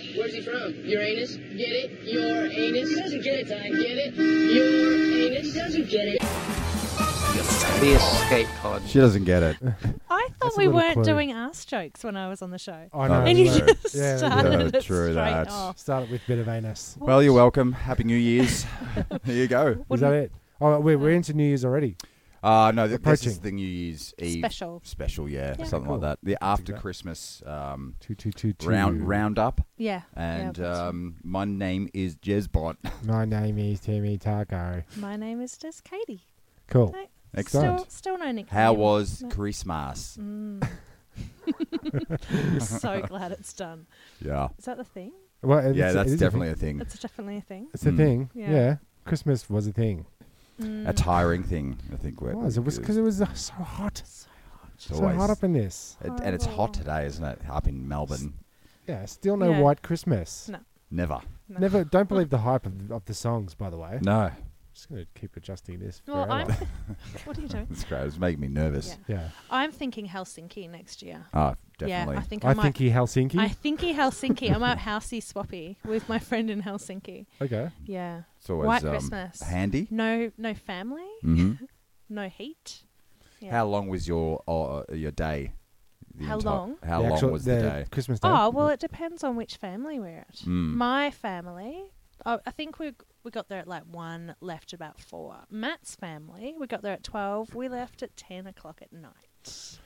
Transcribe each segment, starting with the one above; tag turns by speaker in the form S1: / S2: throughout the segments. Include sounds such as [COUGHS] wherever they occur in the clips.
S1: wrong. Your anus, get it? Your anus.
S2: He doesn't get it, Ty.
S1: Get it? Your
S2: He
S1: anus.
S2: doesn't get it.
S3: The escape pod.
S4: She doesn't get it.
S5: I thought
S6: That's a
S5: we
S6: little
S5: weren't
S6: clue.
S5: doing ass jokes when I was on the show.
S4: No,
S6: I know.
S4: it's
S5: and you
S4: true.
S5: just
S6: Yeah, yeah.
S5: started
S4: Yeah,
S5: it
S4: true
S5: straight
S4: that.
S5: off.
S6: Start it with bit of anus.
S4: [LAUGHS] Well, you're welcome. Happy New Year's. [LAUGHS] Here you go.
S6: Is that it? Oh, we're, we're into New Year's already.
S4: Uh, no, th- this is
S6: Approaching.
S4: the New Year's Eve
S5: Special.
S4: special, yeah,
S5: Yeah.
S4: something
S6: Cool.
S4: like that. The after
S6: that.
S4: Christmas um,
S6: Two, two, two, two.
S4: round roundup,
S5: Yeah.
S4: and
S5: yeah, that's
S4: um, my name is Jezbot. [LAUGHS]
S6: My name is Timmy Taco.
S5: right. my name is just Katie.
S6: Cool.
S5: No,
S4: Excellent.
S5: Still, still no nickname.
S4: How was
S5: No.
S4: Christmas?
S6: [LAUGHS]
S5: Mm. I'm so glad it's done.
S4: Yeah,
S5: Is that the thing?
S6: Well, it's-
S4: yeah,
S6: it
S4: that's
S6: is
S4: definitely
S6: A
S4: a thing.
S5: That's definitely a thing.
S6: thing. It's a
S4: Mm.
S6: thing.
S5: Yeah. Mm.
S6: Yeah. Christmas was a thing.
S4: A tiring thing, I think.
S6: It was. It was because it was uh, so hot.
S5: So
S4: It's
S5: hot.
S6: So
S4: always-
S6: hot up in this.
S4: it- and it's hot today, isn't it? Up in Melbourne,
S6: Yeah. Still no
S5: Yeah.
S6: white Christmas.
S5: No.
S4: never.
S5: No.
S6: Never. Don't believe the hype of, of the songs, by the way.
S4: No,
S6: Just gonna keep adjusting this.
S5: Well,
S6: forever.
S5: I'm. [LAUGHS] what are you doing?
S4: it's great. It's making me nervous.
S5: Yeah.
S6: Yeah.
S5: I'm thinking Helsinki next year.
S4: Oh, definitely.
S5: Yeah, I think I,
S6: I
S5: might.
S6: think he Helsinki.
S5: I thinky Helsinki. I'm out housey swappy with my friend in Helsinki.
S6: okay.
S5: Yeah.
S4: it's always
S5: White
S4: um,
S5: Christmas. [LAUGHS]
S4: handy.
S5: No, no family.
S4: hmm
S5: No heat. Yeah.
S4: How long was your uh, your day? The
S5: How
S4: enti-
S5: long?
S4: How
S6: The
S4: long
S6: actual-
S4: was the, day?
S6: Christmas day.
S5: Oh well, it depends on which family we're at.
S4: Mm.
S5: My family, I, I think we we got there at like one, left about four. Matt's family, we got there at twelve. We left at ten o'clock at night.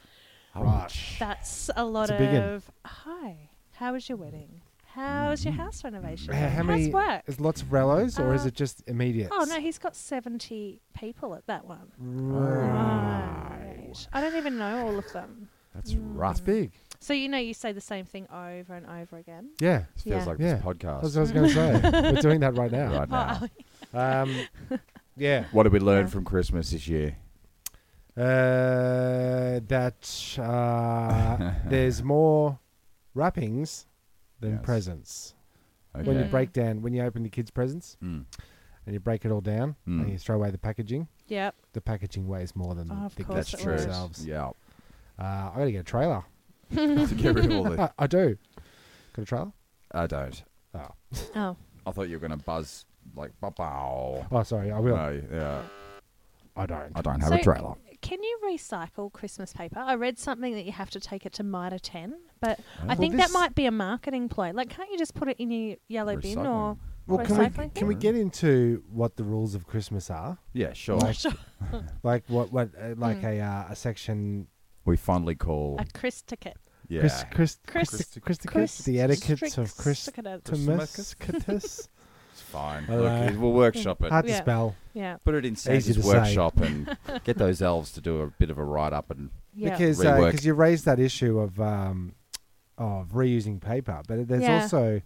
S4: Right.
S5: That's a lot
S6: a big 'un.
S5: of hi. How was your wedding? How's your house renovation?
S6: H- How,
S5: How's
S6: many?
S5: work?
S6: Is lots of rellos, or is
S5: Uh,
S6: it just immediate?
S5: Oh no, he's got seventy people at that one. Right. I don't even know all of them.
S4: That's rough.
S6: It's big.
S5: So you know, you say the same thing over and over again.
S6: Yeah.
S4: It feels
S5: Yeah.
S4: like
S6: Yeah.
S4: this podcast.
S6: That's what I was going
S5: [LAUGHS]
S6: to say. We're doing that right now.
S4: right now.
S6: Um,
S5: [LAUGHS]
S6: yeah.
S4: What did we learn
S5: Yeah.
S4: from Christmas this year?
S6: Uh, that
S4: [LAUGHS]
S6: uh, there's more wrappings than
S4: Yes.
S6: presents.
S4: Okay.
S6: When you
S5: Yeah.
S6: break down, when you open your kids' presents
S4: Mm.
S6: and you break it all down
S4: Mm.
S6: and you throw away the packaging,
S5: [LAUGHS] Yep.
S6: the packaging weighs more than
S5: Oh, Of
S6: the
S5: course
S6: gifts
S4: That's
S5: it
S4: true.
S5: was. [LAUGHS]
S6: themselves.
S4: Yeah.
S6: Uh, I got to get a trailer.
S4: to get rid of all
S6: [LAUGHS]
S4: the.
S6: I, I do. Got a trailer?
S4: I don't.
S6: Oh,
S5: Oh.
S4: I thought you were going to buzz like. Bow, bow.
S6: oh sorry. I will.
S4: No, yeah.
S6: I don't.
S4: I don't have a
S5: So-
S4: trailer.
S5: Can you recycle Christmas paper? I read something that you have to take it to Mitre 10, but I
S4: Well,
S5: think
S6: Oh. this-
S5: that might be a marketing ploy. Like, can't you just put it in your yellow bin
S4: Recycling.
S5: or.
S6: Well, can we,
S5: Recycling
S6: can we
S4: bin?
S6: get into what the rules of Christmas are?
S4: Yeah, sure.
S6: Like what? What? Uh, like
S5: Mm.
S6: a uh, a section.
S4: We fondly call.
S5: [LAUGHS] A Chris ticket.
S4: yeah.
S6: Chris, Chris,
S5: Chris-
S6: Chris, Chris, the etiquettes of Chris.
S4: Christmas?
S5: [LAUGHS]
S6: Christmas.
S4: It's fine.
S6: I
S4: Look,
S6: dunno.
S4: it- we'll workshop it.
S6: Hard to
S5: Yeah.
S6: spell.
S5: Yeah.
S4: Put it in Santa's
S6: to say.
S4: workshop
S6: [LAUGHS]
S4: and get those elves to do a bit of a write up and
S5: Yeah.
S6: Because
S4: Rework.
S6: because you raised that issue of um, of reusing paper, but there's
S5: Yeah.
S6: also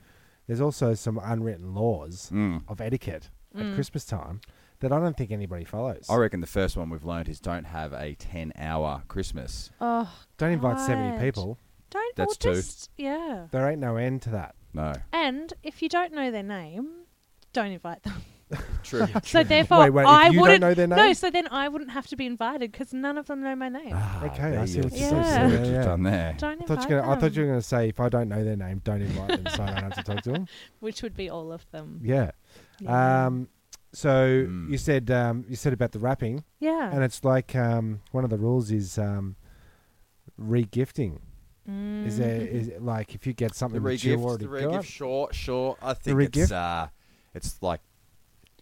S6: there's also some unwritten laws
S4: Mm.
S6: of etiquette at
S5: Mm.
S6: Christmas time that I don't think anybody follows.
S4: I reckon the first one we've learned is don't have a 10 hour Christmas.
S5: oh,
S6: don't invite seventy
S5: God.
S6: people.
S5: don't.
S4: That's
S5: or
S4: two.
S5: just- Yeah.
S6: There ain't no end to that.
S4: No.
S5: And if you don't know their name, don't invite them.
S4: [LAUGHS] True.
S5: So therefore,
S6: wait, if
S5: I
S6: you don't
S5: wouldn't.
S6: know their
S5: No,
S6: name?
S5: so then I wouldn't have to be invited because none of them know my name.
S6: Ah, Okay, I see what
S5: you're
S4: I
S5: saying.
S4: see what
S6: Yeah.
S4: you've done there.
S5: Don't
S6: I
S5: invite
S6: thought, you were gonna, I thought you
S5: them,
S6: were going to say if I don't know their name, don't invite them, so I don't have to talk to
S5: [LAUGHS]
S6: them.
S5: which would be all of them.
S6: Yeah.
S5: Yeah.
S6: Um, so
S4: Mm.
S6: you said um, you said about the wrapping,
S5: yeah.
S6: and it's like um, one of the rules is um, regifting.
S5: Mm,
S6: Is there
S5: Mm-hmm.
S6: is it like if you get
S4: The
S6: something that you
S4: regift,
S6: already
S4: the regift,
S6: got?
S4: sure, sure. I think
S6: re-gift?
S4: it's uh, it's like,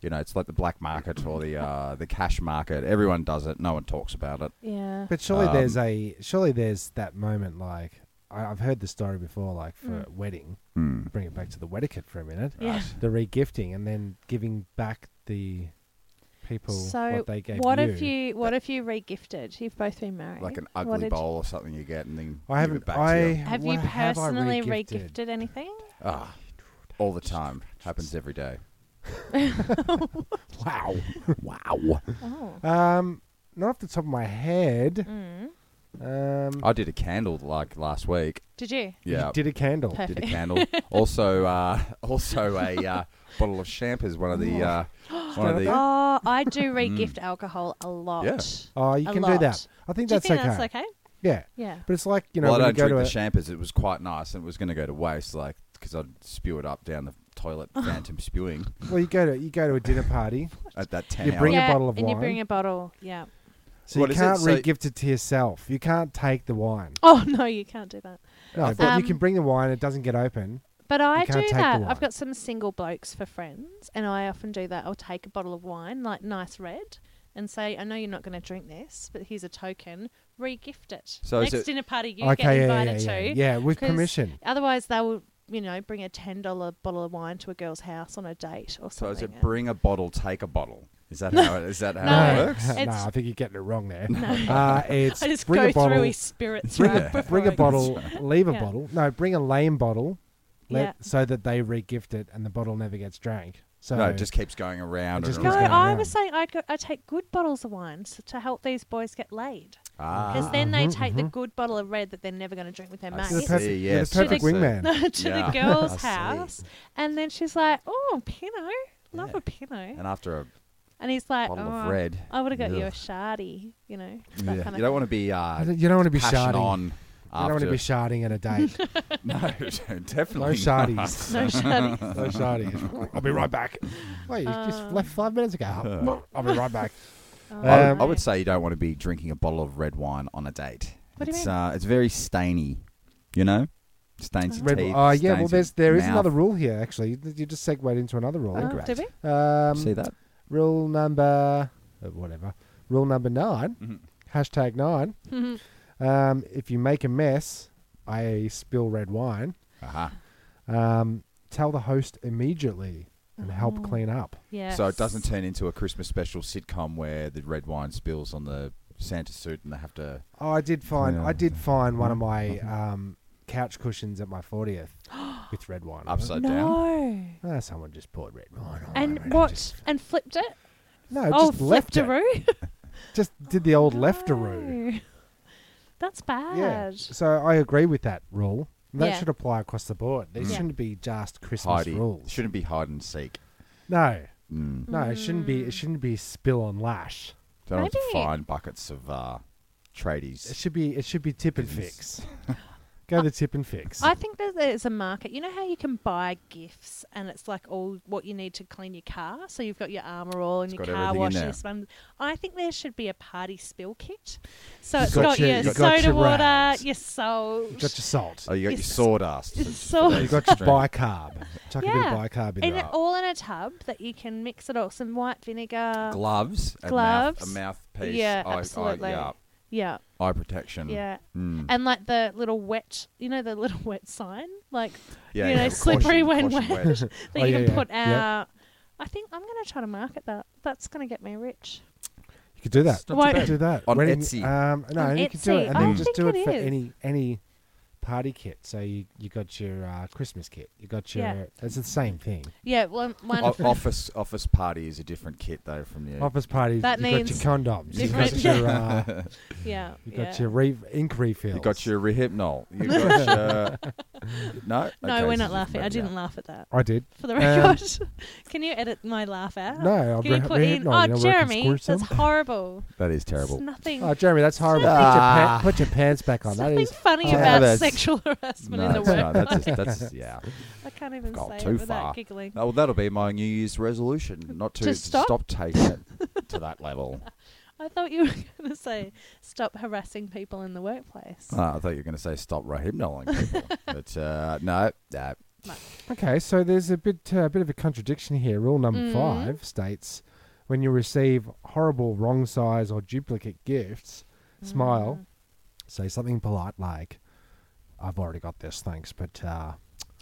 S4: you know, it's like the black market or the uh, the cash market. Everyone does it. No one talks about it.
S5: Yeah.
S6: But surely
S4: Um,
S6: there's a surely there's that moment like I, I've heard the story before, like for a wedding.
S4: Mm.
S6: Bring it back to the wedicate for a minute.
S5: Hmm. Yeah.
S6: The regifting and then giving back the people
S5: So
S6: what they gave
S5: what
S6: you.
S5: if you what if you regifted? You've both been married.
S4: Like an
S5: What
S4: ugly
S5: did-
S4: bowl or something you get, and then
S6: I
S4: give
S6: haven't.
S4: it back
S6: I
S4: to you.
S5: Have
S6: what
S5: you personally
S6: have I regifted?
S5: regifted
S6: [LAUGHS]
S5: anything?
S4: Ah, all the time. Happens every day.
S6: Wow.
S4: Wow.
S5: Oh.
S6: Um, not off the top of my head.
S5: Mm.
S6: Um,
S4: I did a candle like last week.
S5: Did you?
S4: Yeah.
S6: you did a candle.
S5: Perfect.
S4: did a
S6: [LAUGHS]
S4: candle. also, uh, also a uh, bottle of champ is one of the
S6: Oh.
S4: uh, one of the.
S5: Oh, I
S4: [LAUGHS]
S5: do regift alcohol a lot.
S4: Mm. Yeah.
S6: Oh, you
S5: A
S6: can do
S5: lot.
S6: that. I think
S5: do you
S6: that's
S5: think
S6: okay.
S5: that's okay?
S6: Yeah,
S5: Yeah.
S6: but it's like you know
S4: well, I
S6: when
S4: don't
S6: you go
S4: drink
S6: to
S4: the
S6: a,
S4: champers. It was quite nice, and it was going to go to waste. Like, because I'd spew it up down the
S6: [LAUGHS]
S4: toilet, phantom spewing
S6: Well, you go to you go to a dinner party,
S4: at that ten
S6: You
S4: hour.
S6: bring a
S5: yeah,
S6: bottle of
S5: and you bring
S6: wine.
S5: a bottle. Yeah.
S6: so
S4: What
S6: you
S4: is it?
S6: can't
S4: So-
S6: re-gift it to yourself. You can't take the wine.
S5: Oh no, you can't do that.
S6: No,
S4: I
S6: but
S5: thought-
S6: you can bring the wine. It doesn't get open.
S5: But I
S6: You
S5: do
S6: can't take the
S5: that.
S6: wine.
S5: I've got some single blokes for friends, and I often do that. I'll take a bottle of wine, like nice red, and say, "I know you're not going to drink this, but here's a token. Re-gift it.
S4: So is
S5: Next
S4: it-
S5: dinner party you get
S6: okay, yeah, yeah,
S5: invited
S6: yeah, yeah,
S5: to.
S6: yeah, with
S5: 'cause
S6: permission.
S5: Otherwise, they will, you know, bring a ten dollar bottle of wine to a girl's house on a date or
S4: So
S5: something.
S4: is it
S5: and-
S4: bring a bottle, take a bottle? Is
S6: [LAUGHS]
S4: that how it, is that how
S5: No.
S4: it works?
S6: no,
S5: It's-
S6: I think you're getting it wrong there.
S5: No.
S6: Uh,
S5: [LAUGHS]
S6: it's
S5: I just
S6: bring
S5: go
S6: a bottle,
S5: through his spirits.
S4: Bring
S5: right
S4: a-
S5: before
S6: bring a
S5: I-
S6: bottle,
S5: [LAUGHS]
S6: leave a
S5: Yeah.
S6: bottle. No, bring a lame bottle, let,
S5: Yeah.
S6: so that they re-gift it and the bottle never gets drank. So
S4: No, it just keeps going around.
S6: It just
S4: and
S5: No,
S6: keeps
S4: around.
S6: going
S5: I
S6: around.
S5: was saying I'd go, I take good bottles of wine s- to help these boys get laid. Because
S4: Ah,
S5: then they
S6: mhm,
S5: take the
S6: mhm.
S5: good bottle of red that they're never going to drink with their
S4: I
S5: mates
S6: You're the
S4: see,
S6: perfect, you're
S4: yes,
S6: the perfect
S4: I see. [LAUGHS]
S5: [LAUGHS]
S6: wingman.
S5: to
S4: Yeah,
S5: the girl's
S4: I see.
S5: house. And then she's like, oh, Pinot. Love
S4: Yeah.
S5: a Pinot.
S4: and after a
S5: And he's like,
S4: bottle
S5: oh,
S4: of red,
S5: I would have got you a
S4: Ugh.
S5: shardy, you know.
S4: you
S5: That kind of
S4: don't want to be uh,
S6: You don't want to be
S4: passion
S6: sharding.
S4: on.
S6: You don't want to be [LAUGHS] sharding at
S5: [LAUGHS]
S6: a date.
S4: [LAUGHS] no, definitely
S6: No
S4: not.
S6: shardies.
S5: No shardy.
S6: [LAUGHS] no shardies.
S4: [LAUGHS]
S6: I'll be right back. Wait, you just
S5: Uh,
S6: left five
S4: [LAUGHS]
S6: minutes ago. I'll be right back.
S5: Oh,
S6: Um,
S4: I,
S5: right.
S4: would, I would say you don't want to be drinking a bottle of red wine on a date.
S5: What do you
S4: it's,
S5: mean?
S4: Uh, it's very stainy, you know? Stains your
S6: Red,
S4: teeth.
S6: oh yeah,
S4: stains
S6: well
S4: your
S6: there's there is
S4: mouth.
S6: another rule here actually. You you just segued into another rule.
S5: Oh,
S4: great.
S5: did we?
S6: Um,
S4: See that?
S6: Rule number uh, whatever. Rule number 9
S4: Mhm.
S6: Hashtag nine.
S5: Mhm.
S6: Um, if you make a mess, i.e., spill red wine,
S4: Aha.
S6: um, tell the host immediately and help
S5: Oh.
S6: clean up.
S5: Yeah.
S4: So it doesn't turn into a Christmas special sitcom where the red wine spills on the Santa suit and they have to.
S6: Oh, I did find
S4: Yeah.
S6: I did find one of my um, couch cushions at
S5: [GASPS]
S6: my fortieth with red wine. on it.
S4: Upside
S5: no.
S4: down. Oh,
S6: Ah, someone just poured red wine on it.
S5: And what? And flipped it?
S6: No,
S5: oh,
S6: just left
S5: flipped a
S6: it.
S5: roux?
S6: Just did the old leftaroo.
S5: No. [LAUGHS] That's bad.
S6: Yeah. So I agree with that rule. That
S5: Yeah.
S6: should apply across the board. There
S4: Mm. Yeah.
S6: shouldn't be just Christmas
S4: Hide
S6: rules.
S4: Shouldn't be hide and seek.
S6: no,
S4: Mm.
S6: no, it shouldn't be. It shouldn't be spill on lash.
S4: Don't have to
S5: Maybe-
S4: find buckets of uh,
S6: It
S4: tradies.
S6: should be. It should be tip and
S4: Business.
S6: fix. Go the tip and fix.
S5: I think that there's a market. You know how you can buy gifts and it's like all what you need to clean your car? So you've got your armor all and
S4: It's
S5: your
S4: got
S5: car
S4: everything in
S5: wash
S4: there.
S5: and spun. I think there should be a party spill kit. So it's
S6: got
S5: got,
S6: your-
S5: your,
S6: you got
S5: soda
S6: your
S5: water,
S6: rags.
S5: your salt.
S6: you got your salt.
S4: Oh, you got your
S5: Yes.
S4: sawdust.
S5: [LAUGHS] It's
S4: It's just
S6: [LAUGHS]
S5: so-
S4: for
S6: You
S4: those
S6: got your
S4: extreme-
S6: bicarb. Chuck a
S5: Yeah.
S6: bit of bicarb in
S5: and
S6: there.
S5: it all in a tub that you can mix it all. Some white vinegar.
S4: gloves, a
S5: Gloves.
S4: mouth, a mouthpiece,
S5: Yeah,
S4: eye,
S5: absolutely.
S4: Eye, yeah,
S5: yeah,
S4: eye protection.
S5: yeah.
S4: Mm.
S5: And like the little wet, you know, the [LAUGHS] little wet sign, like
S4: yeah,
S5: you know,
S4: yeah,
S5: slippery
S4: caution,
S5: when
S4: caution
S5: wet, [LAUGHS] that
S6: Oh,
S5: you
S6: yeah,
S5: can
S6: yeah,
S5: put
S6: yeah.
S5: out. I think I'm going to try to market that. That's going to get me rich.
S6: You could do that.
S4: It's not
S5: Why-
S4: too bad.
S6: You could do that
S4: On
S6: When in-
S4: Etsy.
S6: Um, no,
S5: On
S6: and you could do
S5: Etsy.
S6: it, and
S5: I
S6: then just
S5: think
S6: do it,
S5: it
S6: for
S5: is.
S6: any any party kit. So you you got your uh, Christmas kit. You got your.
S5: Yeah.
S6: It's the same thing.
S5: Yeah, one, one
S4: O- office office party is a different kit though from the
S6: Office parties.
S5: That
S6: you
S5: means
S6: got your condoms. You got
S5: different- [LAUGHS]
S6: your. Uh,
S5: [LAUGHS] yeah,
S4: [LAUGHS]
S6: you
S5: yeah.
S6: got your re- ink refills.
S4: You got your rehypnol.
S5: [LAUGHS]
S4: You got your no.
S5: No,
S4: Okay,
S5: we're
S4: so you
S5: not laughing.
S4: can
S5: I
S4: maybe
S5: didn't
S4: not.
S5: laugh at that.
S6: I did.
S5: For the
S6: Um,
S5: record, [LAUGHS] can you edit my laugh out?
S6: No, I've
S5: Oh. Can you
S6: re-
S5: put
S6: read-
S5: in?
S6: no, you
S5: oh,
S6: know where I can
S5: Jeremy,
S6: squirt
S5: that's
S6: some?
S5: horrible.
S4: That is
S5: It's
S4: terrible.
S5: nothing.
S6: Oh, Jeremy, that's horrible. Put, your
S4: Ah.
S6: pa- put your pants back on. That
S5: nothing
S6: is. Oh,
S5: funny
S4: Yeah,
S5: about
S4: that's-
S5: sexual [LAUGHS] harassment in the
S4: it's not.
S6: [LAUGHS]
S5: workplace.
S4: that's, just, that's just- yeah.
S5: I can't even
S4: gone
S5: say
S4: too
S5: it without
S4: far.
S5: giggling.
S4: Oh, well, that'll be my New Year's resolution, not to,
S5: To stop?
S4: taking it to
S5: [LAUGHS]
S4: that level.
S5: I thought you were [LAUGHS] going to say stop harassing people in the workplace.
S6: Uh,
S4: Ah, I thought you were going to say stop rehypnoling
S5: [LAUGHS]
S4: people, but uh, no, no.
S6: Okay, so there's a bit uh, bit of a contradiction here. Rule number
S5: Mhm.
S6: five states, when you receive horrible wrong size or duplicate gifts, smile,
S5: Mm.
S6: say something polite like, "I've already got this, thanks," but uh,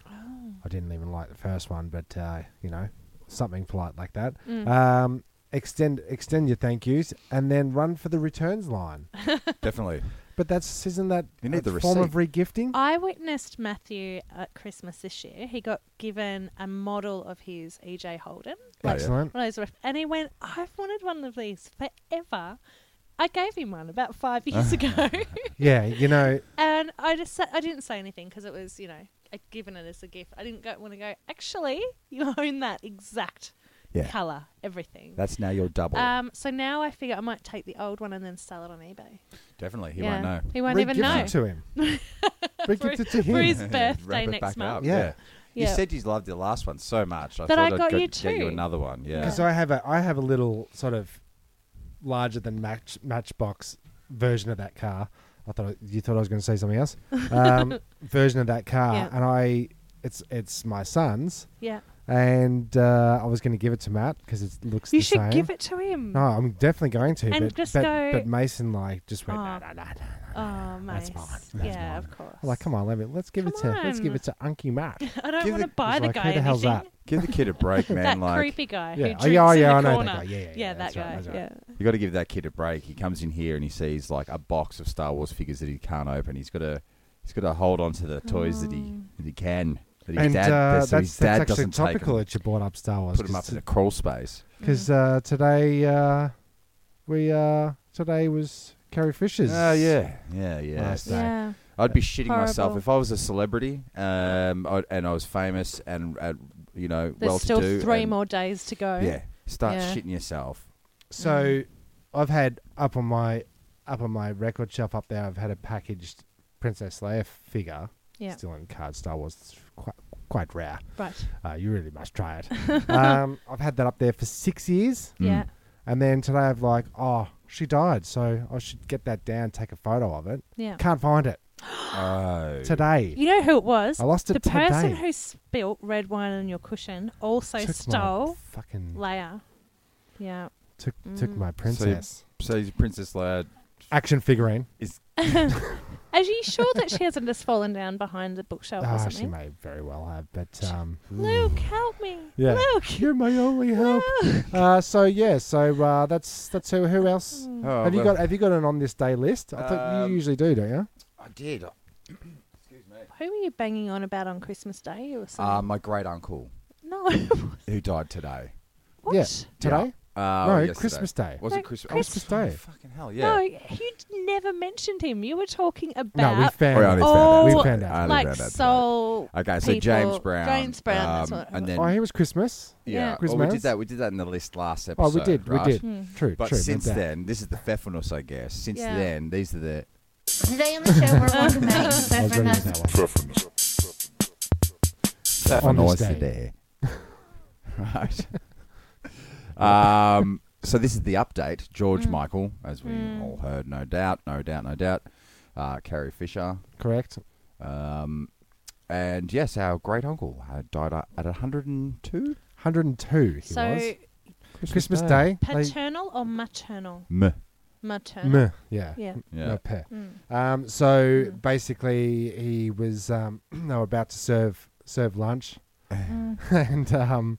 S5: Oh.
S6: I didn't even like the first one. But uh, you know, something polite like that.
S5: Mm.
S6: Um, extend extend your thank yous, and then run for the returns line.
S4: definitely.
S6: But that's isn't that
S4: You need
S6: a
S4: the
S6: form of regifting?
S5: I witnessed Matthew at Christmas this year. He got given a model of his EJ Holden,
S4: Oh, yeah.
S6: Excellent.
S5: one of those ref- and he went, "I've wanted one of these forever." I gave him one about
S4: [LAUGHS]
S5: five years ago, [LAUGHS]
S6: Yeah, you know,
S5: and I just sa- I didn't say anything because it was you know I'd given it as a gift. I didn't go, want to go. Actually, you [LAUGHS] own that exact
S4: Yeah.
S5: color, everything.
S4: That's now your double.
S5: Um, so now I figure I might take the old one and then sell it on eBay.
S4: definitely, he
S5: Yeah.
S4: won't know.
S5: He won't even
S6: regift
S5: know [LAUGHS]
S6: it to him. regift it to
S5: for
S6: him.
S5: his
S4: Wrap [LAUGHS]
S5: birthday
S4: it
S5: next
S4: back
S5: month.
S4: up,
S6: Yeah.
S4: yeah. You
S5: Yeah.
S4: said you loved your last one so much. I
S5: That I
S4: thought
S5: got
S4: would
S5: you
S4: get you
S5: two.
S4: another one. Yeah.
S6: Because I have a I have a little sort of larger than match matchbox version of that car. I thought you thought I was going to say something
S5: [LAUGHS]
S6: else. Um, version of that car,
S5: Yeah.
S6: and I it's it's my son's,
S5: Yeah.
S6: and uh, I was going to give it to Matt because it looks.
S5: You
S6: the
S5: should
S6: same.
S5: give it to him.
S6: No, I'm definitely going to.
S5: And
S6: but,
S5: just
S6: but,
S5: go-
S6: but Mason like just went.
S5: Oh.
S6: "Nah, nah, nah, nah."
S5: Oh, mate.
S6: That's mine. That's
S5: yeah,
S6: mine.
S5: of course.
S6: I'm like, come on, let me, let's give it to
S5: Come
S6: let's give
S5: on.
S6: it to Unky Matt.
S5: [LAUGHS]
S6: He's
S5: I don't
S4: Give
S5: want
S4: the-
S5: to buy the
S6: like,
S5: guy
S6: who the hell's
S5: anything.
S6: that?
S4: Give the kid a
S5: [LAUGHS]
S4: break, man.
S5: That
S4: like
S5: creepy guy
S6: Yeah.
S5: who
S6: Oh,
S5: drinks
S6: yeah, oh,
S5: in
S6: yeah, I
S5: the
S6: know that
S5: corner.
S6: guy. Yeah, yeah, yeah,
S5: that
S6: that's right,
S5: guy.
S6: that's right.
S5: Yeah.
S4: You got to give that kid a break. He comes in here and he sees like a box of Star Wars figures that he can't open. He's got to, he's got to hold on to the toys that he
S5: Mm.
S4: that he can. That his
S6: And
S4: dad,
S6: uh,
S4: so his
S6: that's,
S4: dad
S6: that's actually
S4: doesn't
S6: topical
S4: take
S6: that you brought up Star
S4: them,
S6: Wars.
S4: put him
S6: 'cause
S4: up in a crawl space.
S5: Mm.
S6: because uh, today uh, we uh, today was Carrie Fisher's.
S4: Oh yeah, yeah, yeah.
S6: Nice. So-
S5: yeah.
S4: I'd be shitting myself
S5: Horrible.
S4: if I was a celebrity um, I, and I was famous and, and you know
S5: There's
S4: well
S5: still
S4: to do.
S5: three
S4: and,
S5: more days to go.
S4: Yeah, start
S5: Yeah.
S4: shitting yourself.
S5: [GASPS] Mm.
S6: So I've had up on my up on my record shelf up there. I've had a packaged Princess Leia figure.
S5: Yeah.
S6: Still in card Star Wars. It's quite quite rare.
S5: Right.
S6: Uh, you really must try
S5: [LAUGHS]
S6: it. um, I've had that up there for six years,
S5: Yeah.
S6: and then today I've like, oh, she died, so I should get that down, take a photo of it.
S5: Yeah.
S6: Can't find it
S4: Oh,
S6: today.
S5: You know who it was?
S6: I lost it
S5: The person
S6: today.
S5: who spilt red wine on your cushion also
S6: Took my
S5: stole
S6: fucking
S5: Leia. Yeah.
S6: took took
S5: Mm.
S6: my
S4: So you-
S6: princess
S4: so he's Princess Leia.
S6: action figurine.
S5: Are you sure that
S6: [LAUGHS]
S5: she hasn't just fallen down behind the bookshelf or
S6: Ah, she
S5: something?
S6: may very well have, but um,
S5: Luke, help me.
S6: yeah,
S5: Luke.
S6: you're my only help. uh, so yeah, so uh, that's that's who. Who else?
S5: Mm.
S4: Oh,
S6: have you
S4: well,
S6: got have you got an on this day list? I thought
S4: Um,
S6: you usually do, don't you?
S4: I did.
S5: Who were you banging on about on Christmas Day or something?
S4: Uh, my great uncle
S5: no. [LAUGHS]
S4: who died today.
S5: what?
S6: Yeah, today.
S4: Uh,
S6: No,
S4: yesterday.
S6: Christmas Day.
S4: Was
S5: No,
S4: it Christmas?
S5: Christmas
S4: oh,
S6: Day.
S4: Fucking hell,
S5: No,
S4: yeah.
S5: you d- never mentioned him. You were talking about
S6: No, we
S4: Oh, yeah, I
S6: found.
S4: did
S6: it.
S5: Oh,
S4: found out.
S6: we found out.
S4: I did
S5: like
S4: found out today.
S5: soul.
S4: Okay, so James
S5: people-
S4: Brown.
S5: James Brown. that's
S4: um,
S5: what it
S4: and
S5: was.
S4: then
S6: Oh, here was Christmas.
S4: yeah,
S6: Christmas.
S4: Well, we did that. We did that in the list last episode.
S6: Oh, we did,
S4: right?
S6: we did. True,
S4: But
S6: true. my
S4: since
S6: bad.
S4: then, this is the Fefanos, I guess. Since
S5: Yeah.
S4: then, these are the
S2: Today on the show,
S6: [LAUGHS]
S2: we're welcoming
S6: I was ready with that one. On this
S4: Fefanos
S6: day.
S4: today.
S6: [LAUGHS]
S4: right. um, so this is the update. George
S5: Mm.
S4: Michael, as we all heard, no doubt, no doubt, no doubt. Uh, Carrie Fisher,
S6: Correct.
S4: Um, and yes, our great uncle had died at at 102.
S6: 102. He
S5: so
S6: was. Christmas Day. they-
S5: paternal or maternal?
S4: Meh.
S5: Maternal.
S6: Meh, yeah.
S5: Yeah.
S4: Yeah.
S6: No pair.
S5: Mm.
S6: Um, so basically, he was. Um, [CLEARS THROAT] they were about to serve serve lunch, [LAUGHS] and um,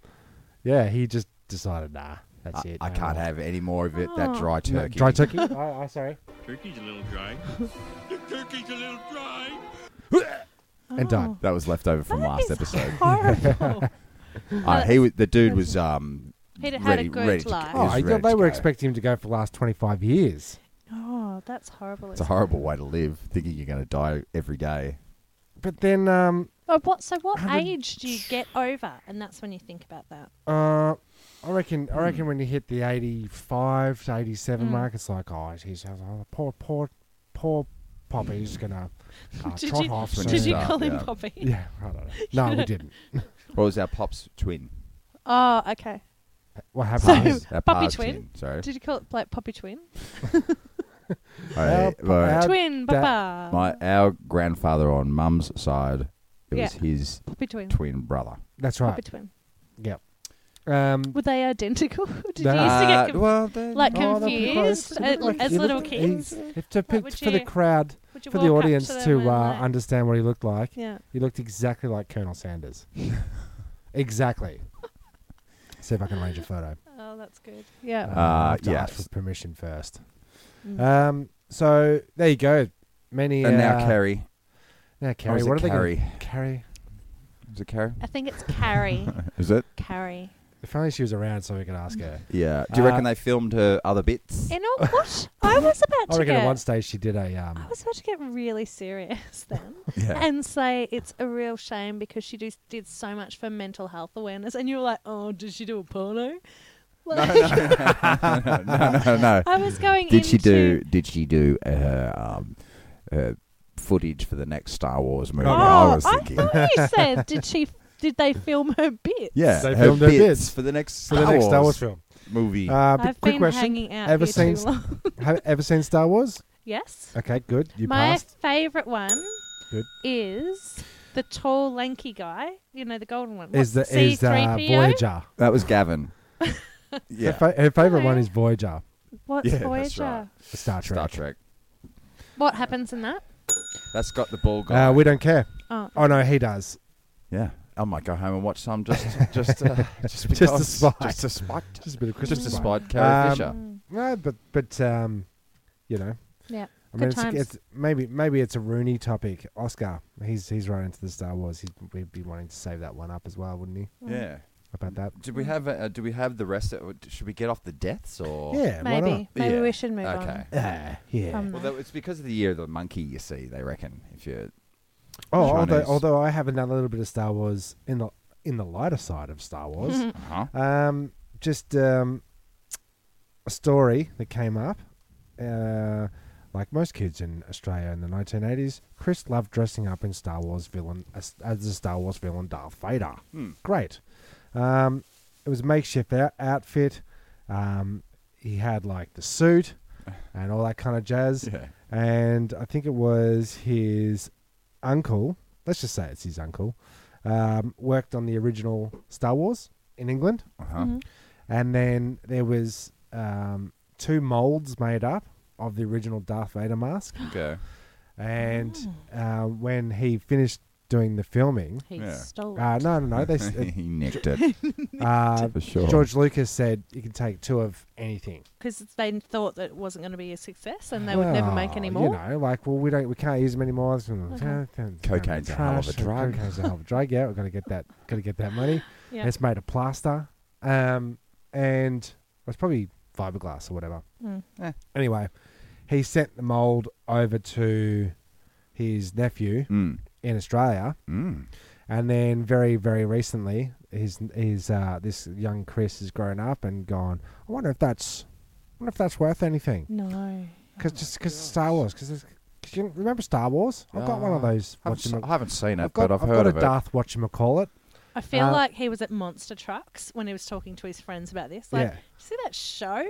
S6: yeah, he just decided, nah, that's
S4: I,
S6: it.
S4: I
S6: no
S4: can't
S6: more."
S4: have any more of it. That
S5: Oh.
S4: dry
S6: No,
S4: turkey. [LAUGHS]
S6: Dry turkey. oh, oh, sorry.
S7: Turkey's a little dry. the turkey's a little dry.
S6: And done.
S4: That was left over from
S5: Oh, That
S4: last
S5: is [LAUGHS]
S4: episode.
S5: Horrible.
S4: Uh, he was, the dude was um
S5: He'd had
S4: ready,
S5: a good
S4: ready to go.
S5: life.
S4: He
S6: Oh,
S4: was
S6: I
S4: ready
S6: thought they
S4: to
S6: were
S4: go.
S6: expecting him to go for the last twenty five years.
S5: oh, that's horrible.
S4: It's a horrible way to live, thinking you're going to die every day.
S6: But then, um,
S5: Oh, what? So, what
S6: Hundred-
S5: age do you get over? And that's when you think about that.
S6: uh, I reckon,
S5: Hmm.
S6: I reckon when you hit the eighty five to eighty seven mark, it's like, oh, he's oh, poor, poor, poor Poppy's gonna uh,
S5: [LAUGHS] did
S6: trot
S5: you,
S6: off.
S5: did
S6: soon.
S5: you
S4: Yeah.
S5: call him
S4: Yeah.
S5: Poppy?
S6: Yeah, I don't know.
S5: [LAUGHS]
S6: No, we didn't.
S4: Or was our pop's twin?
S5: Oh, okay.
S6: What
S5: So-
S6: happened? was
S4: Our
S5: Poppy
S4: pa's
S5: twin?
S4: Sorry.
S5: Did you call it like Poppy Twin?
S4: Our,
S6: Our- our-
S5: twin,
S6: Uh, that-
S5: Papa.
S4: my our grandfather on mum's side, it was
S5: Yeah.
S4: his
S5: Poppy Twin.
S4: twin brother.
S6: That's
S5: Poppy
S6: right.
S5: Twin.
S6: Yep. Um,
S5: Were they identical? [LAUGHS] Did
S6: No.
S5: you used to get
S4: Uh,
S5: conf-
S4: well, they're
S5: like
S6: oh, they're pretty close.
S5: confused
S6: [LAUGHS] They
S5: at-
S6: look like-
S5: as
S6: he
S5: little
S6: looked-
S5: kids?
S6: he- if to
S5: would
S6: pick for the
S5: you-
S6: crowd,
S5: Would you
S6: for the
S5: walk up
S6: audience
S5: to,
S6: to,
S5: them and,
S6: uh,
S5: like-
S6: understand what he looked like,
S5: Yeah.
S6: he looked exactly like Colonel Sanders. [LAUGHS] exactly.
S5: [LAUGHS]
S6: See if I can arrange a photo.
S5: Oh, that's good. Yeah. Mm.
S6: Uh, I have to
S4: yes.
S6: ask for permission first. Um, so there you go. Many
S4: And
S6: uh,
S4: now Kerry.
S6: Now
S4: Or
S6: Carrie.
S4: is it
S6: What are they
S4: Carrie?
S6: Gonna, Carrie.
S4: Is it Kerry?
S5: I think it's
S6: [LAUGHS]
S5: Carrie.
S4: Is it?
S5: Carrie.
S6: If only she was around, so we could ask her.
S4: Yeah. Do you
S6: Uh,
S4: reckon they filmed her other bits?
S5: You know what? I was
S6: [LAUGHS]
S5: about
S6: I
S5: to
S6: reckon
S5: get.
S6: at one stage she did a um,
S5: I was about to get really serious [LAUGHS] then,
S4: Yeah. [LAUGHS]
S5: and say it's a real shame because she do, did so much for mental health awareness, and you were like, "Oh, did she do a porno?" Like, [LAUGHS]
S4: no, [LAUGHS] no, no.
S5: I was going.
S4: Did she do?
S5: into-
S4: Did she do her um, her footage for the next Star Wars movie?
S6: Oh,
S5: Oh,
S4: I was thinking.
S5: I thought you said, did she Did they film her bit?
S4: [LAUGHS] Yeah,
S6: They
S4: her
S6: filmed her
S4: bits
S6: bits.
S4: for the next
S6: for the next Star Wars film.
S4: movie.
S6: Uh, but
S5: I've
S6: quick
S5: been
S6: question:
S5: hanging out
S6: ever
S5: here
S6: seen-
S5: too long.
S6: [LAUGHS]
S5: [LAUGHS]
S6: Have ever seen Star Wars?
S5: yes.
S6: Okay, good. You
S5: My
S6: passed.
S5: favourite one
S6: Good.
S5: is the tall, lanky guy. You know, the golden one.
S6: Is the
S5: What,
S6: is uh,
S5: C-3PO?
S6: Voyager?
S4: that was Gavin.
S5: [LAUGHS]
S4: yeah,
S6: Her, fa- her favorite
S5: Hello.
S6: one is Voyager.
S5: What's
S4: Yeah, that's
S5: Voyager?
S4: right.
S6: Star Trek.
S4: Star Trek.
S5: What happens in that?
S4: That's got the ball guy.
S6: Uh, we don't care.
S5: Oh,
S6: Oh no, he does.
S4: yeah, I might go home and watch some just just [LAUGHS] uh, just because
S6: to spite.
S4: just to spite
S6: Just a bit of Christmas.
S4: just to
S6: vibe.
S4: spite Carrie
S6: Um,
S4: Fisher.
S6: No, but but um, you know,
S5: yeah.
S6: I
S5: Good
S6: mean, it's,
S5: times.
S6: it's maybe maybe it's a Rooney topic. Oscar, he's he's right into the Star Wars. He'd, he'd be wanting to save that one up as well, wouldn't he?
S4: Yeah.
S6: About that.
S4: Do we have uh, do we have the rest? Of, should we get off the deaths or
S6: Yeah, why not?
S5: Maybe. Maybe
S4: Yeah.
S5: we should move on.
S4: Okay.
S6: Yeah, yeah.
S5: Um,
S4: Well, that, it's because of the year of the monkey. You see, they reckon if you
S6: oh,
S4: Chinese.
S6: although although I have another little bit of Star Wars in the in the lighter side of Star
S5: [LAUGHS]
S6: Wars.
S4: uh-huh.
S6: Um, just um, a story that came up. Uh, like most kids in Australia in the 1980s, Chris loved dressing up in Star Wars villain as, as a Star Wars villain Darth Vader. Great. Um, it was a makeshift out- outfit. Um, he had like the suit and all that kind of jazz.
S4: Yeah.
S6: And I think it was his uncle. Let's just say it's his uncle. Um, worked on the original Star Wars in England
S4: Uh-huh.
S5: Mm-hmm.
S6: and then there was um, two molds made up of the original Darth Vader mask.
S4: Okay.
S6: And
S5: Oh.
S6: uh, when he finished doing the filming,
S5: He
S4: Yeah.
S5: stole
S6: uh, no, no, no, they
S4: [LAUGHS]
S6: s-
S4: he nicked it
S6: uh,
S4: for sure.
S6: George Lucas said you can take two of anything.
S5: because they thought that it wasn't going to be a success and they would never make
S6: Well,
S5: any more.
S6: Oh, You know, like well, we don't, we can't use them anymore.
S4: Cocaine's
S6: Cocaine's
S4: a hell of a drug.
S6: Cocaine's a hell of a drug. Yeah, we've got to get that, got to get that money.
S5: Yeah.
S6: It's made of plaster, um, and it's probably fiberglass or whatever.
S5: Mm.
S4: Eh.
S6: Anyway, he sent the mold over to his nephew
S4: Mm.
S6: in Australia,
S4: Mm.
S6: and then very, very recently, his his uh, this young Chris has grown up and gone. I wonder if that's, I wonder if that's worth anything.
S4: Mm.
S5: No.
S6: Because just because Star Wars, because you remember Star Wars? I've got one of
S4: Ah,
S6: those.
S4: I haven't, s-
S6: whatchamacallit.
S4: I haven't seen it,
S6: I've got,
S4: but I've,
S6: I've
S4: heard
S6: got a
S4: of it.
S6: Darth whatchamacallit.
S5: I feel
S6: Uh,
S5: like he was at Monster Trucks when he was talking to his friends about this. Like,
S6: Yeah.
S5: see that show?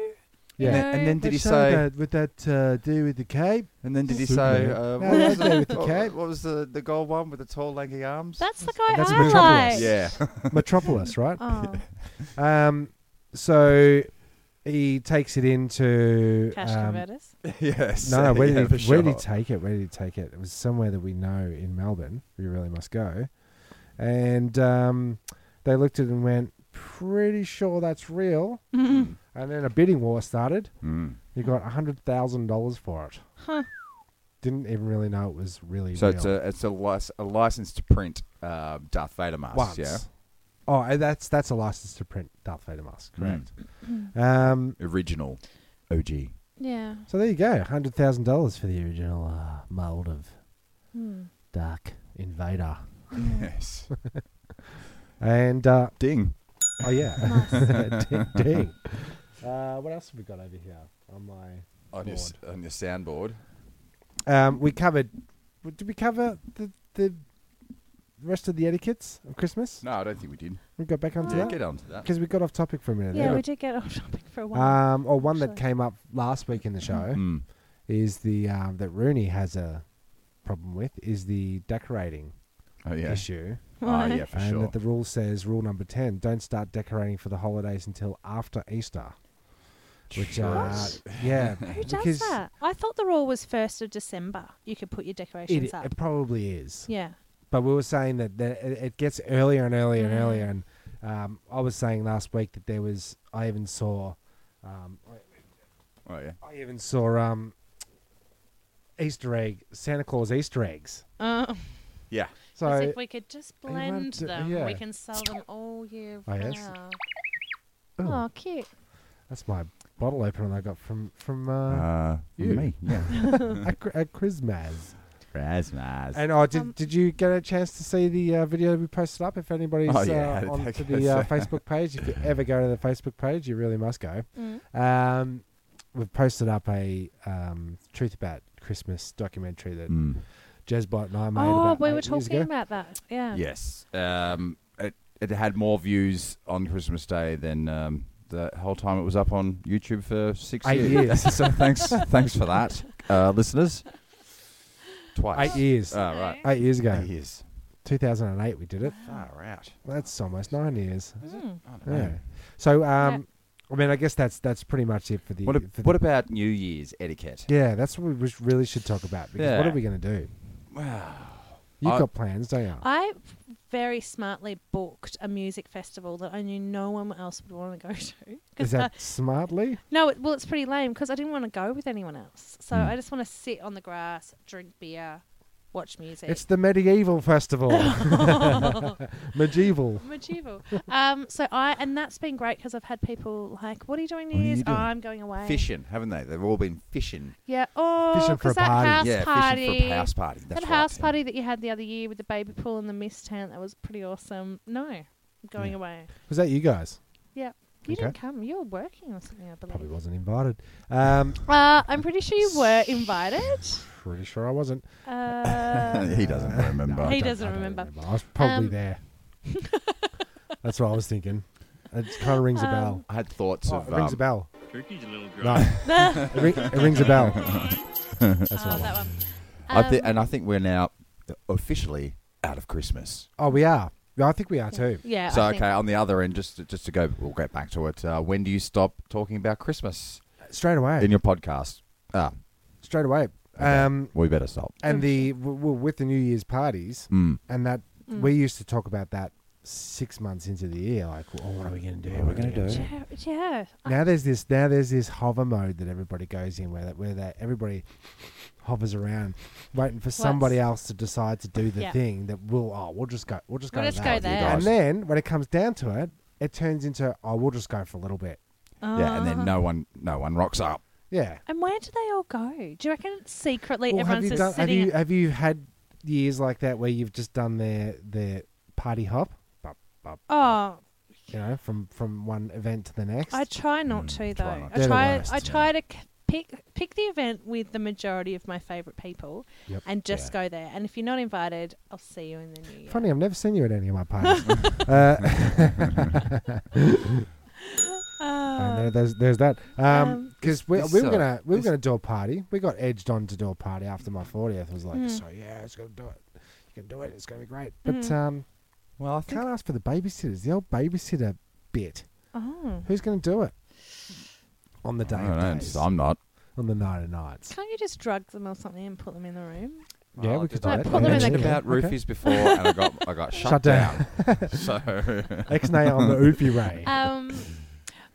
S6: Yeah.
S4: And, then, and then did he
S6: That show
S4: say?
S6: that, with that uh, do with the cape?
S4: And then did he say?
S6: Superman.
S4: Uh,
S6: No,
S4: what,
S6: no,
S4: was
S6: no,
S4: the,
S6: with the
S4: what,
S6: cat.
S4: what was the the gold one with the tall lanky arms?
S5: That's the guy
S6: That's
S5: I like.
S6: Metropolis.
S4: yeah.
S6: Metropolis, right?
S5: [LAUGHS] Oh,
S6: Um, so he takes it into
S5: cash
S6: um,
S5: converters.
S4: [LAUGHS] yes.
S6: No, no.
S4: [LAUGHS]
S6: Where
S4: yeah,
S6: did
S4: for
S6: he? Where did
S4: sure.
S6: he take it? Where did he take it? It was somewhere that we know in Melbourne. We really must go. And um, they looked at it and went, "Pretty sure that's real."
S4: Hmm.
S6: And then a bidding war started.
S4: Mm.
S6: You got hundred thousand dollars for it. Didn't even really know it was really.
S4: So
S6: real.
S4: it's a it's a, lic- a license to print uh, Darth Vader masks.
S6: once.
S4: Yeah.
S6: Oh, and that's that's a license to print Darth Vader mask, correct?
S4: Mm.
S6: Um,
S4: Original, OG.
S5: Yeah.
S6: so there you go, hundred thousand dollars for the original uh, mold of
S5: Hmm.
S6: Dark Invader,
S4: [LAUGHS] Yes.
S6: and uh,
S4: Ding.
S5: [LAUGHS]
S6: oh yeah, [LAUGHS] ding, ding. Uh, what else have we got over here on my?
S4: On your s- on your soundboard.
S6: Um, we covered. Did we cover the the rest of the etiquettes of Christmas?
S4: No, I don't think we did.
S6: We got back onto
S4: Yeah,
S6: that
S4: get onto that.
S6: because we got off topic for a minute.
S5: Yeah,
S6: there.
S5: we did get off topic for a [LAUGHS] while.
S6: Um, or one that
S5: Actually.
S6: came up last week in the show.
S4: Mm.
S6: is the um, that Rooney has a problem with is the decorating
S4: Oh yeah.
S6: issue,
S5: Ah,
S4: Oh yeah, for
S6: and
S4: sure.
S6: that the rule says rule number ten: don't start decorating for the holidays until after Easter. Which uh, [LAUGHS]
S5: [LAUGHS]
S6: yeah,
S5: Who does
S6: because
S5: that? I thought the rule was 1st of December. You could put your decorations
S6: It,
S5: up.
S6: it probably is,
S5: yeah.
S6: but we were saying that, that it it gets earlier and earlier and
S5: Mm.
S6: earlier, and um, I was saying last week that there was I even saw, um,
S4: oh yeah.
S6: I even saw um, Easter egg Santa Claus Easter eggs.
S5: [LAUGHS] Uh,
S4: Yeah.
S6: So
S5: as if we could just
S6: you want
S5: blend
S6: to-
S5: them, we
S6: yeah.
S5: can sell them all year
S6: Oh,
S5: round.
S6: yes. Ooh.
S5: Oh, cute.
S6: That's my bottle opener I got from from uh,
S4: Uh,
S6: you.
S4: me. Yeah.
S5: Uh.
S6: at, Chri- at Christmas.
S4: Rasmus.
S6: And oh, did,
S5: Um,
S6: did you get a chance to see the uh, video we posted up? If anybody's
S4: Oh, yeah,
S6: uh,
S4: how did
S6: on
S4: that
S6: to
S4: go?
S6: the
S4: [LAUGHS]
S6: uh, Facebook page, if you ever go to the Facebook page, you really must go.
S5: Mm.
S6: Um, we've posted up a um, truth about Christmas documentary that
S4: Mm.
S6: Jez Blight and I made.
S5: Oh,
S6: about
S5: we
S6: eight
S5: were
S6: years
S5: talking
S6: ago.
S5: about that. Yeah.
S4: Yes. Um, uh, it had more views on Christmas Day than um, the whole time it was up on YouTube for six
S6: Eight
S4: years.
S6: years.
S4: so [LAUGHS] thanks, thanks for that, uh, listeners. Twice.
S6: Eight years.
S4: Oh, right.
S6: Eight years ago.
S4: Eight years.
S6: 2008 we did it.
S4: Far out.
S6: That's almost nine years.
S5: Mm.
S4: I don't know.
S6: Yeah. So, um, I mean, I guess that's that's pretty much it for the.
S4: What, a,
S6: for the-
S4: what about New Year's etiquette?
S6: yeah, that's what we wish- really should talk about because what
S4: Yeah.
S6: are we going to do?
S4: Wow.
S6: You've
S4: I-
S6: got plans, don't you?
S5: I very smartly booked a music festival that I knew no one else would want to go [LAUGHS] to. 'Cause
S6: Is
S5: I-
S6: that smartly?
S5: no, it, well, it's pretty lame because I didn't want to go with anyone else. So
S4: Mm.
S5: I just want to sit on the grass, drink beer, watch music.
S6: It's the medieval
S5: [LAUGHS]
S6: festival. [LAUGHS] medieval.
S5: Medieval. um, so I and that's been great because I've had people like, "What are you doing New
S4: What are you
S5: Year's?
S4: doing?"
S5: Oh, I'm going away."
S4: Fishing, haven't they? They've all been fishing.
S5: Yeah. Oh,
S6: Fishing for a
S5: 'cause that
S6: party.
S5: house
S4: yeah,
S5: party.
S4: fishing for a house party. That's
S5: that
S4: right,
S5: house
S4: Tim.
S5: party that you had the other year with the baby pool and the mist tent, that was pretty awesome. No, I'm going
S4: Yeah.
S5: away.
S6: Was that you guys?
S5: You
S6: Okay.
S5: didn't come. You were working or something, I
S6: Probably
S5: believe.
S6: wasn't invited. Um,
S5: Uh, I'm pretty sure you were
S4: [LAUGHS]
S5: invited.
S6: pretty sure I wasn't.
S5: Uh,
S4: he
S6: [LAUGHS]
S4: doesn't remember.
S6: I
S5: He
S6: don't-
S5: doesn't
S6: I don't
S5: remember.
S6: I was probably
S5: Um, [LAUGHS]
S6: there. That's what I was thinking. It kind of rings
S5: Um,
S6: a bell.
S4: I had thoughts
S6: Oh,
S4: of.
S6: it rings
S4: um,
S6: a bell.
S7: Turkey's a little grub.
S6: No,
S5: oh,
S6: [LAUGHS] it, ring, it rings
S4: [LAUGHS]
S6: a bell. That's what I
S5: that
S6: want.
S5: one.
S4: I thi-
S5: Um,
S4: and I think we're now officially out of Christmas.
S6: Oh, we are. Yeah, I think we are too.
S5: yeah.
S4: so
S5: I
S4: okay,
S5: think-
S4: on the other end, just to, just to go, we'll get back to it. Uh, when do you stop talking about Christmas
S6: Straight away.
S4: in your podcast? Ah,
S6: Straight away.
S4: Okay.
S6: Um,
S4: we better stop.
S6: and the w- w- with the New Year's parties,
S4: Mm.
S6: and that
S5: Mm.
S6: we used to talk about that six months into the year, like, oh, what are we going to do?
S4: What are we
S6: What are we
S4: gonna
S6: gonna
S4: do?
S5: Yeah, yeah.
S6: Now there's this. Now there's this hover mode that everybody goes in, where that where that everybody hovers around, waiting for somebody else to decide to do the
S5: Yeah.
S6: thing that will. Oh, we'll just go. We'll just
S5: We'll
S6: go.
S5: just
S6: to
S5: go
S6: that.
S5: there.
S6: And then when it comes down to it, it turns into oh, we'll just go for a little bit.
S4: Yeah, and then
S5: Uh,
S4: no one, no one rocks up.
S6: Yeah.
S5: And where do they all go? Do you reckon it's secretly
S6: Well, have
S5: everyone's
S6: you
S5: just
S6: done, have
S5: sitting?
S6: you have you had years like that where you've just done their their party hop? Bop, bop,
S5: oh,
S6: You know, from from one event to the next.
S5: I try not
S4: Mm,
S5: to though.
S4: try not
S5: I try.
S6: to. Hmm, They're the
S5: I
S6: worst,
S5: try to to pick pick the event with the majority of my favourite people,
S6: Yep.
S5: and just go there. And if you're not invited, I'll see you in the new year.
S6: Funny, I've never seen you at any of
S5: [LAUGHS]
S6: my parties. uh, And there-
S5: Uh,
S6: there's there's that.
S5: Um,
S6: Because we,
S4: This,
S6: we were
S4: uh,
S6: gonna we were
S4: this-
S6: gonna do a party. We got edged on to do a party after my fortieth. Was
S5: Hmm.
S6: like, so yeah, it's gonna do it. You can do it. It's gonna be great. But
S5: Hmm.
S6: um,
S4: Well, I think
S6: can't ask for the babysitters. The old babysitter bit.
S5: oh.
S6: Who's gonna do it? On the day
S4: I
S6: of
S4: don't know,
S6: days.
S4: I'm not.
S6: on the night of nights.
S5: Can't you just drug them or something and put them in the room?
S6: yeah,
S4: Oh,
S6: we
S4: did
S6: could do
S4: I
S6: it.
S5: put them in
S4: mention
S5: the-
S4: about
S6: Okay.
S4: roofies before, and I got, I [LAUGHS] got shut,
S6: Shut down.
S4: [LAUGHS] so
S6: X-nay on the
S5: [LAUGHS]
S6: oofy ray.
S5: Um,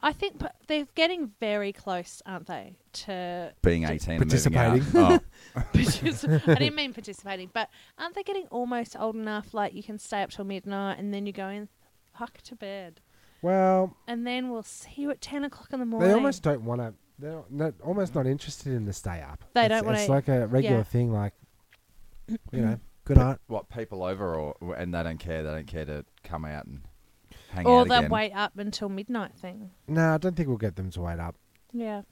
S5: I think p- they're getting very close, aren't they?
S4: [LAUGHS]
S5: To
S4: being
S5: Just
S4: eighteen, and moving out.
S6: participating.
S4: [LAUGHS] Oh,
S5: partici- I didn't mean participating, but aren't they getting almost old enough? Like you can stay up till midnight and then you go in, fuck to bed,
S6: well,
S5: and then we'll see you at ten o'clock in the morning.
S6: they almost don't want to. They're not- not, almost not interested in the stay up.
S5: They
S6: It's-
S5: don't wanna-
S6: It's like a regular
S5: yeah.
S6: thing. Like,
S5: [CLEARS THROAT]
S6: you know, good night.
S4: what people over, or and they don't care. They don't care to come out and hang
S5: or
S4: out
S5: the
S4: again.
S5: wait up until midnight thing.
S6: No, I don't think we'll get them to wait up.
S5: Yeah,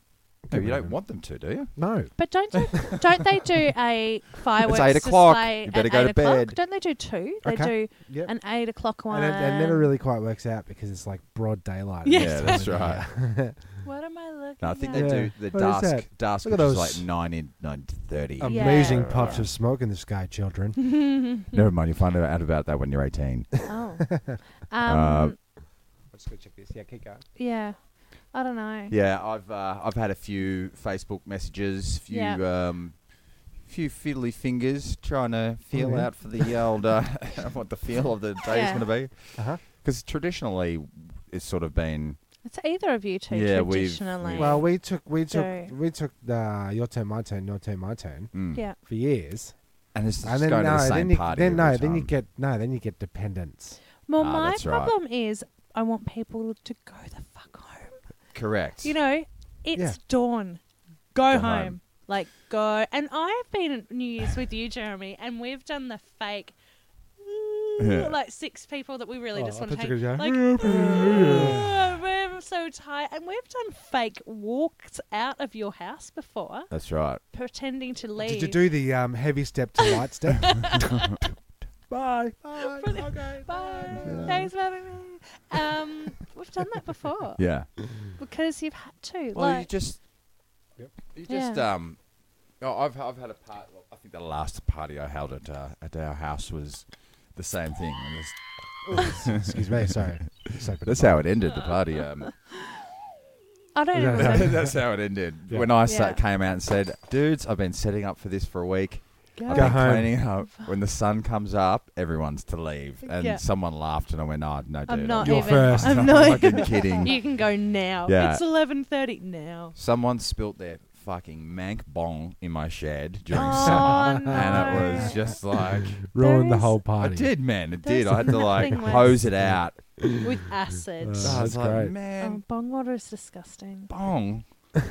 S4: No, you don't want them to, do you?
S6: No.
S5: but don't they, don't they do
S4: [LAUGHS]
S5: a fireworks
S4: eight o'clock.
S5: display
S4: You better
S5: at
S4: go to
S5: eight o'clock?
S4: bed.
S5: Don't they do two? They
S6: Okay.
S5: do
S6: Yep.
S5: an eight o'clock one.
S6: And it, it never really quite works out because it's like broad daylight. at
S5: Yes.
S6: this
S4: Yeah, that's
S6: time of
S4: right.
S6: year.
S5: What am I looking?
S4: No, I think
S5: at?
S4: they
S6: Yeah.
S4: do the
S6: What is
S4: dusk,
S6: that?
S4: dusk,
S6: Look at
S4: which is
S6: those.
S4: like nine in nine to thirty.
S5: Um,
S6: Amazing
S5: Yeah.
S6: puffs of smoke in the sky,
S5: [LAUGHS]
S6: children.
S5: Hmm.
S4: Never mind, you'll find out about that when you're eighteen. [LAUGHS]
S5: Oh.
S4: Uh,
S5: Um,
S6: Let's go check this. Yeah, keep going.
S5: yeah. I don't know.
S4: yeah, I've uh, I've had a few Facebook messages, few um, few fiddly fingers trying to feel
S6: Oh, yeah.
S4: out for the old uh, [LAUGHS] what the feel of the day
S5: Yeah.
S4: is going to be
S6: Uh huh.
S4: because traditionally it's sort of been
S5: It's either of you two
S4: Yeah, we've-
S5: traditionally.
S6: Well, we took we took
S5: So-
S6: we took the your turn, my turn, your turn, my turn
S4: mm.
S5: yeah.
S6: for years,
S4: and it's
S6: and
S4: just
S6: then
S4: going
S6: no,
S4: to the same
S6: then you
S4: party.
S6: then no,
S4: every
S6: then you
S4: time.
S6: get no, then you get dependents.
S5: Well,
S4: Ah,
S5: my
S4: that's right.
S5: problem is I want people to go the fuck home.
S4: correct.
S5: You know, it's
S6: Yeah.
S5: dawn. Go,
S4: Go
S5: home.
S4: home.
S5: Like, go. And I've been at New Year's with you, Jeremy, and we've done the fake.
S4: Yeah.
S5: Like six people that we really
S6: Oh,
S5: just
S6: I
S5: want to
S6: thought
S5: take.
S6: you were
S5: Like,
S6: gonna
S5: I'm so tired, and we've done fake walks out of your house before,
S4: that's right.
S5: pretending to leave. [LAUGHS]
S6: Did you do the um, heavy step to light step? Bye. Bye.
S5: Brilliant.
S6: Okay.
S5: Bye. Thanks for having me. Um, we've done that before
S4: Yeah.
S5: because you've had to.
S4: Well, you
S5: like,
S4: just,
S6: Yep.
S4: you just,
S5: Yeah.
S4: um, oh, I've I've had a part. well, I think the last party I held at uh, at our house was the same thing. and this-
S6: Excuse me.
S5: [LAUGHS]
S6: Sorry. Just opened
S4: that's
S6: it up.
S4: how it ended the party. Um, [LAUGHS]
S5: I don't
S6: No,
S5: even
S6: no.
S5: remember.
S4: that's how it ended.
S6: Yeah.
S4: When I sa-
S5: Yeah.
S4: came out and said, "Dudes, I've been setting up for this for a week.
S5: Go.
S4: I've
S6: Go
S4: been
S6: home.
S4: cleaning up. When the sun comes up, everyone's to leave." And
S5: Yeah.
S4: someone laughed, and I went, "Oh, no, dude,
S5: I'm not
S6: You're
S5: even.
S6: first.
S5: I'm
S4: I'm
S5: [LAUGHS] not
S4: fucking
S5: even.
S4: kidding.
S5: You can go now.
S4: Yeah.
S5: It's 11:30 now.
S4: Someone spilt their fucking mank bong in my shed during summer,
S5: Oh
S4: [LAUGHS]
S5: no.
S4: and it was just like
S6: Ruined the
S5: is-
S6: whole
S4: I
S6: party.
S4: did, man. It
S5: There's
S4: did. I had to like
S5: nothing worse.
S4: hose it out.
S5: with acid.
S6: Uh,
S4: I
S6: That's
S4: was like,
S6: great.
S5: Oh,
S4: man,
S5: bong water is disgusting.
S4: bong [LAUGHS]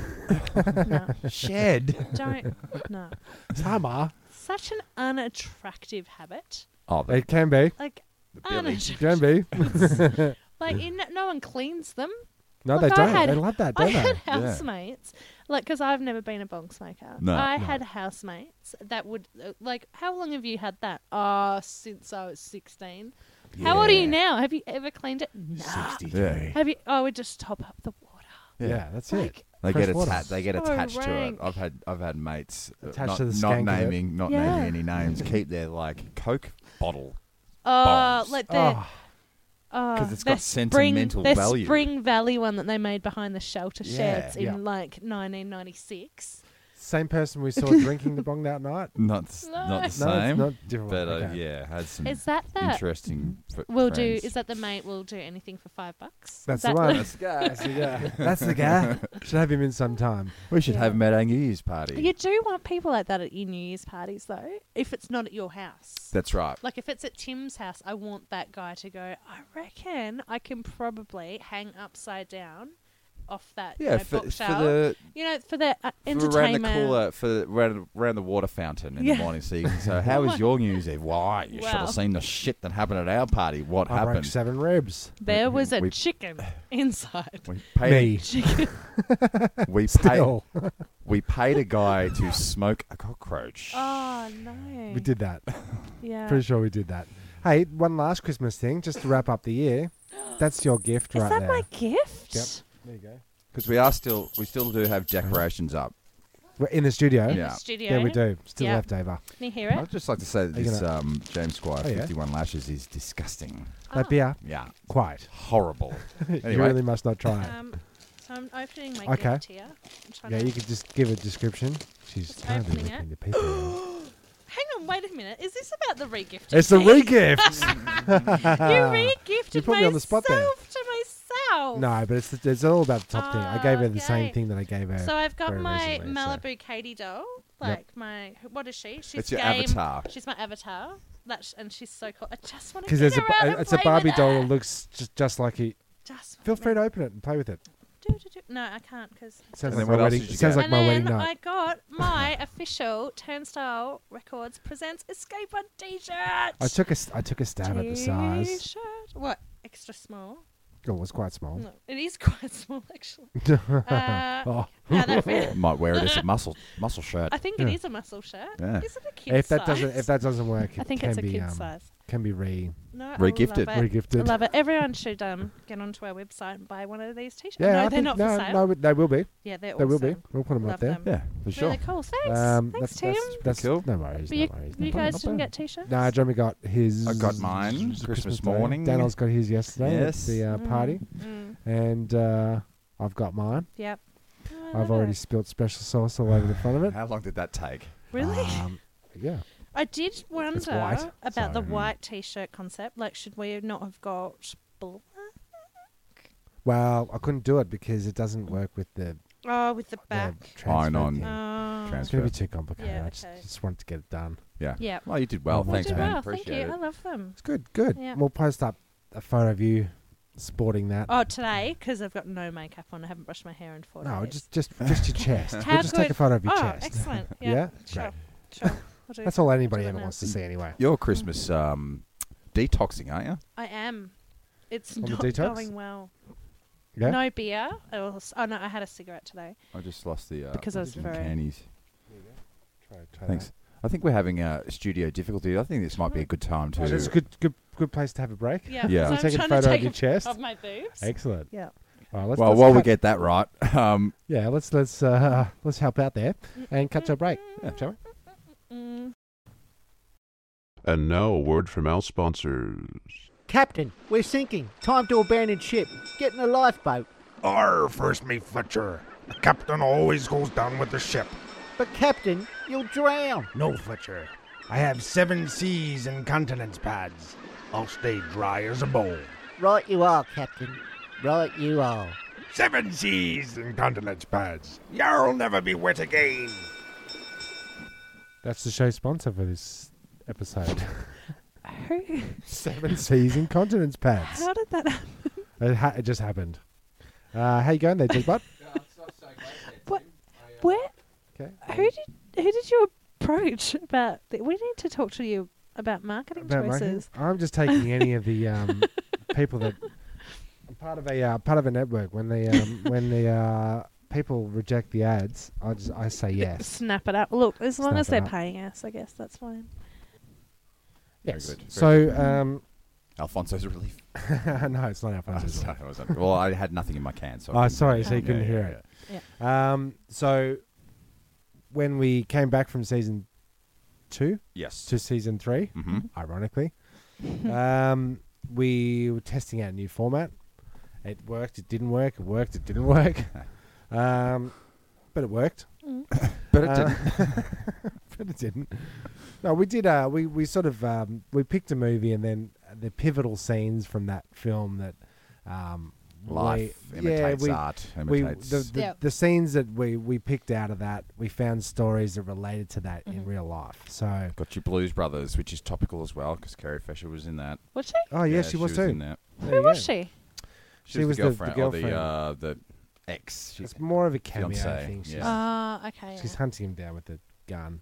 S5: No,
S6: [LAUGHS]
S4: shed.
S5: don't. No,
S6: Summer.
S5: such an unattractive habit.
S4: Oh, the,
S6: It can be.
S5: Like
S4: the billy.
S6: It
S5: unattractive.
S6: can be.
S5: [LAUGHS] Like in, no one cleans them.
S6: No, they
S5: Like, I
S6: don't.
S5: had-
S6: They love that,
S5: I
S6: don't they?
S5: had housemates, like, because I've never been a bong smoker.
S4: No.
S5: I had housemates that would, uh, like, how long have you had that? Oh, since I was 16. How old are you
S4: Yeah.
S5: now? Have you ever cleaned it? No.
S4: Yeah.
S5: Have you? Oh, we just top up the water.
S6: Yeah, that's it.
S4: They
S5: Like,
S6: Fresh
S4: get
S6: water.
S4: attached. They get
S5: So
S4: attached to it.
S5: rank.
S4: I've had I've had mates uh,
S6: Attached
S4: not,
S6: to the
S4: not
S6: skank of it.
S4: naming not
S5: Yeah.
S6: [LAUGHS]
S4: naming any names keep their like Coke bottle
S5: oh,
S4: Bongs. Ah.
S5: like the.
S6: Oh,
S5: Because
S4: it's got sentimental
S5: spring,
S4: value.
S5: Their Spring Valley one that they made behind the shelter
S4: Yeah.
S5: sheds in
S6: Yeah.
S5: like 1996.
S6: same person
S5: [LAUGHS]
S6: we saw drinking the bong that night.
S4: not s-
S5: No.
S4: not
S5: No,
S4: the
S5: it's
S6: No, it's
S4: same
S6: not different.
S4: but uh,
S6: Okay.
S4: yeah had some
S5: Is that that?
S4: interesting fr-
S5: We'll
S4: friends.
S5: do. Is that the mate? We'll do anything for five bucks.
S6: That's
S5: is that
S6: the
S4: [LAUGHS]
S6: one.
S4: That's guys.
S6: That's
S5: [LAUGHS]
S6: the guy. Should have him in sometime.
S4: [LAUGHS] we should
S5: Yeah.
S4: have him at our New Year's party
S5: You do want people like that at your New Year's parties, though. If it's not at your house,
S4: that's right
S5: like if it's at Tim's house, I want that guy to go. I reckon I can probably hang upside down off that you
S4: yeah
S5: know,
S4: for, for
S5: bookshelf.
S4: the
S5: you know, for that uh,
S4: for around the
S5: entertainment.
S4: cooler for the- round round the water fountain in
S5: Yeah.
S4: the morning. So, you can
S5: [LAUGHS]
S4: say, how was your news, Eve? Why you should
S5: Wow.
S4: have seen the shit that happened at our party. What
S6: I broke
S4: happened?
S6: seven ribs.
S5: There was a
S4: We-
S6: [SIGHS]
S5: chicken [LAUGHS] inside.
S4: We
S6: Me.
S4: paid.
S6: [LAUGHS]
S4: We paid.
S6: Still.
S4: We paid a guy to smoke a cockroach.
S5: Oh no!
S6: We did that.
S5: Yeah.
S6: Pretty sure we did that. Hey, one last Christmas thing, just to wrap up
S5: [GASPS]
S6: the year. That's your gift
S5: Is
S6: right
S5: that
S6: there.
S5: my gift?
S6: Yep. There you go.
S4: Because we are still, we still do have decorations up.
S6: We're in the studio.
S5: In
S4: Yeah.
S5: the studio.
S6: Yeah, we do. Still
S5: Yeah. Oh.
S6: left over.
S5: Can you hear
S4: I'd
S5: it?
S4: just like to say that
S6: Are you
S4: this
S6: gonna-
S4: um, James Squire
S6: Oh, yeah.
S4: 51 lashes is disgusting.
S6: That beer,
S4: Yeah,
S6: quite.
S4: horrible.
S6: uh, [LAUGHS] You
S4: Anyway.
S6: really must not try it.
S5: Um, so I'm opening my
S6: Okay.
S5: gift here. I'm trying
S6: yeah,
S5: to-
S6: you could just give a description. She's
S5: It's
S6: kind of
S5: opening
S6: looking
S5: it. [GASPS]
S6: to people. now.
S5: Hang on, wait a minute. Is this about the regifting?
S6: it's a
S5: thing? [LAUGHS]
S6: re-gift.
S5: You regifted
S6: You put Uh, me on the spot there.
S5: myself to myself.
S6: [LAUGHS] no, but it's it's all about the top thing. I gave her the same
S5: Oh, Okay.
S6: thing that I gave her.
S5: So I've got
S6: very
S5: my
S6: recently, so-
S5: Malibu Katie doll. Like my what is she? She's
S4: It's your
S5: game.
S4: avatar.
S5: She's my avatar. That's and she's so cool. I just want to because
S6: Because there's a,
S5: around
S6: a
S5: and
S6: it's a
S5: play
S6: Barbie
S5: with
S6: doll
S5: her.
S6: that looks just, just like it.
S5: Just
S6: Feel free to open it and play with it.
S5: Do, do, do. No, I can't because.
S6: Sounds
S4: And
S6: like
S4: then
S6: my
S4: what else
S6: wedding.
S4: did you
S6: Sounds
S4: get?
S6: like
S5: and
S6: my
S5: then
S6: wedding
S5: I
S6: night.
S5: got my [LAUGHS] official Turnstile Records presents Escape on T-shirt.
S6: I took a s- I took a stab at the size.
S5: T-shirt. What? Extra small.
S6: Oh, it was quite small.
S5: No, it is [LAUGHS] quite small
S6: [LAUGHS]
S5: actually. uh,
S6: Oh.
S5: how that
S4: [COUGHS]
S5: fit-
S4: Might wear it as a muscle muscle shirt.
S5: I think it is a muscle shirt.
S4: Yeah.
S5: Is it a kid
S6: If
S5: size?
S6: that doesn't if that doesn't work, it
S5: I think
S6: can
S5: it's a
S6: be
S5: kid
S6: um,
S5: size.
S6: can be re
S5: No, I
S4: Regifted.
S5: Love it. I
S6: regifted.
S5: love it. Everyone should um, get onto our website and buy one of these t-shirts.
S6: Yeah,
S5: no,
S6: I
S5: they're
S6: think,
S5: not
S6: no,
S5: for sale.
S6: no, they will be.
S5: yeah, they're
S6: They
S5: awesome.
S6: will be. We'll put them
S5: Love
S6: up there. Um,
S5: them.
S4: yeah, for sure.
S5: Really cool. Thanks. Thanks,
S6: that's,
S5: Tim.
S6: that's, that's
S4: Cool.
S6: no worries.
S5: But
S6: No
S5: you,
S6: worries.
S5: you
S6: no
S5: guys
S6: worries.
S5: didn't get t-shirts?
S6: No, Jeremy got his.
S4: I got mine Christmas
S6: Day.
S4: morning.
S6: Daniel's got his yesterday
S4: Yes.
S6: at the uh,
S5: Mm,
S6: party,
S5: Mm,
S6: and uh, I've got mine.
S5: yep. Oh, I love
S6: I've already
S5: it.
S6: spilt special sauce all over the front of it.
S4: How long did that take?
S5: [SIGHS] Really?
S6: Um, yeah.
S5: I did wonder
S6: white,
S5: about the
S6: so-
S5: white t-shirt concept. Like, should we not have got black?
S6: Well, I couldn't do it because it doesn't work with the,
S5: Oh, with the
S6: the
S5: back.
S6: transfer
S4: Line Mm. on.
S6: thing.
S5: Oh.
S4: Trans-
S6: It's going to be too complicated.
S5: Yeah,
S6: I just,
S5: okay.
S6: just wanted to get it done.
S4: Yeah.
S5: Yeah.
S4: Well, you did well.
S6: We
S4: Thanks,
S5: you
S6: did
S5: did
S4: man.
S5: well. Thank
S4: Appreciate
S5: you.
S4: it.
S5: I love them.
S6: It's good, good.
S5: Yeah.
S6: We'll post up a photo of you sporting that.
S5: Oh, today because I've got no makeup on. I haven't brushed my hair in four
S6: no,
S5: days.
S6: just just just your chest.
S5: How
S6: we'll just take
S5: good-
S6: a photo of your
S5: oh,
S6: chest. [LAUGHS]
S5: excellent. Yeah.
S6: Yeah?
S5: Sure.
S6: Great.
S5: Sure. I'll do-
S6: That's all anybody
S5: do it
S6: ever
S5: now.
S6: wants to see anyway.
S4: You're Christmas um, detoxing, aren't you?
S5: I am. It's
S6: On the
S5: not
S6: detox?
S5: going well.
S6: Yeah. Oh,
S5: No beer. I was, oh no, I had a cigarette today.
S4: I just lost the uh,
S5: Because I was
S4: some
S5: very-
S4: candies.
S6: Try- try
S4: Thanks.
S6: that.
S4: I think we're having a studio difficulty. I think this might be a good time to.
S6: So it's a good, good, good place to have a break.
S5: Yeah.
S4: Yeah.
S5: so
S4: You
S5: I'm
S6: take a
S5: trying
S6: photo
S5: to
S6: of
S5: take
S6: your
S5: a-
S6: chest?
S5: Of my boobs.
S6: Excellent.
S5: Yeah.
S6: All right, let's,
S4: well,
S6: let's
S4: while we
S6: cut-
S4: get that right, [LAUGHS] um,
S6: yeah, let's let's uh, [LAUGHS] let's help out there and cut to a break,
S5: Mm-hmm.
S4: Yeah.
S6: shall we?
S5: Mm.
S8: And now a word from our sponsors.
S9: Captain, we're sinking. Time to abandon ship. Get in a lifeboat.
S10: Arr, first mate Fletcher. The captain always goes down with the ship.
S9: But, Captain, you'll drown.
S10: No, Fletcher. I have seven seas and continents pads. I'll stay dry as a bowl.
S9: Right you are, Captain. Right you are.
S10: Seven seas and continents pads. You'll never be wet again.
S6: That's the show sponsor for this episode. [LAUGHS]
S5: Who-
S6: Seven Seas and Continents Pads.
S5: How did that happen?
S6: It, ha- it just happened. Uh, how you going there,
S5: [LAUGHS]
S6: Jigbot?
S5: What? Where?
S6: okay.
S5: Who did who did you approach about? The, we need to talk to you about marketing
S6: About marketing?
S5: choices.
S6: I'm just taking any of the
S4: [LAUGHS]
S6: um, people that I'm part of a uh, part of a network. When the
S4: [LAUGHS]
S6: um, when the uh, people reject the ads, I just I say yes.
S5: Snap it up. Look, as long
S6: Snap
S5: as
S6: it
S5: they're
S6: up.
S5: paying us, I guess that's fine.
S6: yes.
S4: good, very
S6: So um, [LAUGHS]
S4: Alfonso's [LAUGHS] relief.
S6: no, it's not our
S4: Oh,
S6: phone. is it?
S4: sorry, [LAUGHS] I was- well, I had nothing in my can, so. I
S6: Oh,
S4: couldn't-
S6: sorry, so you couldn't hear it. Um, so when we came back from season two
S4: Yes.
S6: to season three,
S4: hmm [LAUGHS]
S6: ironically. um, we were testing out a new format. It worked, it didn't work, it worked, it
S4: [LAUGHS]
S6: didn't work. um, but it worked. [LAUGHS]
S5: Mm.
S4: But it
S6: Uh,
S4: didn't.
S6: but it didn't. No, we did. Uh, we we sort of um, we picked a movie, and then the pivotal scenes from that film that um,
S4: [LAUGHS] Life
S6: we- yeah,
S4: imitates
S6: we-
S4: art.
S6: we
S4: Imitates.
S6: the, the,
S2: Yeah.
S6: the scenes that we, we picked out of that, we found stories that related to that in real life. So,
S4: Got your Blues Brothers, which is topical as well, because Carrie Fisher was in that.
S5: Was she?
S6: oh yeah, she, was,
S4: in
S6: too.
S4: that.
S6: There
S5: Who
S6: you
S5: was
S6: go.
S5: she?
S4: She,
S6: She
S4: was, the
S6: was the- the
S4: girlfriend, or the
S6: girlfriend.
S4: uh, the ex. She-
S6: It's more of a cameo
S4: Fiancée,
S6: thing. She's,
S4: yeah.
S5: Ah, okay.
S6: she's
S5: yeah.
S6: hunting him down with a gun. and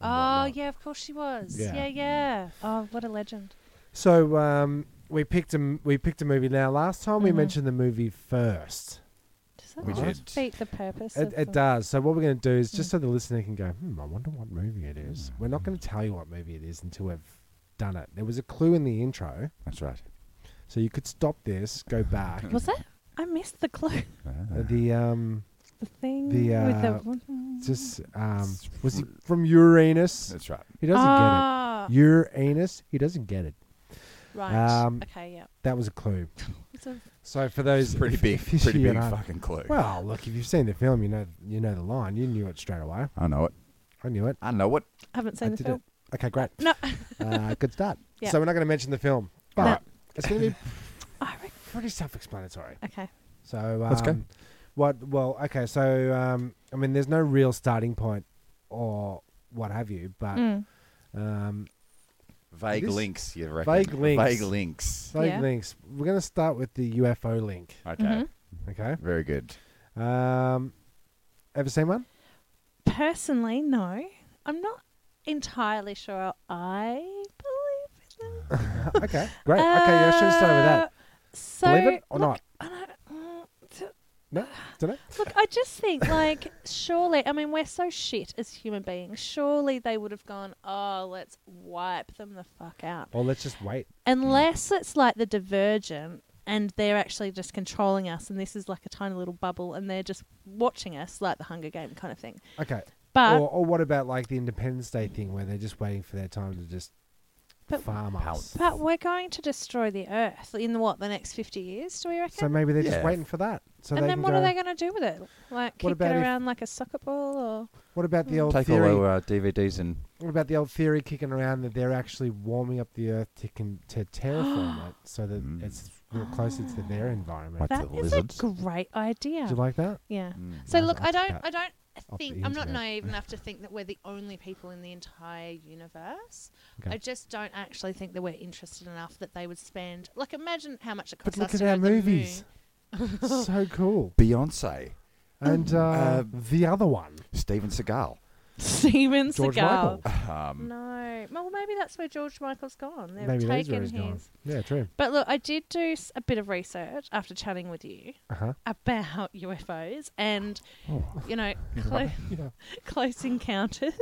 S5: Oh
S6: whatnot.
S5: yeah, of course she was.
S6: Yeah.
S5: Yeah, yeah. Oh, what a legend.
S6: So um, we picked a m- we picked a movie. Now last time we
S5: Mhm.
S6: mentioned the movie first.
S5: Does that
S4: We
S5: not
S4: did.
S5: defeat the purpose?
S6: It,
S5: of
S6: it
S5: the-
S6: does. So what we're going to do is just
S5: Mm.
S6: so the listener can go, hmm, I wonder what movie it is. We're not going to tell you what movie it is until we've done it. There was a clue in the intro,
S4: That's right.
S6: so you could stop this, go back.
S5: Was that? I missed the clue. [LAUGHS]
S4: Ah,
S6: Uh, the um,
S5: The thing
S6: The, uh,
S5: with the.
S6: just
S5: Mm.
S6: um, was he from Uranus?
S4: That's right.
S6: He doesn't
S5: ah,
S6: get it. Uranus. He doesn't get it.
S5: right.
S6: um,
S5: okay, yeah.
S6: That was a clue.
S5: It's a
S6: So for
S4: It's
S6: those
S4: pretty
S6: [LAUGHS]
S4: big, pretty big
S6: aficionado-
S4: fucking clue.
S6: Well, look, if you've seen the film, you know you know the line. You knew it straight away.
S4: I know it.
S6: I knew it.
S4: I know it.
S5: I haven't
S6: I
S5: seen the
S6: did
S5: film.
S6: it. Okay, great.
S5: No.
S6: [LAUGHS] uh, good start.
S5: Yeah.
S6: So we're not going to mention the film, but
S5: No.
S6: it's going to be
S5: Ah, I reckon.
S6: pretty self-explanatory.
S5: Okay.
S6: So um,
S4: Let's go.
S6: What? Well, okay. So um, I mean, there's no real starting point or what have you, but
S5: Mm.
S6: um,
S4: Vague
S6: This-
S4: links, you reckon?
S6: Vague links.
S4: Vague links.
S6: vague
S5: Yeah.
S6: links. We're going to start with the UFO link.
S4: Okay.
S5: Mhm.
S6: Okay.
S4: Very good.
S6: Um, ever seen one?
S5: Personally, no. I'm not entirely sure I believe in them.
S6: okay. Great. okay. Yeah. I should have started with that.
S5: Uh, So,
S6: Believe it or
S5: look,
S6: not?
S5: I don't- mm, t-
S6: No. Don't know.
S5: Look, I just think, like, surely, I mean, we're so shit as human beings. Surely they would have gone, oh, let's wipe them the fuck out.
S6: Or let's just wait.
S5: Unless it's like the Divergent and they're actually just controlling us and this is like a tiny little bubble and they're just watching us like the Hunger Game kind of thing.
S6: Okay.
S5: But
S6: or, or what about like the Independence Day thing where they're just waiting for their time to just
S5: But-
S6: farm us?
S5: but we're going to destroy the Earth in the, what the next fifty years? Do we reckon?
S6: So maybe they're just
S4: Yeah.
S6: waiting for that. So
S5: and
S6: they
S5: then
S6: can
S5: what
S6: go,
S5: are they going to do with it? Like
S6: What
S5: kick
S6: about
S5: it
S6: if-
S5: around like a soccer ball, or
S6: What about
S5: Hmm.
S6: the old
S4: Take
S6: theory?
S4: all our uh, DVDs and
S6: what about the old theory kicking around that they're actually warming up the Earth to con- to terraform it so that
S4: Mm.
S6: it's real closer to their environment?
S4: Like the
S5: that is
S4: lizards.
S5: a great idea.
S6: Do you like that?
S5: yeah.
S4: Mm.
S5: So
S6: I'll-
S5: look,
S6: I'll
S5: I
S6: take
S5: don't,
S6: that
S5: I don't
S6: off
S5: think
S6: the
S5: I'm not
S6: internet.
S5: naive enough to think that we're the only people in the entire universe.
S6: Okay.
S5: I just don't actually think that we're interested enough that they would spend. Like, imagine how much it
S6: But
S5: costs
S6: look
S5: us
S6: at
S5: to go
S6: our
S5: to the
S6: movies.
S5: moon. [LAUGHS]
S6: so
S4: [LAUGHS]
S6: cool.
S4: Beyonce,
S6: And uh,
S4: Uh,
S6: the other one.
S4: Steven Seagal.
S5: Steven
S6: George
S5: Seagal.
S4: Um,
S5: No, well, maybe that's where George Michael's gone. They've
S6: Maybe that's
S5: taken
S6: where
S5: his.
S6: he's gone. Yeah, true.
S5: But look, I did do s- a bit of research after chatting with you
S6: Uh
S4: Uh-huh.
S6: huh.
S5: about [LAUGHS]
S4: [LAUGHS]
S6: [LAUGHS]
S5: UFOs and, you know, clo-
S6: Oh. Yeah. Mm-hmm.
S5: close encounters.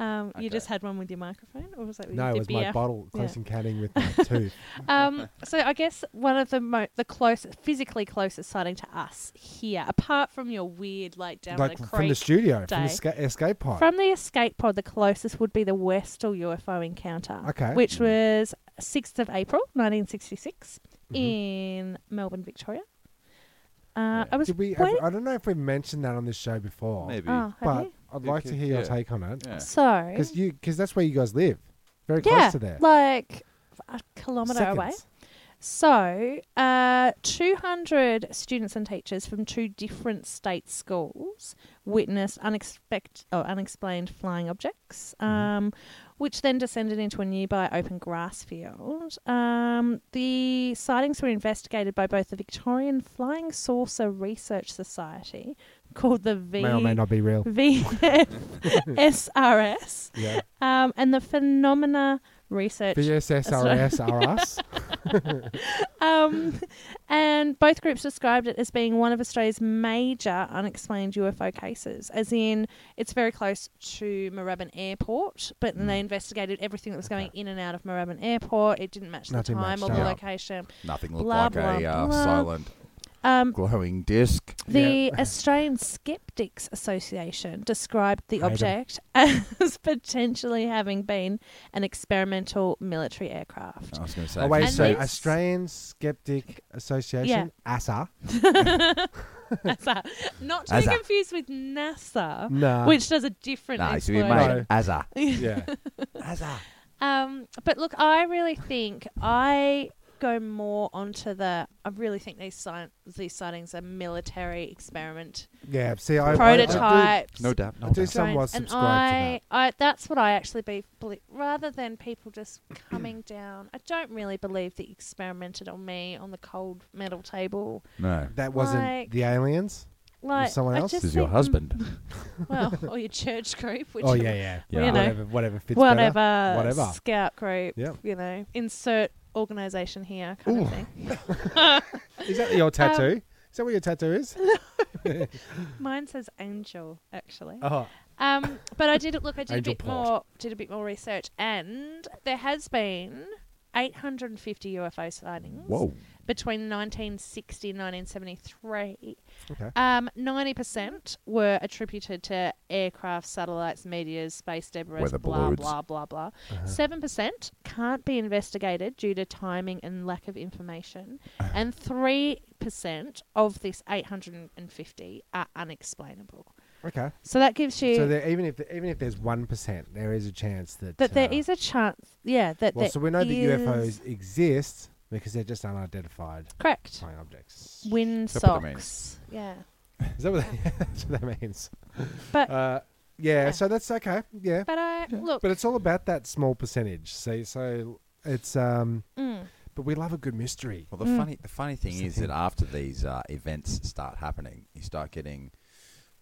S5: Um, You just
S4: Okay.
S5: had one with your microphone, or was that with
S6: No,
S5: your
S6: it was my
S5: beer?
S6: bottle
S5: Yeah.
S6: close encountering
S5: [LAUGHS]
S6: with my tooth.
S5: Um, [LAUGHS] so I guess one of the mo- the closest, physically closest sighting to us here, apart from your weird like down
S6: like
S5: the creek
S6: from the studio, from
S5: day.
S6: the sca- escape pod.
S5: From the escape pod, the closest would be the Westall UFO encounter,
S6: Okay. Mm.
S5: which was sixth of April, nineteen
S6: Mm-hmm.
S5: in Melbourne, Victoria.
S4: Yeah.
S5: Uh, I was
S6: Did we?
S5: waiting-
S6: I don't know if we mentioned that on this show before.
S4: Maybe.
S5: Oh, have
S6: But
S5: you?
S6: I'd
S4: You
S6: like to
S4: could-
S6: hear your
S4: yeah.
S6: take on it
S4: Yeah.
S5: So
S6: because you because that's where you guys live, very
S5: yeah,
S6: close to there.
S5: like a kilometre away.
S6: Seconds.
S5: So, uh, 200 students and teachers from two different state schools witnessed unexpected or unexplained flying objects,
S6: Mm-hmm.
S5: um, which then descended into a nearby open grass field. Um, the sightings were investigated by both the Victorian Flying Saucer Research Society, called the V.
S6: May or may
S5: [LAUGHS]
S6: not be real.
S5: VFSRS,
S6: Yeah.
S5: um, and the Phenomena
S4: [LAUGHS]
S5: Research
S6: BSSRSRS.
S5: um, [LAUGHS] and both groups described it as being one of Australia's major unexplained UFO cases, as in it's very close to Moorabbin Airport, but
S6: Mm.
S5: then they investigated everything that was going in and out of Moorabbin Airport. It didn't match
S6: Nothing
S5: the time or
S6: matched
S5: the
S4: up.
S5: location.
S4: Nothing looked
S5: Blah,
S4: like
S5: blah,
S4: a uh,
S5: blah.
S4: silent
S5: Um,
S4: glowing disc.
S5: the
S6: [LAUGHS]
S5: Australian Skeptics Association described the
S6: Hate 'em.
S5: object [LAUGHS] as potentially having been an experimental military aircraft.
S4: I was going to say.
S6: Oh wait,
S5: And
S6: so
S5: these-
S6: Australian Skeptic Association, ASA.
S5: Uh-huh.
S6: Oh.
S5: [LAUGHS] NASA. Not to be
S4: NASA.
S5: confused with NASA,
S6: Nah.
S5: which does a different
S4: Nice, we
S5: explosion.
S4: made
S5: [LAUGHS]
S4: Azza.
S6: yeah.
S4: Azza.
S5: Um, but look, I really think I go more onto the. I really think these sign these sightings are military experiment
S6: Yeah. See, I, I- I,
S5: prototypes.
S4: No doubt.
S6: do,
S4: No
S6: I do
S4: doubt.
S6: somewhat
S5: drones, and
S6: subscribe to
S5: I,
S6: that.
S5: I, that's what I actually be, believe. Rather than people just coming down, I don't really believe that you experimented on me on the cold metal table.
S4: No.
S6: That wasn't
S5: like-
S6: the aliens.
S5: Like
S6: someone
S5: I
S6: else?
S5: just
S4: This is your
S5: think- [LAUGHS]
S4: husband.
S5: Well, or your church
S6: [LAUGHS]
S5: group, which
S6: Oh yeah,
S5: [LAUGHS]
S6: yeah.
S4: Yeah.
S5: you know,
S6: Whatever, whatever fits
S5: whatever,
S6: better. Whatever.
S5: scout group,
S6: Yep.
S5: you know, insert organization here kind of thing.
S6: Is that
S5: Um,
S6: your tattoo? is that what your
S5: [LAUGHS]
S6: tattoo is?
S5: Mine says angel, actually.
S6: oh,
S5: Um, but I did look. I did a
S6: Angel
S5: bit
S6: port.
S5: more. Did a bit more research, and there has been 850 UFO sightings
S4: Whoa.
S5: between 1960 and 1973.
S6: okay.
S5: Um, 90% were attributed to aircraft, satellites, meteors, space debris,
S4: Weather
S5: blah,
S4: balloons. Uh-huh.
S5: blah, blah, blah. 7% can't be investigated due to timing and lack of information.
S4: Uh-huh.
S5: And 3% of this 850 are unexplainable.
S6: Okay.
S5: So that gives you
S6: So there, even if even if there's one percent, there is a chance that
S5: that there
S6: uh,
S5: is a chance, yeah, that
S6: Well,
S5: there
S6: so we know that
S5: is-
S6: UFOs exist because they're just unidentified
S5: Correct.
S6: flying objects.
S5: Wind
S4: That's what that
S5: socks. Yeah.
S6: Is that what, that, [LAUGHS] that's what that means?
S5: But,
S6: Uh, yeah, So that's okay. Yeah.
S5: but I, look,
S6: But it's all about that small percentage. See, so it's um.
S5: mm,
S6: But we love a good mystery.
S4: Well, the funny the funny thing is that after these uh, events start happening, you start getting.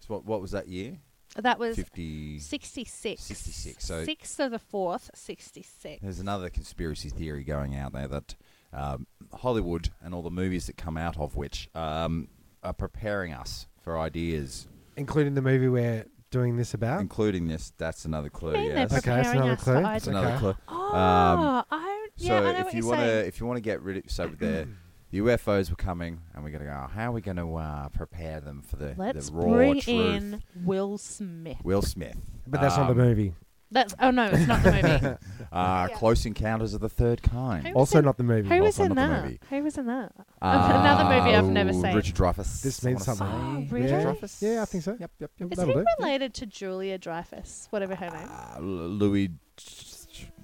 S4: So what what was that year?
S5: that was
S4: Fifty.
S5: 66.
S4: 66, so-
S5: Sixth of the fourth, 66.
S4: There's another conspiracy theory going out there that um, Hollywood and all the movies that come out of which um, are preparing us for ideas,
S6: including the movie we're doing this about.
S4: including this. That's another clue.
S5: mean they're
S4: Yes,
S6: Okay, that's
S5: Preparing
S6: another
S5: us for
S6: clue.
S5: ideas.
S4: Oh, that's another
S6: Okay.
S4: clue.
S5: Oh,
S4: Um,
S5: I,
S4: So
S5: yeah, I know
S4: if
S5: what
S4: you
S5: you're
S4: want to
S5: saying.
S4: if you want to get rid of so the the UFOs were coming and we're going to go. How are we going to uh, prepare them for the
S5: Let's
S4: the raw
S5: bring
S4: truth?
S5: in Will Smith.
S4: Will Smith.
S6: But that's not
S4: Um,
S6: the movie.
S5: That's oh no, it's not the
S4: [LAUGHS]
S5: movie.
S4: Uh, Close Encounters of the Third Kind.
S5: Who was
S6: Also
S5: in-
S6: not the movie.
S5: Who was
S4: also not
S5: in
S4: the
S5: that?
S4: movie.
S5: Who was in that? Another movie I've never
S4: Oh,
S5: seen.
S4: Richard Dreyfuss.
S6: This
S4: I
S6: means
S4: wanna
S6: something.
S5: Oh, really?
S4: Richard
S6: Yeah,
S4: Dreyfuss?
S6: yeah, I think so.
S4: Yep, yep, yep.
S5: Is he
S6: That'll do.
S5: related to Julia Dreyfus, whatever her name?
S4: Uh, L- Louis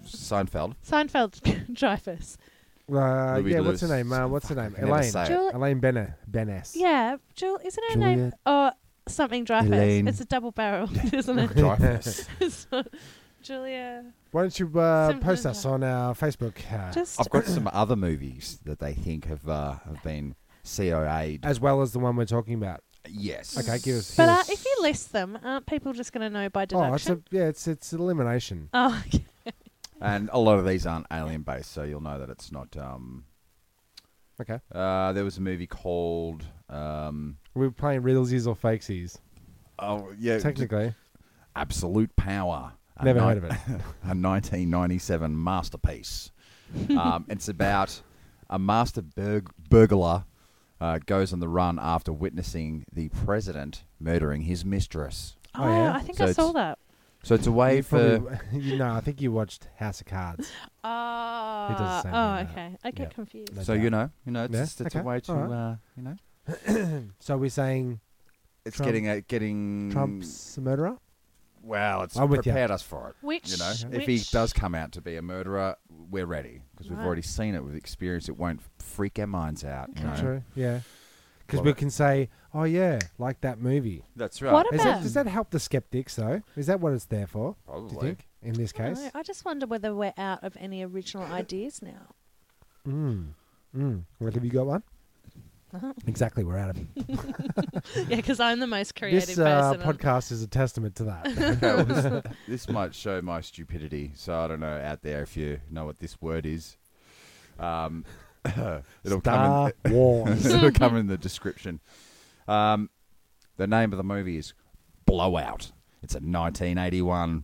S4: Seinfeld.
S5: Seinfeld [LAUGHS] Dreyfus.
S6: Uh,
S4: Louis
S6: yeah, what's her
S4: Lewis.
S6: name? Uh, what's her name?
S4: Fuck, I can never
S6: Elaine.
S4: say it.
S5: Jul-
S6: Elaine Benner. Beness.
S5: Yeah, Jul isn't her
S6: Julia-
S5: name or something Dreyfus?
S4: Elaine.
S5: It's a double barrel, [LAUGHS] isn't
S4: [LAUGHS]
S5: it?
S6: [LAUGHS]
S4: Dreyfuss.
S5: It's not- Julia.
S6: Why don't you uh,
S5: Some-
S6: post us on our Facebook uh,
S5: Just
S4: I've got some other movies that they think have uh, have been CIA'd.
S6: as well as the one we're talking about?
S4: yes.
S6: Okay, give us.
S5: But
S6: give
S5: uh,
S6: us-
S5: if you list them, aren't people just going to know by
S6: oh, it's a,
S5: deduction?
S6: yeah, it's it's elimination.
S5: Oh, [LAUGHS] okay.
S4: And a lot of these aren't alien based, so you'll know that it's not. Um,
S6: Okay,
S4: uh, there was a movie called. Um,
S6: we were playing riddlesies or fakesies.
S4: oh yeah,
S6: Technically,
S4: Absolute Power. a
S6: Never
S4: ni-
S6: heard of it.
S4: a 1997 masterpiece. um, it's about a master burg- burglar uh, goes on the run after witnessing the president murdering his mistress.
S5: Oh,
S6: Oh, yeah.
S5: I think
S4: So
S5: I saw
S4: it's-
S5: that.
S4: So it's a way
S6: you,
S4: for
S6: probably, [LAUGHS] you know, I think you watched House
S4: [LAUGHS]
S6: of Cards.
S5: Oh,
S6: the
S5: oh
S6: same thing, uh,
S5: okay. I get
S6: yeah.
S5: confused.
S6: No
S4: so
S6: doubt.
S4: you know you know it's,
S6: Yeah,
S4: just, it's a
S6: okay,
S4: way to
S6: alright.
S4: uh, you know
S6: So we're saying
S4: it's
S6: Trump-
S4: getting a, getting
S6: Trump's a murderer.
S4: well it's
S6: I'm with ya.
S4: prepared us for it.
S5: Which,
S4: you know,
S5: which
S4: if he does come out to be a murderer, we're ready because we've
S5: Right.
S4: already seen it. We've experienced it. Won't freak our minds out. You know?
S6: True. Yeah. Because
S4: Well,
S6: we
S4: that-
S6: can say, oh yeah, like that movie.
S4: That's right.
S5: What
S6: Is that,
S5: about?
S6: does that help the skeptics though? Is that what it's there for? Do you
S4: Probably.
S6: think in this
S5: I don't
S6: case?
S5: know. I just wonder whether we're out of any
S6: [LAUGHS]
S5: original ideas now.
S6: Mm. Mm. Well, have you got one?
S5: Uh-huh.
S6: Exactly, we're out of it.
S5: yeah, because I'm the most [LAUGHS] creative
S6: This uh,
S5: person.
S6: podcast is a testament to
S5: [LAUGHS]
S6: that.
S4: Okay, well, this, this might show my stupidity. So I don't know out there if you know what this word is. Um, [COUGHS] it'll come.
S6: Star [LAUGHS]
S4: [LAUGHS]
S6: Wars.
S4: In, it'll come in the description. Um, the name of the movie is Blowout. It's a 1981.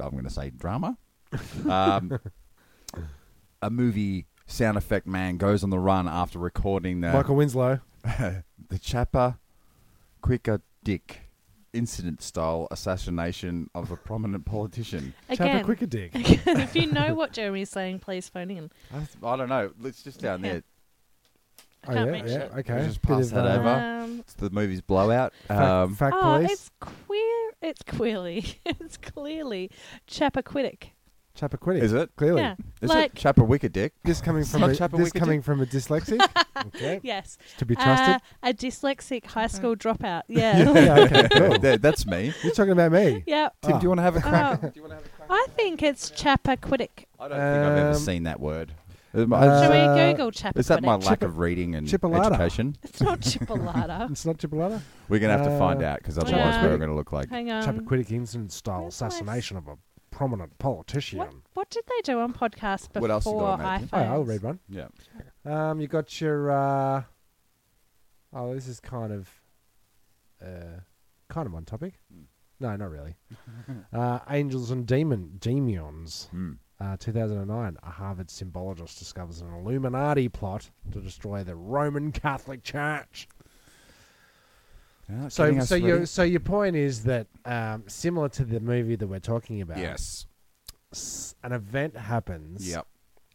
S4: I'm going to say drama. Um, a movie sound effect man goes on the run after recording the
S6: Michael Winslow.
S4: the Chapa Quicker Dick incident style assassination of a prominent politician.
S6: Chapter
S5: Again,
S6: quicker dick.
S5: [LAUGHS] if you
S6: [LAUGHS]
S5: know what Jeremy's saying, please phone in.
S4: I, th- I don't know. It's just down there.
S6: Oh
S5: can't
S6: yeah,
S5: reach
S6: yeah,
S5: it.
S6: okay.
S4: We'll just
S6: Bit
S4: pass
S6: of,
S4: that
S6: uh,
S4: over.
S5: Um,
S4: It's the movie's blowout.
S6: Fact,
S4: Um,
S6: fact
S5: oh,
S6: police.
S5: it's queer. It's queerly. [LAUGHS] It's clearly Chappaquiddick.
S6: Chappaquiddick.
S4: is it?
S6: Clearly.
S5: Yeah,
S4: Is
S5: like
S4: it Chapa Wicker Dick?
S6: This coming from
S4: not
S6: a,
S4: Chappa
S6: this
S4: Wickedy.
S6: coming from
S5: [LAUGHS]
S6: a dyslexic. okay.
S5: yes,
S6: To be trusted.
S5: Uh, a dyslexic high school dropout. Yeah,
S6: [LAUGHS]
S5: [LAUGHS]
S6: Mm. yeah,
S4: [LAUGHS]
S6: okay, cool. Ah.
S4: Th- that's me.
S6: You're talking about me.
S5: yeah.
S4: Tim, do you want to have a crack?
S5: Oh. I think it's Chappaquiddick.
S4: I don't think I've ever
S6: Um,
S4: seen that word. Is,
S5: Should
S4: my-
S6: Uh,
S5: we Google Chappaquiddick?
S4: is that my lack
S6: Chippa-
S4: of reading and
S6: Chipolata.
S4: education?
S5: It's
S4: [LAUGHS]
S5: not Chipolata.
S6: Um, It's not Chipolata.
S4: We're going to have to find
S6: Uh,
S4: out because otherwise
S5: Yeah.
S4: we're going to look like.
S5: Hang on.
S6: Chappaquiddick incident style
S5: Um, where's my s-
S6: assassination of a prominent politician.
S5: What, what did they do on podcast before
S4: What else you got, mate?
S5: iPhones?
S6: Oh, I'll read one.
S4: Yeah.
S6: Um, you got your. Uh, oh, this is kind of, uh, kind of on topic.
S4: Hmm.
S6: No,
S4: [LAUGHS]
S6: not really. uh, Angels and Demon Demons.
S4: Hmm.
S6: Uh, 2009, a Harvard symbologist discovers an Illuminati plot to destroy the Roman Catholic Church.
S4: Yeah,
S6: So,
S4: getting us
S6: so your
S4: ready.
S6: so your point is that um, similar to the movie that we're talking about,
S4: Yes.
S6: s- an event happens
S4: Yep.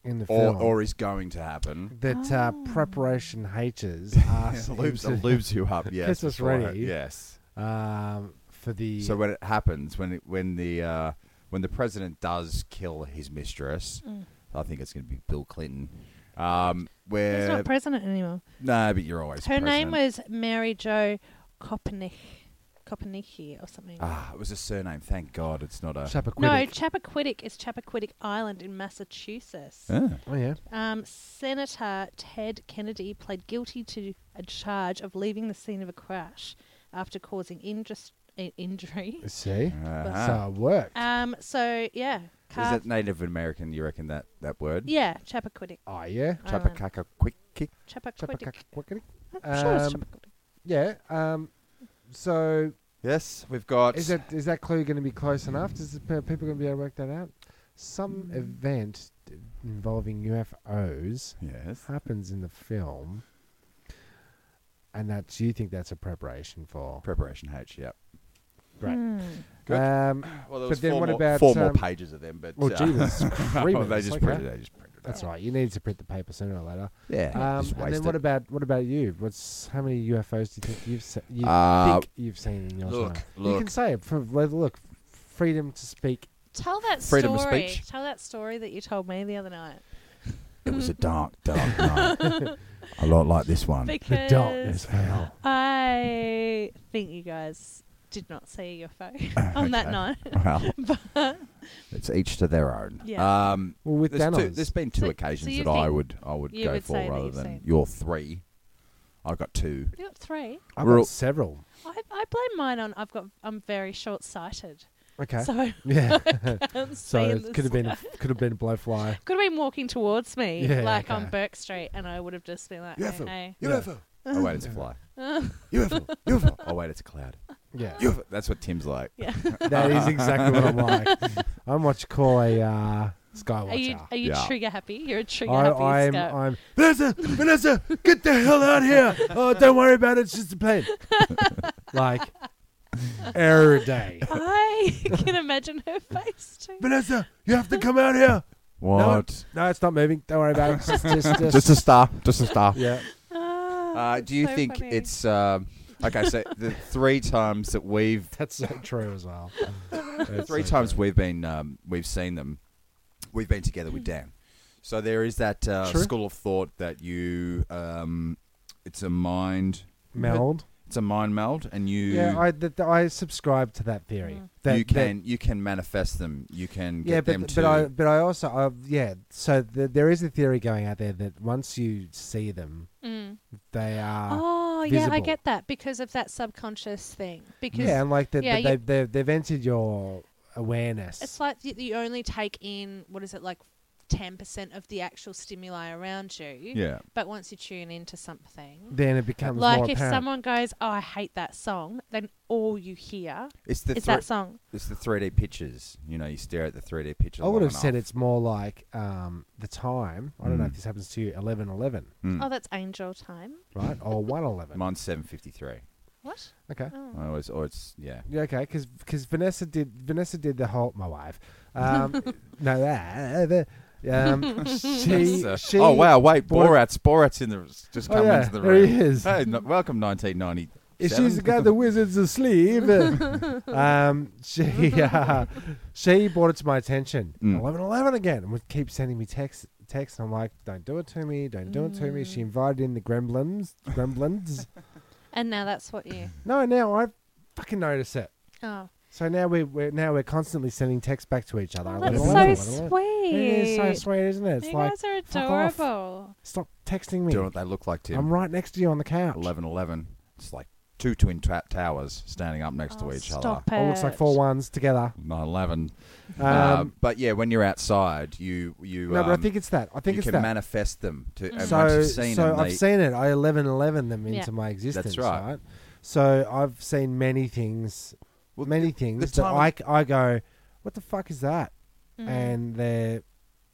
S6: in the
S4: Or,
S6: film
S4: or is going to happen.
S6: [LAUGHS] that uh, preparation
S4: [LAUGHS]
S6: H's asks him
S4: loops,
S6: to-
S4: it loops you up. Yes,
S6: Gets us
S4: before it-
S6: ready.
S4: Yes.
S6: um, for the
S4: So when it happens, when it, when the uh, when the president does kill his mistress,
S6: Mm.
S4: I think it's going to be Bill Clinton. Um,
S5: He's
S4: where
S5: not president anymore.
S4: no, but you're always
S5: Her name
S4: president.
S5: was Mary Jo Kopernich, Kopernich or something.
S4: ah, it was a surname. Thank God, it's not a.
S5: no,
S6: Chappaquiddick.
S5: Chappaquiddick is Chappaquiddick Island in Massachusetts.
S4: Ah,
S6: oh yeah,
S5: Um, Senator Ted Kennedy pled guilty to a charge of leaving the scene of a crash after causing indus- i- injury.
S6: see,
S4: uh-huh.
S6: so it worked.
S5: Um, so, yeah.
S4: Is
S5: Car-
S4: that Native American? You reckon that that word?
S5: yeah, Chappaquiddick.
S6: oh yeah,
S5: Island.
S4: Chappacaca quick kick.
S5: Chappaquiddick.
S6: Chappaquiddick.
S5: I'm sure it's
S6: Um,
S5: Chappaquiddick.
S6: yeah. Um, so
S4: Yes, we've got.
S6: is that is that clue going to be close enough? Does the, pe- people going to be able to work that out? Some
S5: Mm.
S6: event d- involving UFOs
S4: Yes.
S6: happens in the film, and that's you think that's a preparation for
S4: Preparation H. Yep.
S6: Great.
S5: Mm. Hmm.
S4: Good. Well,
S6: Um,
S4: there
S6: But
S4: was
S6: then
S4: four,
S6: what
S4: more,
S6: about,
S4: four more
S6: um,
S4: pages of them, but [LAUGHS]
S6: well,
S4: uh,
S6: Jesus,
S4: well,
S6: Freeman,
S4: they
S6: it's
S4: just
S6: like
S4: printed.
S6: that.
S4: They just printed. it
S6: That's
S4: out.
S6: right. You need to print the paper sooner or later.
S4: Yeah.
S6: Um,
S4: just
S6: and
S4: waste
S6: then what
S4: it.
S6: about what about you? What's how many UFOs do you think you've se- you
S4: Uh,
S6: think you've seen in your
S4: look,
S6: time? You
S4: look.
S6: can say it. For, let- look, freedom to speak.
S5: Tell that
S4: Freedom of
S5: story.
S4: speech.
S5: Tell that story that you told me the other night.
S4: It
S5: [LAUGHS]
S4: was a dark, dark night. a lot like this one.
S5: Because
S6: darkness fell.
S5: I think you guys did not see your phone
S6: [LAUGHS]
S5: [LAUGHS] on that
S4: Okay.
S5: night.
S4: [LAUGHS] Well,
S5: [LAUGHS]
S4: it's each to their own.
S5: Yeah.
S4: Um,
S6: Well, with
S4: there's, two,
S6: Thanos.
S4: there's been two
S5: So- so
S4: occasions
S5: you
S4: that I
S5: think-
S4: would I would
S5: you
S4: go
S5: would
S4: for
S5: say that
S4: rather
S5: you've
S4: than
S5: seen-
S4: your three. I've got two.
S5: You got three.
S6: I've
S4: We're all-
S6: got several.
S5: I, I blame mine on I've got I'm very short sighted.
S6: Okay.
S5: So [LAUGHS] I
S6: yeah.
S5: can't
S6: so
S5: see
S6: it could have been a, could have been
S5: [LAUGHS]
S6: a blowfly.
S5: could have been walking towards me
S6: Yeah,
S5: like on
S6: okay.
S5: Burke Street and I would have just been like,
S4: UFO.
S5: hey, hey.
S4: UFO. Oh wait, it's a fly. UFO. UFO. Oh wait, it's a cloud.
S6: Yeah.
S4: You- That's what Tim's like.
S5: Yeah.
S6: That is exactly what
S5: [LAUGHS]
S6: I'm like. I'm what you call a uh, Skywatcher.
S5: Are you are you
S4: Yeah.
S5: trigger happy? You're a trigger happy.
S6: I, I'm,
S5: Scout.
S6: I'm Vanessa, Vanessa, get the hell out here! Oh, don't worry about it. It's just
S5: [LAUGHS]
S6: a plane. like every day.
S4: [LAUGHS]
S5: Oh, I [LAUGHS] can imagine her face too.
S6: Vanessa, you have to come out here.
S4: What?
S6: No, it's not moving. Don't worry about it. It's [LAUGHS] just, just, just-
S4: Just a star. Just a
S5: [LAUGHS]
S4: star.
S6: yeah.
S5: Ah,
S4: Uh, do you
S5: so
S4: think
S5: funny.
S4: it's um, okay? So the three times that we've
S6: That's so true as well. That's
S4: three
S6: so
S4: times
S6: true.
S4: we've been um, we've seen them, we've been together with Dan. So there is that uh,
S6: True.
S4: school of thought that you um, it's a mind
S6: meld.
S4: it's a mind meld, and you
S6: Yeah, I th- th- I subscribe to that theory.
S5: Mm.
S6: That,
S4: you
S6: that-
S4: can you can manifest them. You can get
S6: yeah, but,
S4: them
S6: but
S4: to.
S6: I but I also I, yeah. So th there is a theory going out there that once you see them,
S5: Mm.
S6: they
S4: uh,
S6: are
S5: Oh yeah, I
S6: visible.
S5: get that because of that subconscious thing. Because
S6: yeah, and like that
S5: yeah,
S6: that
S5: you-
S6: they've, they've they've entered your awareness.
S5: It's like you, you only take in what is it like ten percent of the actual stimuli around you.
S4: yeah,
S5: But once you tune into something,
S6: then it becomes more
S5: like if
S6: apparent.
S5: someone goes, "Oh, I hate that song," then all you hear
S4: it's the
S5: is
S4: thre-
S5: that song.
S4: it's the three D pictures. You know, you stare at the three D pictures.
S6: I would
S4: long
S6: have said
S4: enough.
S6: it's more like um, the time. I don't know
S4: Mm.
S6: if this happens to you. Eleven eleven,
S4: Hmm.
S5: Oh, that's angel time.
S6: right? Or one eleven.
S4: Mine's seven fifty three.
S5: What?
S6: Okay.
S5: Oh.
S4: I always, or it's yeah.
S6: Yeah, okay, because Vanessa did Vanessa did the whole my wife.
S5: [LAUGHS]
S6: Um, no, that the, um, she,
S4: That's, uh,
S6: she.
S4: oh wow! Wait,
S6: bought-
S4: Borat's Borat's in the just
S6: Oh,
S4: come
S6: yeah,
S4: into the
S6: there he
S4: room.
S6: is.
S4: Hey, no, welcome 1990.
S6: If she's got the wizard's
S5: [LAUGHS]
S6: asleep. um, she uh, she brought it to my attention.
S4: Mm.
S6: Eleven eleven again, and would keep sending me text text. And I'm like, don't do it to me, don't do it to me.
S5: Mm.
S6: She invited in the gremlins, gremlins.
S5: And now that's what you.
S6: no, now I fucking notice it.
S4: Uh,
S5: Oh,
S6: So now we're, we're now we're constantly sending texts back to each other.
S5: Oh,
S6: Eleven,
S5: that's
S6: eleven,
S5: so
S6: eleven, eleven.
S5: sweet.
S6: It is so sweet, isn't it? It's
S5: you
S6: like
S5: guys are
S6: fuck off.
S5: adorable.
S6: Stop texting
S4: Do you know
S6: me.
S4: what they look like, Tim?
S6: I'm right next to you on the couch.
S4: 11 11. It's like two twin ta- towers standing up next
S5: Oh,
S4: to each
S5: stop
S4: other.
S5: it.
S6: All looks like four ones together.
S4: 9 11.
S6: Um,
S4: uh, but yeah, when you're outside, you. you
S6: no, but I
S4: um,
S6: think it's that. I think
S4: you
S6: it's
S4: can
S6: that.
S4: manifest them. To,
S5: Mm.
S4: and
S6: so,
S4: once you've seen
S6: so
S4: them,
S6: I've
S4: they-
S6: seen it. I eleven eleven them
S5: Yeah.
S6: into my existence.
S4: right.
S6: So I've seen many things,
S4: Well,
S6: many
S4: the-
S6: things
S4: the
S6: that
S4: time-
S6: I, c- I go, what the fuck is that?
S5: Mm.
S6: And they're,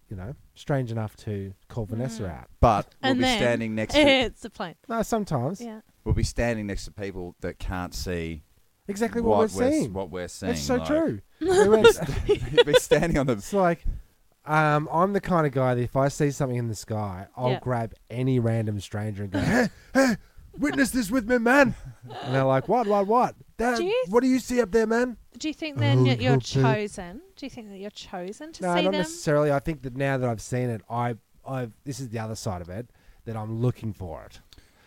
S6: you know, strange enough to call Vanessa
S5: Mm.
S6: out.
S4: but we'll
S5: And
S4: be
S5: then
S4: standing
S5: [LAUGHS]
S4: next to
S5: it's a plane.
S6: No, sometimes
S5: Yeah.
S4: we'll be standing next to people that can't see
S6: exactly what,
S4: what,
S6: we're seeing.
S4: what we're seeing.
S6: That's so
S4: like, [LAUGHS]
S5: [LAUGHS]
S6: true. We went-
S4: you'll be standing on the
S6: it's like, um, I'm the kind of guy that if I see something in the sky, I'll
S5: Yeah.
S6: grab any random stranger and go, [LAUGHS] hey, hey, witness this with me, man. And they're like, what, what, what? That,
S5: Do you-
S6: what do you see up there, man?
S5: Do you think then that you're
S6: okay.
S5: chosen? Do you think that you're chosen to
S6: No,
S5: see
S6: not
S5: them?
S6: necessarily. I think that now that I've seen it, I, I, this is the other side of it that I'm looking for it.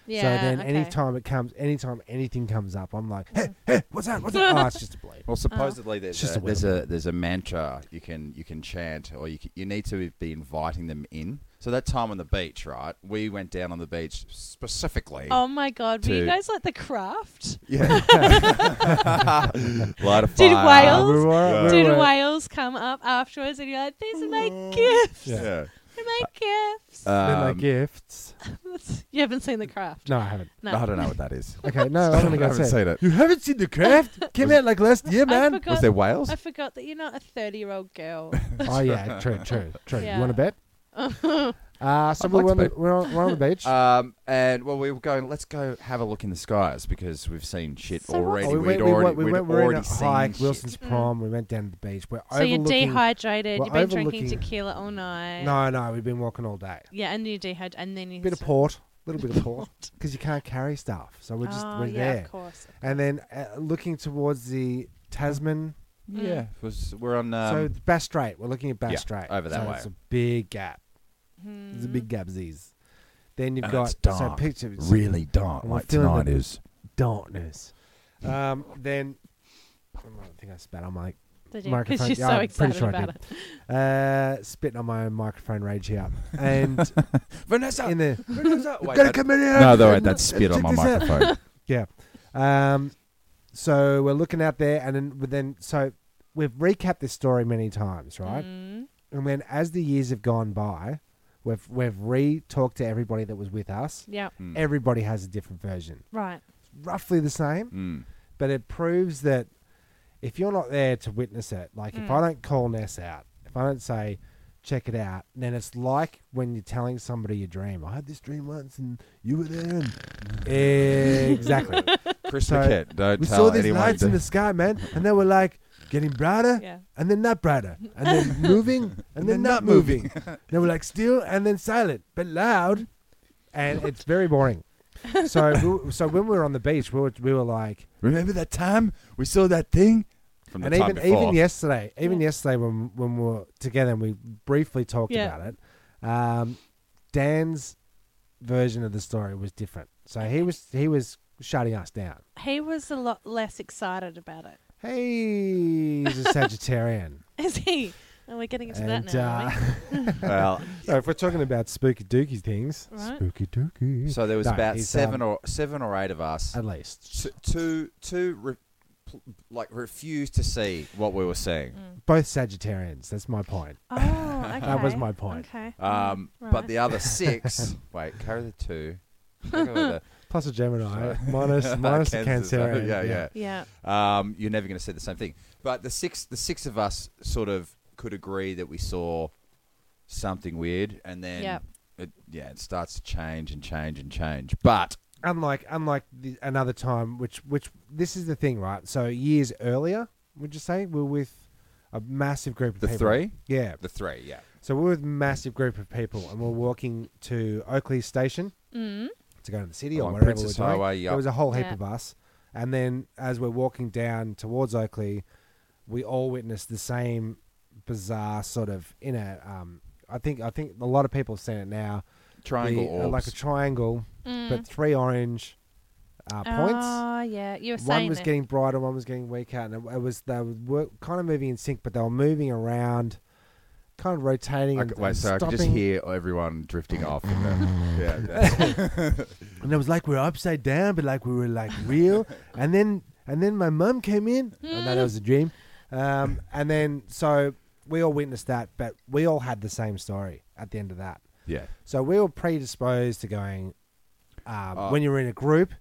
S5: yeah.
S6: so then,
S5: okay.
S6: anytime it comes, anytime anything comes up, I'm like,
S5: [LAUGHS]
S6: hey, hey, what's that? What's that? oh, it's just a blade.
S5: Ah.
S4: Well, supposedly there's
S6: It's just
S4: a,
S6: a
S4: there's a there's a mantra you can you can chant, or you c you need to be inviting them in. So that time on the beach, right? We went down on the beach specifically.
S5: Oh my god, were you
S4: to-
S5: guys like the craft? [LAUGHS]
S4: Yeah. Light a fire.
S5: Did
S6: Uh,
S5: whales
S6: we were, we
S5: did
S6: were,
S5: whales come up afterwards and you're like, These are my gifts.
S4: Yeah.
S5: They're my gifts. [LAUGHS]
S6: they're my
S4: Um,
S6: gifts.
S5: you haven't seen the craft.
S6: No, I haven't.
S5: No.
S4: I don't know what that is.
S6: Okay, no, [LAUGHS] I'm gonna
S4: I
S6: go
S4: haven't
S6: say. it.
S4: seen it.
S6: You haven't seen
S5: [LAUGHS]
S6: the craft? Came out like last year,
S5: I
S6: man.
S5: forgot
S4: Was there whales?
S5: I forgot that you're not a thirty year old
S6: [LAUGHS]
S5: girl.
S6: Oh yeah, true, true, true.
S5: Yeah.
S6: You want
S5: [LAUGHS]
S6: to bet? uh, so
S4: I'd like
S6: we're, on
S4: to
S6: the,
S4: bet.
S6: we're, on, we're on
S4: [LAUGHS]
S6: the beach.
S4: Um, and well, we were going. Let's go have a look in the skies because we've seen shit
S5: So what-
S4: already.
S6: Oh, we
S4: would
S6: went, we
S4: already
S6: went, we
S4: we'd
S6: went, we were
S4: already
S6: in a
S4: seen
S6: hike,
S4: shit.
S6: Wilson's prom. We went down to the beach. We're
S5: Mm. so you're
S6: overlooking-
S5: dehydrated,
S6: we're
S5: you've been drinking
S6: overlooking-
S5: tequila all night.
S6: No, no, we've been walking all day.
S5: Yeah, and you're dehydrated and then you
S6: bit of port, a little bit
S5: [LAUGHS]
S6: of port, because you can't carry stuff. So we're just
S5: oh,
S6: we're
S5: yeah,
S6: there,
S5: of course.
S6: and then uh, looking towards the Tasman.
S5: Mm.
S4: Yeah, it was we're on. Um,
S6: so Bass Strait, we're looking at Bass
S4: yeah,
S6: Strait.
S4: over that
S6: so
S4: way.
S6: It's a big gap. It's a
S5: Hmm. Mm.
S6: big gap, Z's. Then you've
S4: and
S6: got
S4: Oh, it's
S6: so
S4: dark,
S6: picture it's
S4: really dark,
S6: I'm
S4: like
S6: feeling
S4: tonight
S6: the-
S4: is.
S6: darkness. Um, then I don't think I spat on my
S5: Did [LAUGHS] you? Because
S6: microphone.
S5: you're so
S6: yeah, I'm pretty
S5: excited
S6: sure
S5: about
S6: I
S5: it.
S6: did. Uh, spitting on my own microphone rage here, and
S4: [LAUGHS] Vanessa,
S6: in the [LAUGHS]
S4: Vanessa, wait,
S6: gotta
S4: that-
S6: come in here.
S4: No, though that spit on
S6: check
S4: my
S6: this
S4: [LAUGHS]
S6: out.
S4: microphone.
S6: Yeah. Um, so we're looking out there, and then, but then so we've recapped this story many times, right?
S5: Mm.
S6: And then as the years have gone by, we've we've re-talked to everybody that was with us.
S4: Hmm.
S5: Yeah.
S6: Everybody has a different version,
S5: Right.
S6: roughly the same,
S4: Mm.
S6: but it proves that if you're not there to witness it, like if I don't call Ness out, if I don't say, check it out, then it's like when you're telling somebody your dream. I had this dream once and you were there. And... exactly.
S4: Chris
S6: So,
S4: Paquette, don't
S6: we
S4: tell
S6: saw these
S4: anyone
S6: lights in
S4: to-
S6: the
S4: [LAUGHS]
S6: sky, man, and they were like getting brighter
S5: Yeah.
S6: and then not brighter, and then moving and, then not moving. they were like still and then silent, but loud, and it's very boring. So, we were- so when we were on the beach, we were, we were like,
S4: Remember that time we saw that thing from the
S6: and
S4: time
S6: even
S4: before?
S6: even yesterday, even
S5: Yeah.
S6: yesterday when when we were together and we briefly talked
S5: Yeah.
S6: about it, um, Dan's version of the story was different. So he was he was shutting us down.
S5: He was a lot less excited about it. [LAUGHS]
S6: Hey, he's a Sagittarian.
S5: Is he? And we're getting into that
S6: And,
S5: now. aren't
S6: [LAUGHS] uh,
S4: Well, [LAUGHS]
S6: so if we're talking about spooky dookie things,
S5: Right.
S6: spooky dookie.
S4: so there was
S6: No,
S4: about
S6: he's,
S4: seven
S6: um,
S4: or seven or eight of us.
S6: at least
S4: t- two two re- pl- like refused to see what we were seeing.
S6: both Sagittarians. That's my point.
S5: we? Oh, okay.
S6: That was my point.
S5: Okay.
S4: Um,
S5: Mm. Right.
S4: But the other [LAUGHS] six, wait, carry the two. Take away the-
S6: Plus a Gemini,
S4: [LAUGHS]
S6: minus minus a
S4: Cancer, so-
S6: Cancerian.
S4: yeah, yeah.
S5: Yeah.
S4: um, you're never going to see the same thing. But the six, the six of us sort of could agree that we saw something weird, and then
S5: Yep.
S4: it, yeah, it starts to change and change and change. But
S6: Unlike unlike the, another time, which which this is the thing, right? So years earlier, would you say we were with a massive group of
S4: The
S6: people.
S4: three?
S6: Yeah.
S4: the three, yeah,
S6: So we're with a massive group of people, and we're walking to Oakley Station
S5: Mm.
S6: to go to the city
S4: Along
S6: or wherever
S4: Oh, Princess
S6: we're going.
S4: Highway, yup.
S6: There was a whole heap
S5: Yeah.
S6: of us, and then as we're walking down towards Oakley, we all witnessed the same bizarre sort of in a. Um, I think I think a lot of people have seen it now.
S4: triangle
S6: The- uh,
S4: orbs.
S6: like a triangle,
S5: Mm.
S6: but three orange uh, points
S5: Oh, yeah. You were
S6: one
S5: saying
S6: was
S5: that.
S6: getting brighter, one was getting weaker, and it, it was they were kind of moving in sync, but they were moving around, kind of rotating.
S4: I
S6: and,
S4: could- wait,
S6: and
S4: so I could just
S6: stopping. Oh,
S4: hear everyone drifting off. in
S6: [LAUGHS]
S4: the- yeah, that's-
S6: and it was like we were upside down, but like we were like
S4: [LAUGHS]
S6: real. and then and then my mum came in. I know that was a dream. Um, and then so we all witnessed that, but we all had the same story at the end of that.
S4: yeah.
S6: So we were predisposed to going. Um,
S4: Oh.
S6: When you're in a group,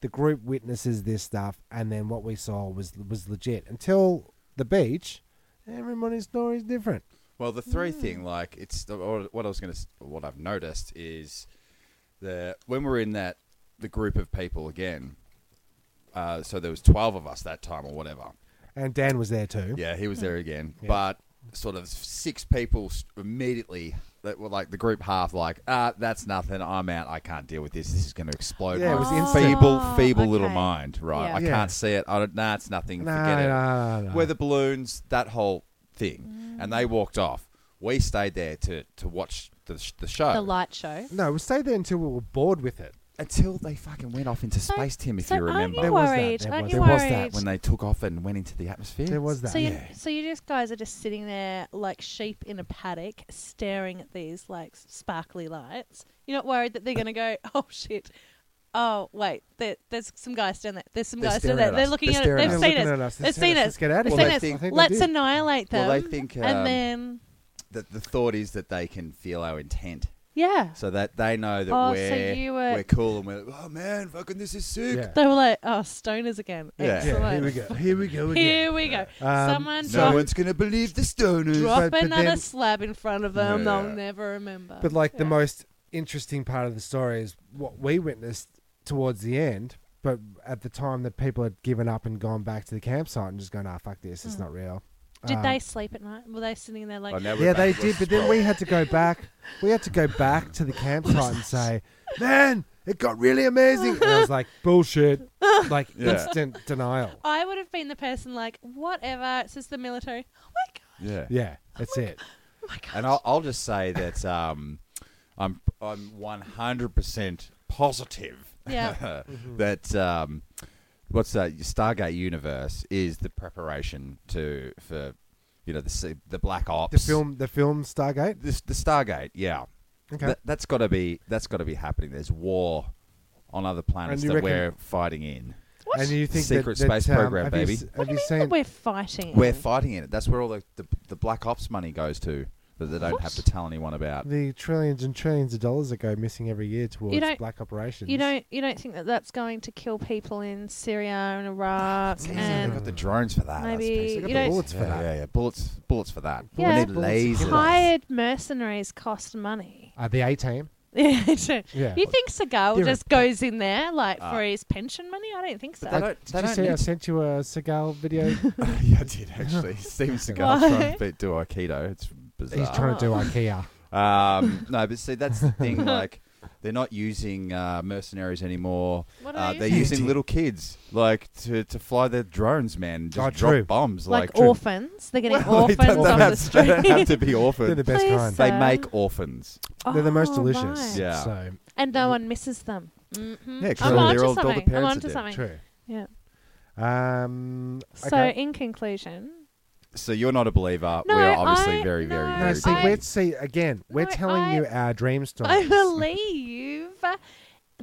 S6: the group witnesses this stuff, and then what we saw was was legit. Until the beach, everybody's story is different.
S4: Well, the three thing, like it's or what I was going to, what I've noticed is the when we're in that the group of people again. Uh, so there was twelve of us that time or whatever.
S6: And Dan was there too.
S4: Yeah, he was there again,
S6: Yeah.
S4: but sort of six people s- immediately that were like the group half, like ah, that's nothing. I'm out. I can't deal with this. This is going to explode.
S6: Yeah, it
S4: my
S6: was instant.
S4: feeble,
S5: Oh,
S4: feeble little
S5: okay.
S4: mind. Right,
S5: Yeah.
S4: I
S6: Yeah.
S4: can't see it. I don't. Nah, it's nothing.
S6: No,
S4: Forget it
S6: no, no, no.
S4: weather balloons, that whole thing, and
S5: Mm.
S4: they walked off. We stayed there to to watch the sh- the show
S5: the light show.
S6: No, we stayed there until we were bored with it.
S4: until they fucking went off into
S5: So-
S4: space. Tim, if
S5: so
S4: you remember,
S5: Aren't
S6: There
S5: you
S6: was that,
S5: worried?
S6: there
S5: aren't
S6: was
S5: you
S6: that.
S4: There
S5: worried?
S4: was that when they took off and went into the atmosphere.
S6: There was that.
S5: So you,
S4: Yeah.
S5: so you just guys are just sitting there like sheep in a paddock, staring at these like sparkly lights. You're not worried that they're going to go, [LAUGHS] oh shit, oh wait, there, there's some guys down there. There's some
S4: They're
S5: guys
S4: staring
S5: down there.
S4: at
S5: They're
S4: us.
S5: looking
S4: They're
S5: at us.
S4: staring
S5: They've
S4: at
S6: They're
S5: seen
S6: looking
S5: us.
S6: at us. They're
S5: They've
S6: staring
S5: seen
S6: at us.
S5: us.
S6: Let's get out of
S4: here.
S5: They've seen
S4: Well,
S5: us.
S4: they think-
S5: Let's
S6: they did.
S5: annihilate them.
S4: Well, they think, um,
S5: and then
S4: that the thought is that they can feel our intent,
S5: yeah,
S4: so that they know that
S5: Oh, so
S4: we're
S5: you were-
S4: we're cool and we're like, oh man, fucking this is sick.
S6: Yeah.
S5: they were like, oh stoners again.
S4: Yeah. Yeah, here
S6: Yeah, here
S5: Excellent.
S6: we go. Here we go again.
S5: Here we go.
S6: Um,
S5: Someone
S4: No
S5: drop,
S4: one's gonna believe the stoners.
S5: drop
S6: But- but
S5: another
S6: then-
S5: slab in front of
S4: Yeah.
S5: them. They'll never remember.
S6: But like the
S5: Yeah.
S6: most interesting part of the story is what we witnessed towards the end. But at the time that people had given up and gone back to the campsite and just going, "Ah, fuck this, it's not real."
S5: Hmm. Did
S6: Um,
S5: they sleep at night? Were they sitting there like,
S4: Oh, now we're
S6: Yeah, they
S4: back. Let's
S6: did. But then we had to go back. We had to go back to the campsite and say, "Man, it got really amazing." And I was like, "Bullshit!" Like
S4: [LAUGHS] Yeah.
S6: instant denial.
S5: I would have been the person like, whatever. It's just the military. Oh my god.
S4: Yeah.
S6: Yeah, that's it.
S5: Oh my god.
S4: And I'll, I'll just say that um, I'm I'm 100% positive [LAUGHS]
S5: Yeah.
S6: Mm-hmm.
S4: that um, what's that Stargate universe is the preparation to for you know the se- the Black Ops
S6: The film, the film Stargate.
S4: this, the Stargate yeah
S6: Okay.
S4: That- that's got to be that's got to be happening there's war on other planets
S6: you
S4: that
S6: reckon-
S4: we're fighting in
S5: What?
S6: And you think
S4: Secret
S6: that, that,
S4: space
S6: um,
S4: program,
S6: have you
S4: baby.
S6: s-
S5: what
S6: have
S5: do
S6: you
S5: you mean
S6: seen?
S5: that we're fighting?
S4: we're fighting in it that's where all the the, the Black Ops money goes to that they don't have
S5: What?
S4: to tell anyone about.
S6: The trillions and trillions of dollars that go missing every year towards
S5: don't-
S6: black operations.
S5: You don't you don't think that that's going to kill people in Syria and Iraq
S4: It's easy, they've got
S5: and
S4: the drones for that. that's
S5: maybe-
S4: the piece.
S5: you
S4: They've got
S5: don't-
S4: the bullets for
S6: Yeah.
S4: that. Yeah, yeah, bullets, bullets for that.
S5: Yeah.
S4: we need
S6: Bullets.
S4: lasers.
S5: hired mercenaries cost money? [LAUGHS]
S6: Uh, the A team.
S5: Yeah, I don't-
S6: Yeah.
S5: You think Seagal
S6: They're
S5: just goes in there like
S4: Ah.
S5: for his pension money? I don't think so.
S4: But they don't. They
S6: Did you
S4: don't
S6: see I
S4: need
S6: sent you a
S4: [LAUGHS]
S6: Seagal video?
S4: to- yeah, I did
S6: [LAUGHS]
S4: actually. Steven Seagal's
S5: Why?
S4: trying to beat- do aikido. It's bizarre.
S6: He's trying to do
S5: Oh.
S6: IKEA.
S4: Um, [LAUGHS] no, but see, that's the thing. Like, they're not using uh, mercenaries anymore.
S5: What are
S4: Uh,
S5: they
S4: they're
S5: using?
S4: using little kids, like to, to fly their drones, man. Just
S6: Oh,
S4: drop
S6: true.
S4: bombs,
S5: like
S4: like, true.
S5: orphans. They're getting
S4: [LAUGHS] Well, they
S5: orphans
S4: don't
S5: off
S4: have-
S5: the
S4: They don't have
S5: street.
S4: to [LAUGHS] be
S6: They're the
S5: [LAUGHS]
S4: orphans.
S6: best
S5: Please,
S6: kind.
S4: They
S5: sir.
S4: make orphans.
S6: They're the most delicious.
S5: right.
S4: Yeah.
S6: So
S5: Oh, And no one misses them. Mm-hmm.
S4: Yeah, 'cause
S5: I'm
S6: all
S5: onto
S4: their old- all the
S5: something. I'm
S4: parents are
S5: onto
S4: dead.
S5: something.
S6: true.
S5: Yeah.
S6: Um.
S5: So
S6: okay.
S5: in conclusion,
S4: So you're not a believer.
S5: No,
S4: We're obviously
S5: I-
S4: very, very,
S5: no,
S6: no,
S4: very.
S6: see,
S5: I-
S6: we're see again. We're
S5: No,
S6: telling
S5: I-
S6: you
S5: [LAUGHS]
S6: our dream stories.
S5: I believe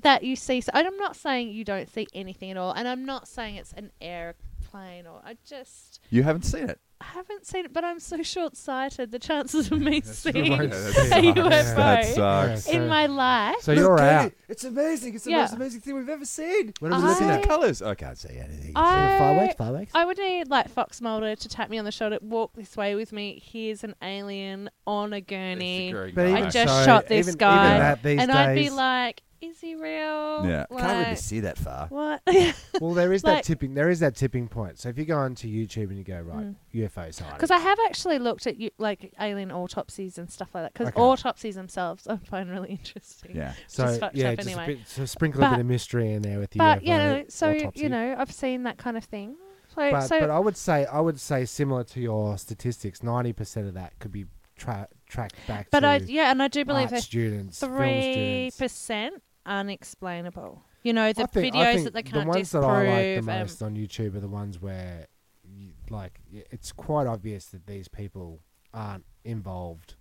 S5: that you see. So I'm not saying you don't see anything at all, and I'm not saying it's an airplane or I just
S4: you haven't seen it.
S5: haven't seen it. But I'm so short-sighted. The chances of
S6: [LAUGHS]
S5: me seeing [LAUGHS]
S6: right.
S5: a
S6: Yeah,
S4: That
S5: UFO
S4: sucks.
S5: in my life.
S6: so you're out.
S4: It's amazing. It's
S5: the Yeah. most
S4: amazing thing we've ever seen.
S6: What
S5: are we
S4: Look
S5: looking
S4: at
S5: at?
S4: the colours. Oh, I can't see anything.
S5: I-
S6: fireworks.
S5: I would need like Fox Mulder to tap me on the shoulder, walk this way with me. Here's an alien on a gurney.
S6: But
S5: I
S6: even
S5: just
S6: so,
S5: shot this
S6: even-
S5: guy,
S6: even that these
S5: and I'd be
S6: days-
S5: like, "Is he real?
S4: yeah, can't really
S5: Like,
S4: see that far.
S5: what? [LAUGHS]
S6: Well, there is that
S5: Like-
S6: tipping. There is that tipping point. So if you go onto YouTube and you go right UFO sighting,
S5: Mm. Because I have actually looked at you, like alien autopsies and stuff like that. Because
S6: Okay.
S5: autopsies themselves, [LAUGHS] I find really interesting.
S4: Yeah.
S5: just
S6: so
S5: fucked
S6: yeah,
S5: up
S6: just
S5: anyway.
S6: a bit, so sprinkle a bit
S5: But-
S6: of mystery in there with the
S5: But
S6: UFO
S5: you know, so
S6: autopsy.
S5: you know, I've seen that kind of thing. So,
S6: But,
S5: so
S6: but I would say I would say similar to your statistics, ninety percent of that could be tra- tracked back
S5: but
S6: to
S5: I yeah, and I do believe
S6: art
S5: that
S6: students, Ah, film
S5: three
S6: students.
S5: percent unexplainable. You know, the
S6: I think, I
S5: videos
S6: think
S5: that they can't
S6: the ones
S5: disprove.
S6: that I like the
S5: um,
S6: most on YouTube are the ones where, you, like, y- it's quite obvious that these people aren't involved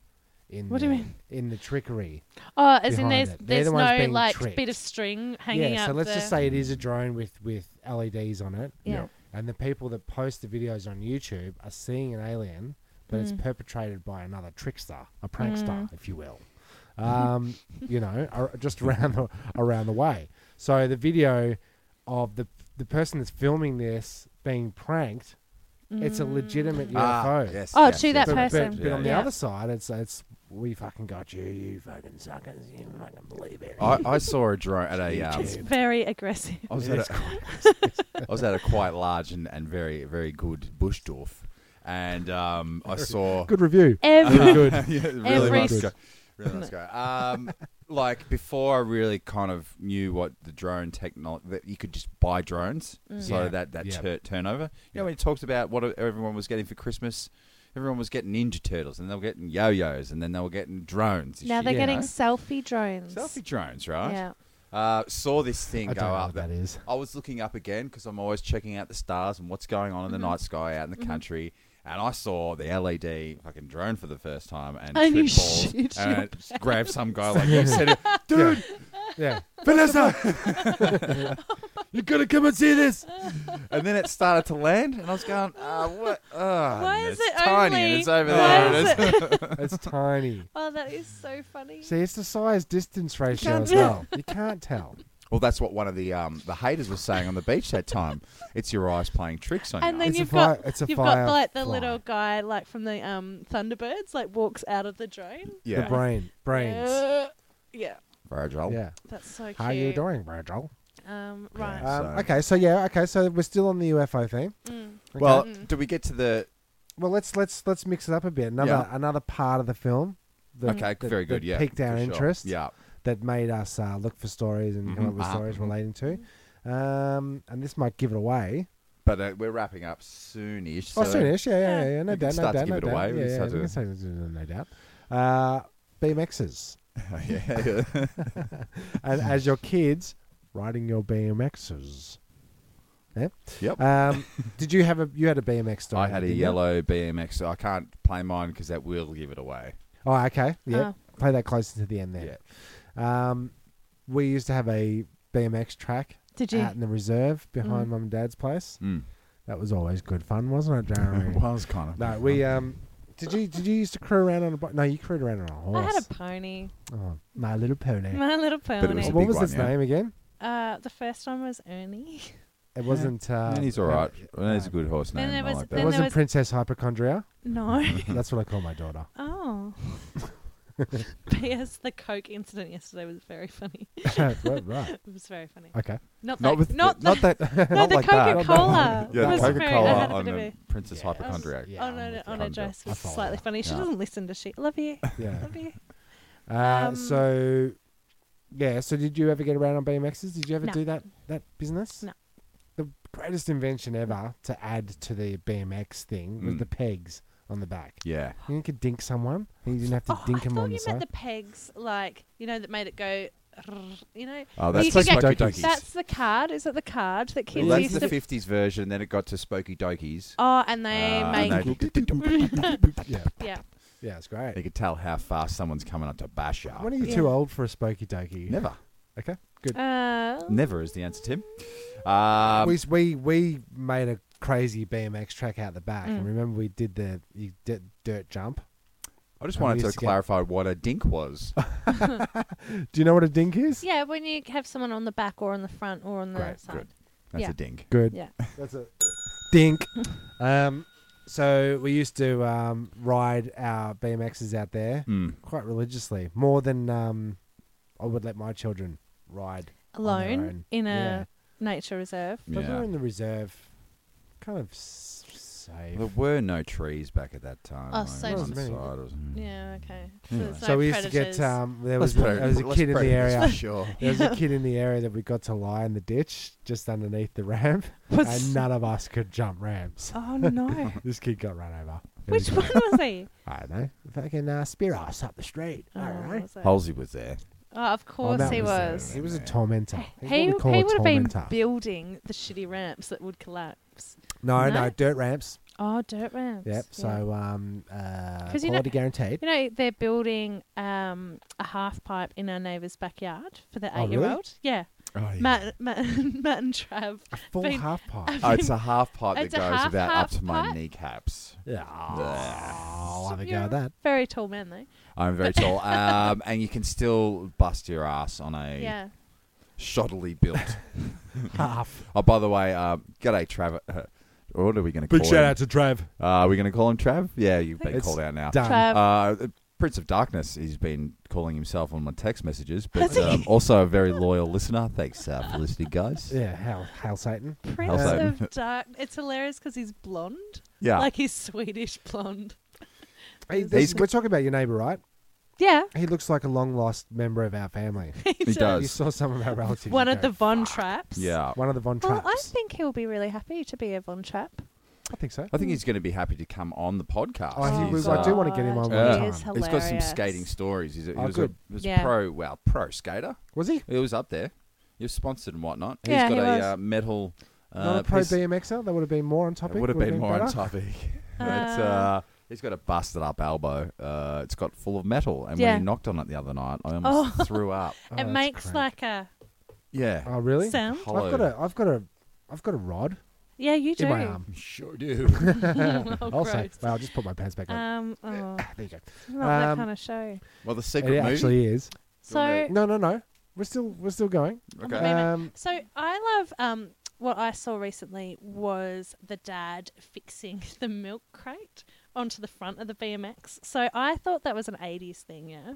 S6: in
S5: What
S6: the,
S5: do you mean?
S6: in the trickery.
S5: oh, as in
S6: behind
S5: there's
S6: it. They're
S5: there's
S6: the ones
S5: no
S6: being
S5: like
S6: tricked.
S5: bit of string hanging
S6: yeah,
S5: out.
S6: so let's
S5: the,
S6: just say it is a drone with with LEDs on it.
S5: yeah.
S6: and the people that post the videos on YouTube are seeing an alien, but
S5: Mm.
S6: it's perpetrated by another trickster, a prankster, if you will.
S5: [LAUGHS]
S6: Um, you know, ar- just around the around the way. So the video of the the person that's filming this being pranked, it's a legitimate UFO.
S4: Ah, yes,
S5: Oh,
S4: yes,
S5: to
S4: yes,
S5: that
S6: But,
S4: yes,
S6: but-
S5: Mm. person.
S6: but on the
S5: Yeah.
S6: other side, it's it's we fucking got you, you fucking suckers, you fucking believe it.
S4: I, I saw a drone
S6: [LAUGHS]
S4: at a. Um,
S5: It's [LAUGHS] very aggressive.
S4: Oh, I
S6: Oh,
S4: was, at a, I was at a quite large and, and very very good Bushdorf, and um, I saw
S6: Good review.
S5: Every
S6: [LAUGHS] Good.
S4: [LAUGHS] yeah, really
S5: Every
S4: nice
S5: s-
S4: guy. Really nice guy.
S5: [LAUGHS]
S4: Um, like before, I really kind of knew what the drone technology that you could just buy drones,
S5: Mm.
S4: so
S6: Yeah.
S4: that that
S6: Yeah.
S4: tur- turnover. You know, when he talked about what e-, everyone was getting for Christmas, everyone was getting Ninja Turtles, and they were getting yo-yos, and then they were getting drones. and
S5: Now
S4: shit,
S5: they're
S4: you
S5: getting
S4: know?
S5: selfie drones.
S4: selfie drones, right?
S5: Yeah.
S4: Uh, saw this thing
S6: I
S4: go
S6: don't know
S4: up.
S6: what that is.
S4: I was looking up again because I'm always checking out the stars and what's going on in the
S5: Mm-hmm.
S4: night sky out in the country. And I saw the LED fucking drone for the first time and,
S5: And you
S4: tripped balls
S5: shit
S4: and I just grabbed some guy like you
S5: [LAUGHS]
S4: said, dude,
S6: Yeah.
S4: Vanessa.
S6: [LAUGHS] you gotta come and see this.
S4: and then it started to land, and I was going, uh, what? Uh,
S5: Why is
S4: it's
S5: it
S4: tiny and
S5: only-
S4: it's over
S5: why
S4: [LAUGHS] there. and
S5: is
S4: it's- [LAUGHS]
S6: It's tiny.
S5: Oh, that is so funny.
S6: See, it's the size distance ratio
S4: can't
S6: as well. You can't tell.
S4: Well, that's what one of the um, the haters was saying on the beach that time. It's your eyes playing tricks on
S5: And
S4: you.
S5: then
S6: It's a
S5: you've
S6: fire-
S5: got
S6: it's a
S5: you've
S6: fire
S5: got like the
S6: fly.
S5: little guy like from the um, Thunderbirds like walks out of the drone.
S4: yeah, Oh.
S6: The brain, brains.
S5: Uh, yeah,
S4: Virgil.
S6: Yeah.
S5: that's so cute.
S6: How you doing, Virgil?
S5: Um, right.
S4: Yeah.
S6: Um,
S4: So-
S6: Okay, so yeah, okay, so we're still on the UFO thing.
S5: Mm.
S6: Okay.
S4: Well, do we get to the
S6: well, let's let's let's mix it up a bit. Another
S4: Yeah.
S6: another part of the film. that-
S4: okay?
S6: that-
S4: very good.
S6: that
S4: yeah,
S6: piqued
S4: for
S6: our
S4: sure.
S6: interest.
S4: Yeah.
S6: that made us uh, look for stories and come
S4: Mhm.
S6: up with
S4: Ah,
S6: stories
S4: mhm.
S6: relating to. Um, and this might give it away.
S4: But uh, we're wrapping up soonish.
S6: Oh,
S4: so-
S6: soonish, yeah, yeah,
S5: Yeah.
S6: yeah, yeah,
S4: We
S6: no
S4: can
S6: doubt, no
S4: start to
S6: doubt,
S4: give
S6: no
S4: it
S6: doubt.
S4: away, we
S6: Yeah,
S4: can
S6: yeah,
S4: start
S6: we
S4: to-
S6: can start to do that, no doubt. Uh, BMXs,
S4: [LAUGHS] yeah.
S6: [LAUGHS] and
S4: Hmm.
S6: as your kids, riding your BMXs. Yeah.
S4: Yep.
S6: Um, did you have a you had a BMX
S4: I
S6: story?
S4: Uh, had a
S6: didn't you?
S4: yellow BMX. So I can't play mine because that will give it away.
S6: Oh, okay. Yeah.
S5: Oh.
S6: Play that closer to the end there. Um, we used to have a BMX track
S5: Did you? Mm.
S6: out in the reserve behind mum and dad's place.
S4: Mm. [LAUGHS]
S6: That was always good fun, wasn't it, Jeremy?
S4: was kind of.
S6: no, we um Did you did you used to crew around on a bike? No, you crewed around on a
S5: I
S6: horse.
S5: had a pony,
S6: oh, my little pony.
S5: my little
S4: it was
S5: pony.
S4: a
S6: what
S4: big
S6: was
S4: one,
S6: its
S4: yeah.
S6: name again?
S5: uh, the first one was Ernie. [LAUGHS]
S6: It wasn't. Uh,
S4: and he's all right. And he's a good horse
S5: Then
S4: name.
S5: there
S4: I
S5: was-
S4: like
S6: It
S5: Then there
S4: that.
S6: wasn't
S5: was-
S4: [LAUGHS]
S6: Princess Hypochondria.
S5: No.
S6: That's what I call my daughter. [LAUGHS]
S5: oh. P.S. The Coke incident yesterday was very funny. [LAUGHS]
S6: Well, right.
S5: It was very funny.
S6: Okay.
S5: Not
S4: Not
S5: that.
S4: with
S5: not
S4: not
S5: that.
S4: that. [LAUGHS]
S5: No,
S4: not
S5: the
S4: like that.
S5: Coca Cola.
S4: Yeah,
S5: was
S4: the
S5: very-
S4: Coca
S5: I
S4: Cola
S5: had a
S4: on
S5: bit of
S4: um,
S5: a-
S4: Princess Hypochondriac.
S6: Yeah,
S5: on
S6: I'm
S5: a,
S6: with
S5: on
S6: you.
S5: a dress
S6: I
S5: was
S6: follow
S5: slightly
S6: that.
S5: funny. She
S4: Yeah.
S5: doesn't listen, does she? Love you.
S4: [LAUGHS]
S6: Yeah.
S5: Love you.
S6: Uh,
S5: Um,
S6: so, yeah. So, did you ever get around on BMXs? Did you ever
S5: No.
S6: do that that business?
S5: No.
S6: The greatest invention ever to add to the BMX thing was
S4: Mm.
S6: the pegs on the back.
S4: Yeah.
S6: You could dink someone. and You didn't have to
S5: Oh, I
S6: dink
S5: thought
S6: them on
S5: you
S6: the
S5: meant
S6: side.
S5: the pegs, like you know, that made it go. You know,
S4: Oh,
S5: Well, you
S4: that's
S5: could
S4: like
S5: get-
S4: Spooky
S6: Dokis.
S4: Dokies.
S5: that's the card. Is it the card that kids
S4: Well, that's
S5: used
S4: the
S5: to?
S4: 50s version. Then it got to Spooky Dokies.
S5: oh, and they
S6: Ah,
S4: Uh,
S5: make
S6: [LAUGHS]
S4: and they-
S6: yeah,
S5: yeah.
S6: yeah, it's great.
S4: You could tell how fast someone's coming up to bash you.
S6: When are you
S5: Yeah.
S6: too old for a spooky dokey?
S4: Never.
S6: Okay, good.
S5: Uh,
S4: Never is the answer, Tim. Um,
S6: we, s- we we made a crazy BMX track out the back,
S5: Mm.
S6: and remember we did the you did dirt jump.
S4: I just
S6: and we
S4: wanted to
S6: used to get-
S4: clarify what a dink was.
S6: [LAUGHS] Do you know what a dink is?
S5: yeah, when you have someone on the back or on the front or on the
S4: Great,
S5: side.
S4: That's
S5: Yeah.
S4: a dink.
S6: Good.
S5: Yeah.
S6: [LAUGHS] That's a dink. [LAUGHS] um, so we used to um, ride our BMXs out there
S4: Mm.
S6: quite religiously, more than um, I would let my children ride on their
S5: Alone
S6: own.
S5: in a
S6: Yeah.
S5: nature reserve.
S6: But we
S4: Yeah.
S6: were in the reserve, kind of s- safe.
S4: There were no trees back at that time.
S5: Oh,
S4: like,
S5: so
S4: on
S5: just-
S4: the side or something.
S5: Yeah. Okay. So,
S4: Anyway.
S5: there's
S6: so
S5: no
S6: we used
S5: predators.
S6: to get um, there
S4: Let's
S6: was a,
S4: put it-
S6: there was a
S4: let's
S6: kid in
S4: put
S6: the
S4: it this
S6: area.
S4: for sure.
S5: [LAUGHS]
S6: There was a kid in the area that we got to lie in the ditch just underneath
S5: [LAUGHS]
S6: the ramp,
S5: Was-
S6: and none of us could jump ramps.
S5: Oh
S6: [LAUGHS]
S5: no!
S6: This kid got run over. It
S5: Which
S6: was
S5: one was he?
S6: I don't know. Fucking uh, spear ass up the street.
S5: Oh,
S6: [LAUGHS] All right.
S5: was it?
S4: Halsey was
S5: [LAUGHS]
S4: there.
S5: Oh, of course
S6: that
S5: he
S6: was,
S4: uh,
S5: was.
S6: He was a tormentor. He's
S5: He, he
S6: what we call a
S5: would have been
S6: tormentor.
S5: building the shitty ramps that would collapse.
S6: no, no,
S5: No?
S6: dirt ramps.
S5: Oh, dirt ramps.
S6: Yep.
S5: yeah.
S6: So, um, uh,
S5: 'Cause you know-
S6: quality guaranteed.
S5: You know, they're building um, a half pipe in our neighbour's backyard for the
S6: Oh,
S5: eight
S6: really?
S5: year old. Yeah. Matt, Matt, [LAUGHS] Matt and Trav.
S6: a full
S5: been-
S6: half pipe.
S5: [LAUGHS]
S4: Oh, it's a half pipe that
S5: It's a
S4: goes
S5: half-
S4: about
S5: half
S4: up to my
S5: pipe?
S4: kneecaps.
S6: Yeah. Oh, I'll have a go
S5: You're
S6: at that.
S5: Very tall man, though.
S4: I'm very tall, um, and you can still bust your ass on a
S5: Yeah.
S4: shoddily
S5: [LAUGHS]
S4: built.
S6: Half.
S4: oh, by the way, um, g'day, Trav. [LAUGHS] what are we going to call him?
S6: to Trav.
S4: Uh, are we going to call him Trav? Yeah, you've been
S6: It's
S4: called out now.
S6: Done.
S5: Trav.
S4: Uh, Prince of Darkness, he's been calling himself on my text messages, but um, also a very loyal listener. Thanks uh, for listening, guys.
S6: Yeah. Hail, hail Satan.
S5: Prince
S4: Also-
S5: of Dark. It's hilarious because he's blonde.
S4: Yeah.
S5: Like he's Swedish blonde.
S6: Hey,
S5: He's-
S6: this- we're talking about your neighbour, right?
S5: Yeah.
S6: [LAUGHS] He looks like a long lost member of our family.
S4: he
S6: If you
S4: does.
S6: saw some of our relatives.
S5: One
S6: you
S5: of
S6: go,
S5: the Von Traps.
S4: Yeah.
S6: One of the Von
S5: Well,
S6: Trapps.
S5: I think he'll be really happy to be a Von Trap.
S6: I think so.
S4: I think he's going to be happy to come on the podcast.
S6: Oh, he
S4: He's,
S6: will. I do
S4: uh,
S6: wanna get him on
S5: God,
S4: one time.
S5: he is
S4: He's got some
S5: hilarious.
S4: skating stories. He's a, he
S6: Oh,
S4: was
S6: good.
S4: a, was
S5: Yeah.
S4: a pro, well, pro skater.
S6: Was he?
S4: He was up there. He was sponsored and whatnot. He's
S5: Yeah,
S4: got
S5: he
S4: a
S5: was.
S4: uh, metal. Uh,
S6: Not a pro
S4: piece-
S6: BMXer. That would have been more on
S4: It
S6: topic.
S4: would have been more on
S6: better.
S4: topic. [LAUGHS] but
S5: Uh,
S4: uh, he's got a busted up elbow. Uh, it's got full of metal, and
S5: Yeah.
S4: when he knocked on it the other night, I almost
S5: [LAUGHS]
S4: threw up.
S6: Oh,
S5: it
S6: that's
S5: makes
S6: crank.
S5: like a
S4: Yeah,
S6: Oh really?
S5: sound.
S4: hollow.
S6: I've got a I've got a I've got a rod
S5: Yeah, you do.
S6: in my arm.
S4: Sure do.
S5: [LAUGHS] Oh,
S6: I'll say.
S5: gross.
S6: Well, I'll just put my pants back on.
S5: Um, oh,
S6: there you go.
S5: not that
S6: Um,
S5: kind of show.
S4: well, the
S6: It
S4: secret movie.
S6: actually is.
S5: So,
S6: No, no, no. We're still we're still going.
S4: okay.
S5: Wait a minute.
S6: Um,
S5: so I love um, what I saw recently was the dad fixing [LAUGHS] the milk crate onto the front of the BMX. So I thought that was an '80s thing, yeah.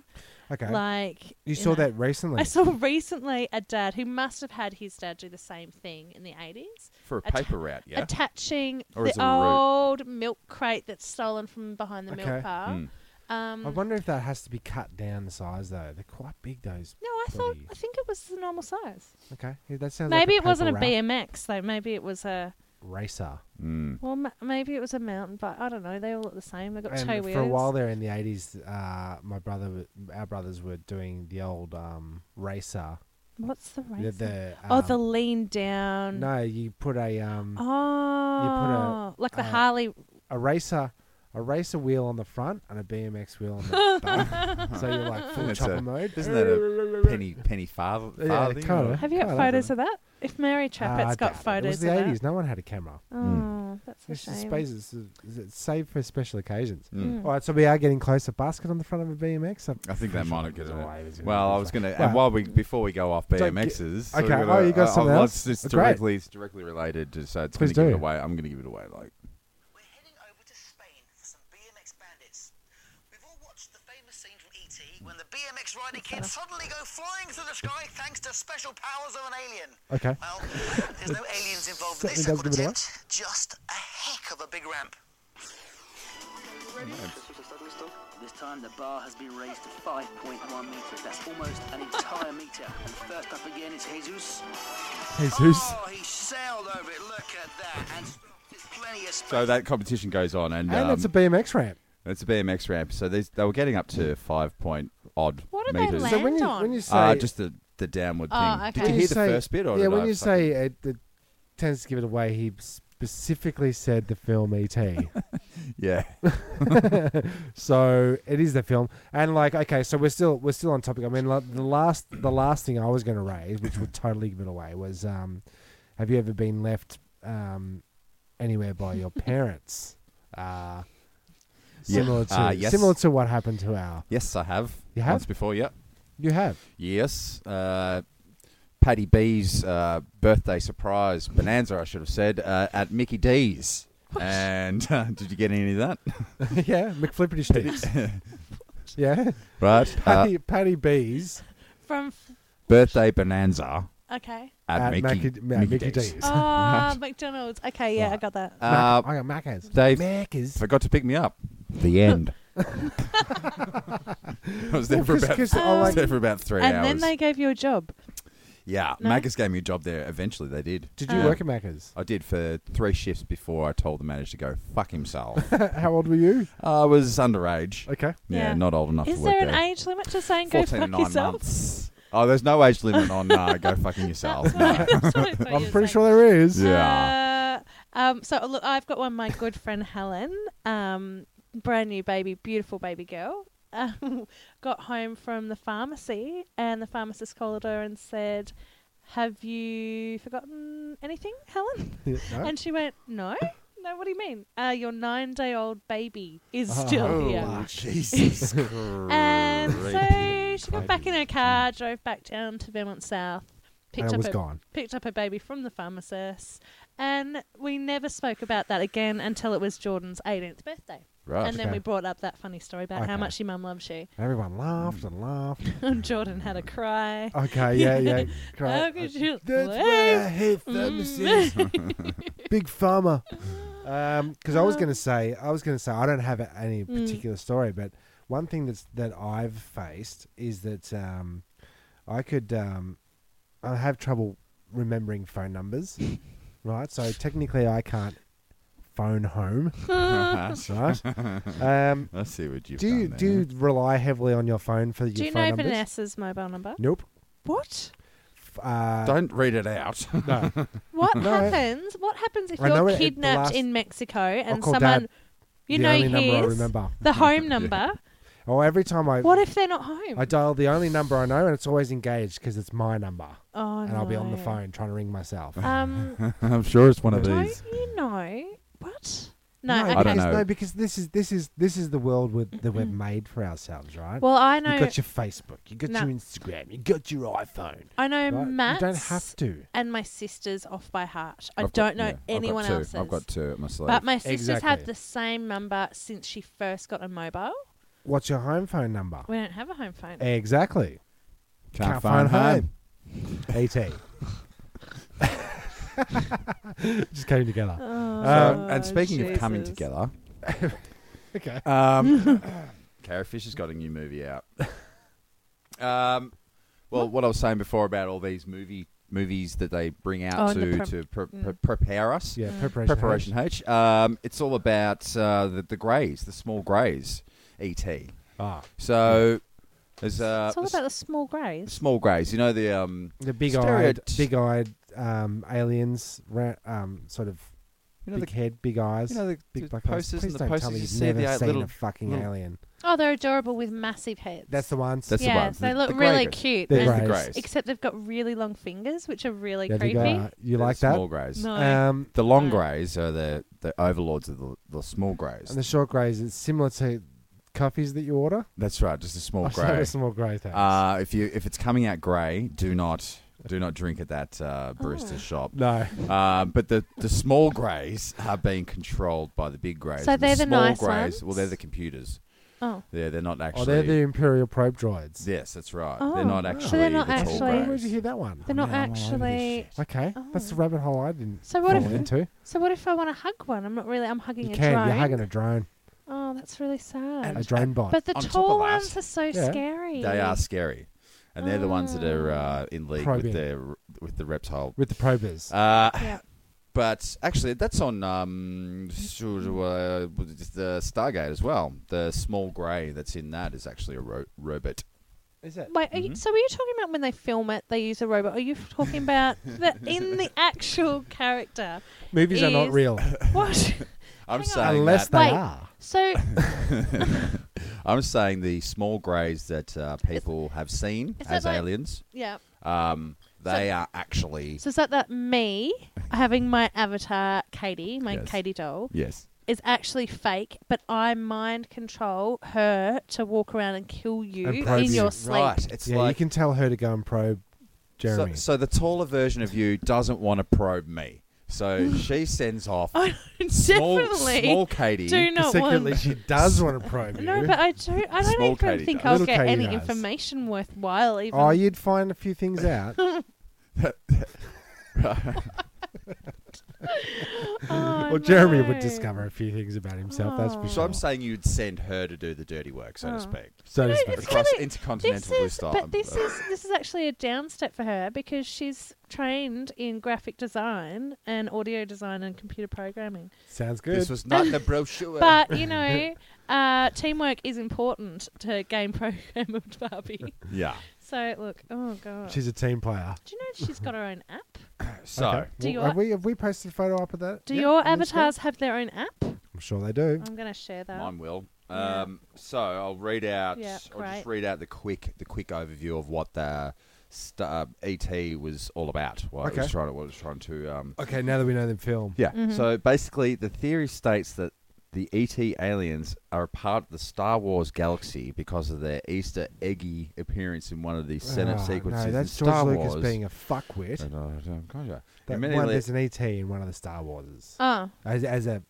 S6: okay.
S5: Like
S6: you saw
S5: know,
S6: that recently.
S5: I saw [LAUGHS] recently a dad who must have had his dad do the same thing in the '80s,
S4: for a
S5: Atta-
S4: paper route, yeah.
S5: attaching
S4: Or is it
S5: the
S4: a root?
S5: old milk crate that's stolen from behind the
S6: Okay.
S5: milk bar.
S4: Mm.
S5: Um,
S6: I wonder if that has to be cut down the size though. They're quite big those.
S5: no, I thought
S6: bloody-
S5: I think it was the normal size.
S6: Okay, yeah, that sounds. like
S5: Maybe
S6: a
S5: it wasn't a
S6: paper wrap
S5: BMX though. Maybe it was a
S6: racer.
S4: Mm.
S5: well, ma- maybe it was a mountain bike. I don't know. They all look the same. They got
S6: and
S5: two wheels.
S6: for a while there in the eighties, uh, my brother, w- our brothers were doing the old um, racer.
S5: What's the
S6: The,
S5: race?
S6: the,
S5: oh, the
S6: um,
S5: lean down.
S6: no, you put a um,
S5: Oh, like the
S6: uh,
S5: Harley.
S6: a racer, a racer wheel on the front and a BMX wheel
S5: [LAUGHS]
S6: on the back. so you're like full
S4: That's
S6: chopper
S4: a-
S6: mode.
S4: Isn't that
S5: [LAUGHS]
S4: a penny penny farth-
S6: Yeah,
S4: farthing?
S6: kinda.
S4: or-
S5: Have you got
S6: God, I
S5: photos
S6: don't-
S5: of that? If Mary Trappett's
S6: Uh, I
S5: got
S6: doubt it.
S5: photos
S6: It was the
S5: of that.
S6: No one had a camera.
S5: Oh, Oh, that's a
S6: It's
S5: shame. Hmm.
S6: just space is, is it saved for special occasions.
S4: Mm.
S6: All right, so we are getting closer. Basket on the front of a BMX.
S4: I think that might have
S6: get
S4: given
S6: away.
S4: it.
S6: It was gonna
S4: Well,
S6: be
S4: I
S6: fun.
S4: was going to,
S6: Well-
S4: and while we before we go off
S6: Don't get-
S4: BMXs,
S6: okay,
S4: we're
S6: oh, you got
S4: I-
S6: something
S4: I'll-
S6: else?
S4: It's, it's
S6: Great.
S4: directly, it's directly related to, so it's going
S6: Please
S4: to give
S6: do.
S4: it away. I'm going to give it away. Like,
S11: We're heading over to Spain for some BMX bandits. We've all watched the famous scene from ET when the BMX riding kids suddenly go flying through the sky thanks to special powers of an alien.
S6: Okay.
S11: Well, there's no aliens involved in
S6: Certainly does
S11: this second
S6: give it away.
S11: attempt. Just a heck of a big ramp.
S12: This time the bar has been raised to 5.1 metres. That's almost an entire metre. And first up again is Jesus.
S6: Jesus.
S11: Oh, he sailed over it. Look at that. And there's plenty of space.
S4: so that competition goes on, and,
S6: And
S4: um,
S6: it's a BMX ramp.
S4: it's a BMX ramp. So there's- they were getting up to five point odd
S5: What did they
S4: meters.
S5: land?
S6: So when you
S5: on.
S6: when you say
S4: Uh, just the the downward
S5: Oh,
S4: thing.
S5: okay.
S4: Did
S6: when
S4: you
S6: you
S4: hear the
S6: say-
S4: first bit? Or
S6: yeah,
S4: did
S6: when
S4: I
S6: you
S4: suck it?
S6: say it, it tends to give it away, he specifically said the film
S4: [LAUGHS]
S6: E E.T.
S4: yeah,
S6: [LAUGHS] so it is the film, and like okay, so we're still we're still on topic. I mean, like, the last the last thing I was going to raise, which would totally give it away, was um, have you ever been left um, anywhere by
S4: [LAUGHS]
S6: your parents? Uh,
S4: Yeah.
S6: similar to
S4: Uh, yes.
S6: similar to what happened to our
S4: yes, I have.
S6: You have?
S4: once before. Yep. [LAUGHS]
S6: you have
S4: Yes. Uh, Patty B's uh, birthday surprise bonanza, I should have said, uh, at Mickey D's. And uh, [LAUGHS] did you get any of
S6: [LAUGHS]
S4: that?
S6: yeah [LAUGHS] McFlippity sticks yeah
S4: [LAUGHS] Right. Uh,
S6: Patty Patty B's
S5: From f-
S4: birthday bonanza
S6: [LAUGHS]
S5: okay.
S4: at,
S6: At
S4: Mickey,
S6: Mackey- Ma-
S4: Mickey,
S6: Mickey
S4: D's.
S6: D's.
S5: Ah, McDonald's. Okay, yeah, I got that.
S4: Uh,
S6: I got Macca's
S4: Dave-
S6: Macca's
S4: Forgot to pick me up. The [LAUGHS]
S6: [LAUGHS]
S4: end. I was there
S6: Well,
S4: for
S6: 'cause-
S4: about,
S6: 'cause I
S4: [LAUGHS] I was
S6: like-
S4: there for about three
S5: and
S4: hours.
S5: then they gave you a job.
S4: yeah,
S5: No?
S4: Magus gave me a job there. Eventually, they did.
S6: Did you
S4: Yeah.
S6: work at Macca's?
S4: I did for three shifts before I told the manager to go fuck himself.
S6: How old were you?
S4: I was underage.
S6: Okay.
S4: Yeah,
S5: Yeah.
S4: not old enough
S5: Is
S4: to work
S5: there an
S4: there.
S5: age limit to saying go
S4: 14
S5: fuck
S4: and 9
S5: yourself? [LAUGHS]
S4: months. Oh, there's no age limit on uh, go fucking yourself.
S5: That's what,
S4: No.
S5: that's what I thought you
S6: I'm
S5: were saying.
S6: pretty sure
S5: [LAUGHS]
S6: there is.
S4: Yeah.
S5: Uh, um, so look, I've got one. My good friend Helen, um, brand new baby, beautiful baby girl, um, [LAUGHS] got home from the pharmacy, and the pharmacist called her and said, "Have you forgotten anything, Helen?"
S6: [LAUGHS] Yeah, no?
S5: And she went, "No." No, what do you mean? Uh, your nine-day-old baby is still here.
S4: Jesus
S5: And so
S4: Christ.
S5: she got back in her car, drove back down to Vermont South, picked
S6: And
S5: up
S6: was
S5: her,
S6: gone.
S5: picked up her baby from the pharmacist, and we never spoke about that again until it was Jordan's 18th birthday.
S4: [LAUGHS] Right.
S5: and then
S6: Oh, okay.
S5: we brought up that funny story about
S6: Okay.
S5: how much your mum loves you. [LAUGHS]
S6: Everyone laughed and laughed.
S5: And Jordan had a cry.
S6: Okay,
S5: [LAUGHS]
S6: yeah, yeah.
S5: How
S6: Great.
S5: could you Mm.
S6: That's why I
S5: leave?
S6: hate pharmacies.
S5: [LAUGHS]
S6: Big pharma. Because I was
S5: Uh-huh.
S6: going to say, I was going to say, I don't have any
S5: Mm.
S6: particular story, but one thing that's that I've faced is that um, I could, um, I have trouble remembering
S5: [LAUGHS]
S6: phone numbers, right? So technically, I can't
S5: [LAUGHS]
S6: phone home, right? Um,
S4: I see what you've
S6: do you
S4: done
S6: do you rely heavily on your phone for your
S5: Do you
S6: phone
S5: know
S6: numbers?
S5: Vanessa's mobile number?
S6: Nope.
S5: What?
S6: F- Uh,
S4: Don't read it out.
S6: no.
S5: What
S6: [LAUGHS] No.
S5: happens? What happens if
S6: I know
S5: you're
S6: it- it- the
S5: kidnapped
S6: last-
S5: in Mexico and
S6: call
S5: someone,
S6: Dad.
S5: you
S6: the
S5: know,
S6: only number I
S5: hears
S6: remember.
S5: the home
S6: [LAUGHS]
S5: number?
S6: Or every time I
S5: What if they're not home?
S6: I dial the only number I know, and it's always engaged because it's my number,
S5: oh,
S6: and I'll be on the
S5: no.
S6: phone trying to ring myself. [LAUGHS]
S5: Um,
S4: [LAUGHS] I'm sure it's one of
S5: don't
S4: these.
S5: you know what? No, okay.
S4: I don't
S6: because-
S4: know.
S6: No, because this is this is this is the world with, that we've made for ourselves, right?
S5: Well, I
S6: you
S5: know,
S6: got your Facebook, you got
S5: No.
S6: your Instagram, you got your iPhone.
S5: I know
S6: right?
S5: Matt's
S6: You don't have to.
S5: and my sister's off by heart. I
S4: I've got-
S5: don't know
S4: yeah, I've got
S5: anyone
S4: two.
S5: else's.
S4: I've got two at my sleeve.
S5: but my sister's
S6: Exactly.
S5: had the same number since she first got a mobile.
S6: What's your home phone number?
S5: We don't have a home phone.
S6: Exactly. E
S4: Can't, find home.
S6: Et.
S5: [LAUGHS]
S6: [LAUGHS] Just came together.
S5: Oh,
S4: So, uh, and speaking of coming [LAUGHS]
S5: Jesus.
S4: together,
S6: Okay.
S5: [LAUGHS]
S4: Um, [COUGHS] Carrie Fisher's got a new movie out. [LAUGHS] um, well, what? I was saying before about all these movie movies that they bring
S5: Oh,
S4: out
S5: and the
S4: to
S5: prep-
S4: to pre-
S5: mm.
S4: pre- prepare us.
S6: Yeah, preparation.
S4: Preparation H. Um, it's all about uh, the, the greys, the small greys, E.T.
S6: Ah,
S4: So there's uh,
S5: it's all
S4: s-
S5: about the small greys.
S4: small greys. You know the um,
S6: the big-eyed,
S4: Stereoty-
S6: big-eyed um, aliens, ra- um, sort of
S4: You know
S6: big
S4: the-
S6: head, big eyes,
S4: you know the-
S6: big
S4: the
S6: black eyes.
S4: posters
S6: Please
S4: and the
S6: don't tell
S4: posters
S6: me
S4: you
S6: you've
S4: see,
S6: never
S4: they are
S6: seen
S4: little-
S6: a fucking
S4: little-
S6: alien.
S5: Oh, they're adorable with massive heads.
S6: That's the ones.
S4: That's the
S5: yes,
S4: ones.
S5: they
S4: The-
S5: look
S4: the
S5: really
S4: greys.
S5: cute.
S6: They're
S5: and-
S6: greys.
S4: Greys.
S5: Except they've got really long fingers, which are really
S6: Yeah, they
S5: creepy.
S6: go, uh, you
S4: They're
S6: like
S4: the
S6: that?
S4: Small greys.
S5: No.
S6: Um,
S4: The long greys are the, the overlords of the, the small greys.
S6: and the short greys, it's similar to coffees that you order.
S4: That's right, just a
S6: [LAUGHS]
S4: small
S6: Oh, so
S4: grey.
S6: a small grey, thanks.
S4: Uh, if you if it's coming out grey, do not do not drink at that
S5: Ah.
S4: uh, barista shop.
S6: No. Oh,
S4: Uh, but the the small greys are being controlled by the big greys.
S5: So
S4: and
S5: they're
S4: the
S5: the
S4: small
S5: nice
S4: greys.
S5: ones?
S4: Well, they're the computers.
S5: Oh.
S4: Yeah, they're not actually.
S6: Oh, they're the Imperial probe droids.
S4: Yes, that's right.
S5: Oh,
S4: they're not
S5: wow.
S4: actually.
S5: So they're not
S4: the tall
S5: actually-
S6: Where'd you
S4: greys.
S6: hear that one?
S5: They're not
S4: oh, Man, I'm all over this
S5: actually.
S6: Okay, that's the rabbit hole I didn't
S5: So what
S6: fall
S5: if-
S6: into.
S5: So what if I want to hug one? I'm not really. I'm hugging
S6: You
S5: a
S6: can.
S5: drone.
S6: You're hugging a drone.
S5: Oh, that's really sad.
S6: A drone bot.
S5: But the
S4: On top of
S5: tall
S4: that-
S5: ones are so
S6: Yeah.
S5: scary.
S4: They are scary, and they're the ones that are
S5: Ah.
S4: uh, in league
S6: Probing.
S4: with the with the reptile.
S6: with the probers.
S4: Uh,
S5: Yeah.
S4: But actually, that's on um, sort of, uh, the Stargate as well. The small grey that's in that is actually a ro- robot.
S6: Is it?
S5: Wait,
S4: Mm-hmm.
S5: are you, so are you talking about when they film it, they use a robot? Are you talking about
S4: [LAUGHS]
S5: the in the actual character?
S6: Movies are not
S5: is-
S6: real
S4: [LAUGHS]
S5: What?
S4: I'm
S5: Hang on.
S4: saying
S6: [LAUGHS] unless
S4: that,
S6: they
S5: Wait.
S6: are.
S5: So
S4: I'm saying the small greys that uh, people have seen
S5: is that
S4: as
S5: like-
S4: aliens.
S5: yeah.
S4: Um, they are actually
S5: So is that that me having my avatar Katie, my
S4: Yes.
S5: Katie doll,
S4: yes.
S5: is actually fake, but I mind control her to walk around and kill you
S6: And probe
S5: in
S6: you.
S5: your sleep.
S4: Right. It's
S6: yeah,
S4: like
S6: you can tell her to go and probe
S5: [LAUGHS]
S6: Jeremy.
S4: So, so the taller version of you doesn't want to probe me.
S5: [LAUGHS]
S4: So she sends off
S5: I
S4: small,
S5: [LAUGHS] definitely
S4: small Katie.
S5: do not
S6: Secretly,
S5: want.
S6: she does [LAUGHS] want to probe you.
S5: No, but I do. I don't
S4: Small
S5: even
S4: Katie
S5: think
S4: does.
S5: I'll
S6: Little
S5: get any
S6: Katie does.
S5: information worthwhile. Even
S6: oh, you'd find a
S5: [LAUGHS]
S6: few things out.
S5: Oh,
S6: well, Jeremy would
S5: no.
S6: discover a few things about himself. That's for
S5: Oh.
S6: sure.
S4: So I'm saying you'd send her to do the dirty work, so
S5: Oh.
S4: to speak.
S6: so to
S5: No,
S6: speak.
S5: it's
S4: Across
S5: gonna-
S4: intercontinental blue
S5: this is,
S4: star.
S5: but this is this is actually a down step for her because she's trained in graphic design and audio design and computer programming.
S6: Sounds good.
S4: This was not
S5: [LAUGHS]
S4: the brochure. [LAUGHS]
S5: But you know, uh, teamwork is important to game [LAUGHS] programmer
S4: [LAUGHS]
S5: Barbie.
S4: yeah.
S5: So look, oh god,
S6: She's a team player.
S5: do you know she's got her own app?
S4: So
S6: Okay.
S5: Do
S6: Well,
S5: your-
S6: have we have we posted a photo up of that?
S5: Do
S6: yet
S5: your
S6: on this
S5: avatars have their own app?
S6: yet? I'm sure they do.
S5: I'm gonna share that.
S4: mine will.
S5: Yeah.
S4: Um, so I'll read out.
S5: Yeah,
S4: I'll
S5: great.
S4: just read out the quick the quick overview of what the st- uh, ET was all about. What it
S6: Okay.
S4: was trying to what it was trying to um,
S5: Oh.
S6: Okay, now that we know the film.
S4: Yeah. So basically, the theory states that the ET aliens are a part of the Star Wars galaxy because of their Easter eggy appearance in one of the Senate
S6: Oh,
S4: sequences
S6: No,
S4: in
S6: that's
S4: Star
S6: George
S4: Wars.
S6: Lucas being a fucwit.
S4: And, uh, gotcha.
S6: That
S4: And many
S6: one,
S4: le-
S6: there's an ET in one of the Star Warses
S5: Oh,
S6: as, as a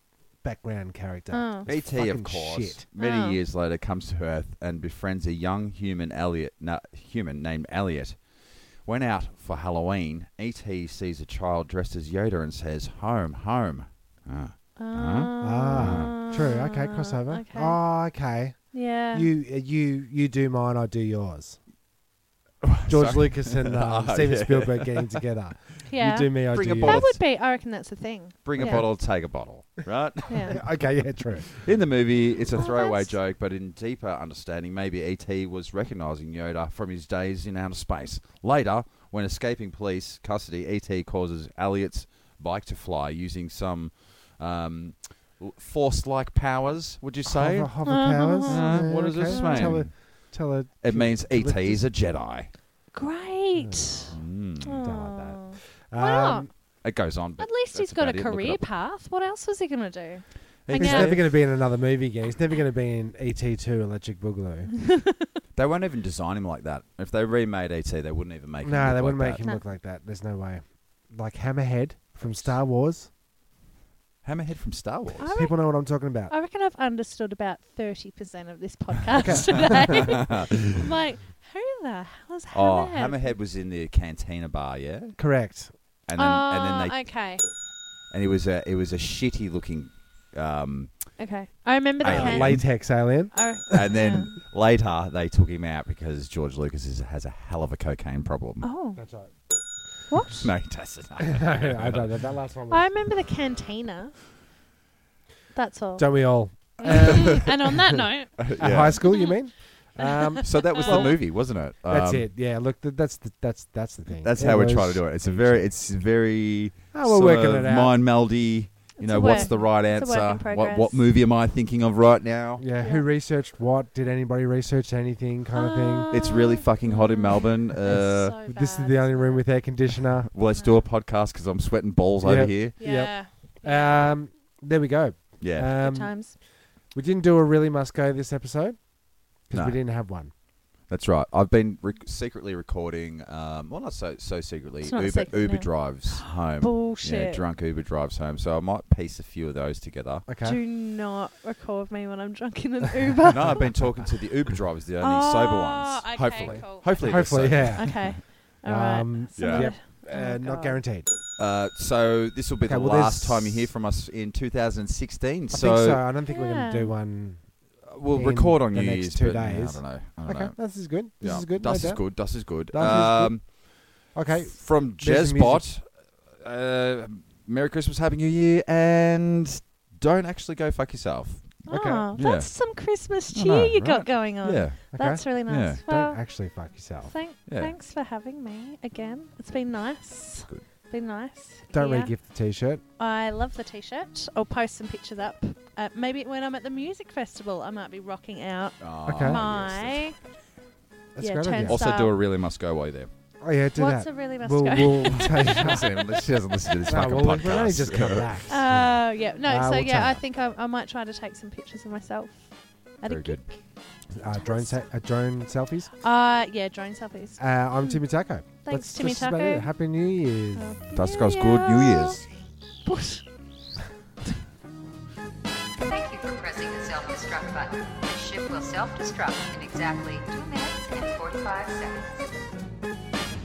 S6: background character.
S5: Oh.
S6: It's
S4: ET, E of
S6: fucking
S4: course,
S6: Shit.
S4: many
S5: Oh.
S4: years later comes to Earth and befriends a young human, Elliot, no, human named Elliot. When out for Halloween, ET sees a child dressed as Yoda and says, "Home, home." Ah.
S6: Ah, Uh-huh. true. Okay, crossover.
S5: Oh. Okay.
S6: Oh, okay.
S5: yeah.
S6: You uh, you you do mine, I
S4: [LAUGHS]
S6: do yours. George Lucas and um,
S4: Oh,
S6: Steven
S4: yeah.
S6: Spielberg getting together.
S5: yeah.
S6: You do me, I
S4: Bring
S6: do
S4: a
S6: you.
S4: bottle.
S5: that would be. I reckon that's a thing.
S4: Bring a
S5: Yeah.
S4: bottle, take a bottle, right?
S5: Yeah.
S6: Okay, yeah, true.
S4: In the movie, it's a
S5: Oh,
S4: throwaway
S5: that's-
S4: joke, but in deeper understanding, maybe E.T. was recognizing Yoda from his days in outer space. Later, when escaping police custody, E.T. causes Elliot's bike to fly using some um, l- force like powers, would you say?
S6: Hover, hover
S5: Uh-huh.
S6: powers.
S4: Uh, what does
S6: okay.
S4: this
S6: Tell
S4: mean?
S6: her, tell her.
S4: It means
S6: Lift
S4: E.T. is
S6: this-
S4: a Jedi.
S5: Great.
S4: Mm.
S6: Don't like that.
S5: Aw. not?
S6: Um,
S4: It goes on. But
S5: At least
S4: that's
S5: he's got a
S4: about it. Look it
S5: career
S4: up.
S5: path. What else was he going to do? Hang
S6: he's
S5: out-
S6: never going to be in another movie again. He's never going to be in ET Two Electric Boogaloo.
S4: They won't even design him like that. If they remade E.T., they wouldn't even make him.
S6: no,
S4: look
S6: they wouldn't
S4: like
S6: make him
S5: No.
S6: look like that. There's no way. Like Hammerhead from Star Wars.
S4: that. Hammerhead from Star Wars.
S5: I,
S6: People know what I'm talking about.
S5: I reckon I've understood about 30%
S4: [LAUGHS]
S5: of this podcast today. I'm like, who the hell is
S4: Oh,
S5: Hammerhead?
S4: Hammerhead was in the cantina bar, yeah,
S6: Correct.
S4: and then and then they
S5: Oh, okay.
S4: and it was a it was a shitty looking, um,
S5: Okay. I remember the
S4: Alien.
S5: can.
S6: Latex alien.
S5: I-
S4: and
S5: [LAUGHS]
S4: then later they took him out because George Lucas is, has a hell of a cocaine problem.
S5: Oh,
S6: That's right.
S5: what?
S4: [LAUGHS] No, he
S6: [LAUGHS]
S4: doesn't. [LAUGHS]
S6: I don't know. That last one
S5: I
S6: was.
S5: remember the cantina. That's all.
S6: [LAUGHS] Don't we all? [LAUGHS]
S5: Mm, and on that note,
S6: At high school,
S5: [LAUGHS]
S6: you mean? Um,
S4: So that was the movie, wasn't it?
S6: that's
S4: Um,
S6: it. Yeah. Look, th- that's the that's that's the thing.
S4: That's
S6: It
S4: how we're
S6: was-
S4: trying to do it. It's a very it's very
S6: Oh, we're
S4: sort
S6: working
S4: of
S6: it out.
S4: mind meldy. You
S5: It's
S4: know,
S5: a
S4: what's
S5: work-
S4: the right
S5: it's a work in
S4: answer? What,
S5: progress.
S4: what movie am I thinking of right now?
S6: Yeah, who researched what? Did anybody research anything? Kind of
S5: Ah,
S6: thing.
S4: It's really fucking hot in Melbourne. Uh,
S6: this is the only room with air conditioner.
S4: well, let's do a podcast because I'm sweating balls over
S6: Yep.
S4: here.
S6: Yep. Um, there we go.
S4: Yeah.
S6: Um,
S13: Good times.
S6: We didn't do a really must go this episode because
S4: No.
S6: we didn't have one.
S4: That's right. I've been rec- secretly recording. Um, well, not so so secretly.
S6: It's not
S4: Uber
S6: secret,
S4: Uber
S6: no.
S4: drives home. Yeah,
S5: Bullshit.
S4: drunk Uber drives home. So I might piece a few of those
S6: [LAUGHS]
S4: together.
S5: Do not record me when I'm drunk in an
S4: no,
S5: Uber.
S4: I've been talking to the Uber drivers, the only
S5: Oh,
S4: sober ones.
S5: okay,
S4: hopefully,
S5: cool.
S4: hopefully, they're
S6: Hopefully,
S4: sober.
S5: [LAUGHS]
S6: yeah. [LAUGHS]
S5: Okay. All right.
S6: um,
S4: So Yeah.
S6: Yep.
S5: Oh
S6: Uh,
S5: my
S6: not
S5: God.
S6: guaranteed.
S4: Uh, so this will be
S6: Okay,
S4: the
S6: well,
S4: last
S6: there's-
S4: time you hear from us in 2016.
S6: I
S4: so
S6: think so. I don't think we're going to
S5: Yeah.
S6: do one.
S4: we'll
S6: in
S4: record on
S6: the
S4: New
S6: next
S4: Year's,
S6: two
S4: but, yeah,
S6: days.
S4: I don't know. I don't
S6: okay,
S4: know.
S6: this is good. This
S4: yeah.
S6: is good. no
S4: Dust is
S6: doubt.
S4: good. Dust is good.
S6: Dust is good.
S4: um,
S6: Okay.
S4: From
S6: There's the
S4: Jezbot, uh, Merry Christmas, Happy New Year, and don't actually go fuck yourself.
S6: Okay.
S5: Oh,
S4: Yeah.
S5: that's some Christmas
S4: I
S5: cheer
S4: know,
S5: you got
S4: right?
S5: going on.
S4: Yeah.
S5: That's
S6: Okay.
S5: really nice.
S4: Yeah.
S5: Well,
S6: Don't actually fuck yourself.
S5: thank,
S4: Yeah.
S5: thanks for having me again. It's been nice.
S4: Good.
S5: Been nice.
S6: Don't
S5: Yeah.
S6: re gift the t shirt.
S5: I love the t-shirt. I'll post some pictures up. Uh, maybe when I'm at the music festival, I might be rocking out
S4: Ah,
S6: Okay.
S5: my.
S6: That's
S5: Yeah,
S6: a great
S5: turn
S6: idea.
S5: Also-
S4: Also, do a really must go while you're there.
S6: Oh, yeah, do
S5: What's
S6: that.
S5: a really must
S6: we'll,
S5: go? [LAUGHS]
S6: We'll [LAUGHS]
S4: [LAUGHS]
S6: take
S4: She doesn't listen to this
S6: No,
S4: fucking
S6: well, we've only
S4: podcast.
S6: just come
S4: [LAUGHS]
S6: back.
S5: Oh yeah, no.
S6: Uh,
S5: so
S6: we'll
S5: yeah,
S6: try
S5: I
S6: that.
S5: think I, I might try to take some pictures of myself. At
S4: Very
S5: a
S4: good.
S5: gig.
S6: Uh, drone, sa- uh, drone selfies.
S5: Uh yeah, drone selfies.
S6: Uh, I'm Timmy Taco. That's-
S5: Mm. Timmy
S6: that's about
S5: Taco.
S6: it. Happy New Year's.
S4: Dust goes good. New Year's.
S5: Bush.
S11: Thank you for pressing the self-destruct button. The ship will self-destruct in exactly 2 minutes and 45 seconds.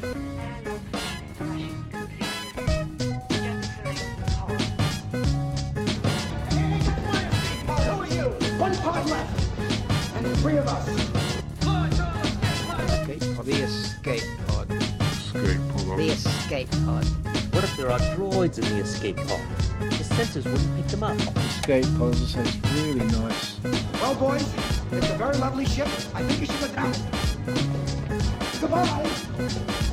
S14: One pod left, and the three of us.
S3: The escape pod.
S15: Escape pod.
S3: The escape pod. What if there are droids in the escape pod? The sensors wouldn't pick them up. Escape pod sounds really nice.
S14: Well, boys, it's a very lovely ship. I think you should go down. Goodbye.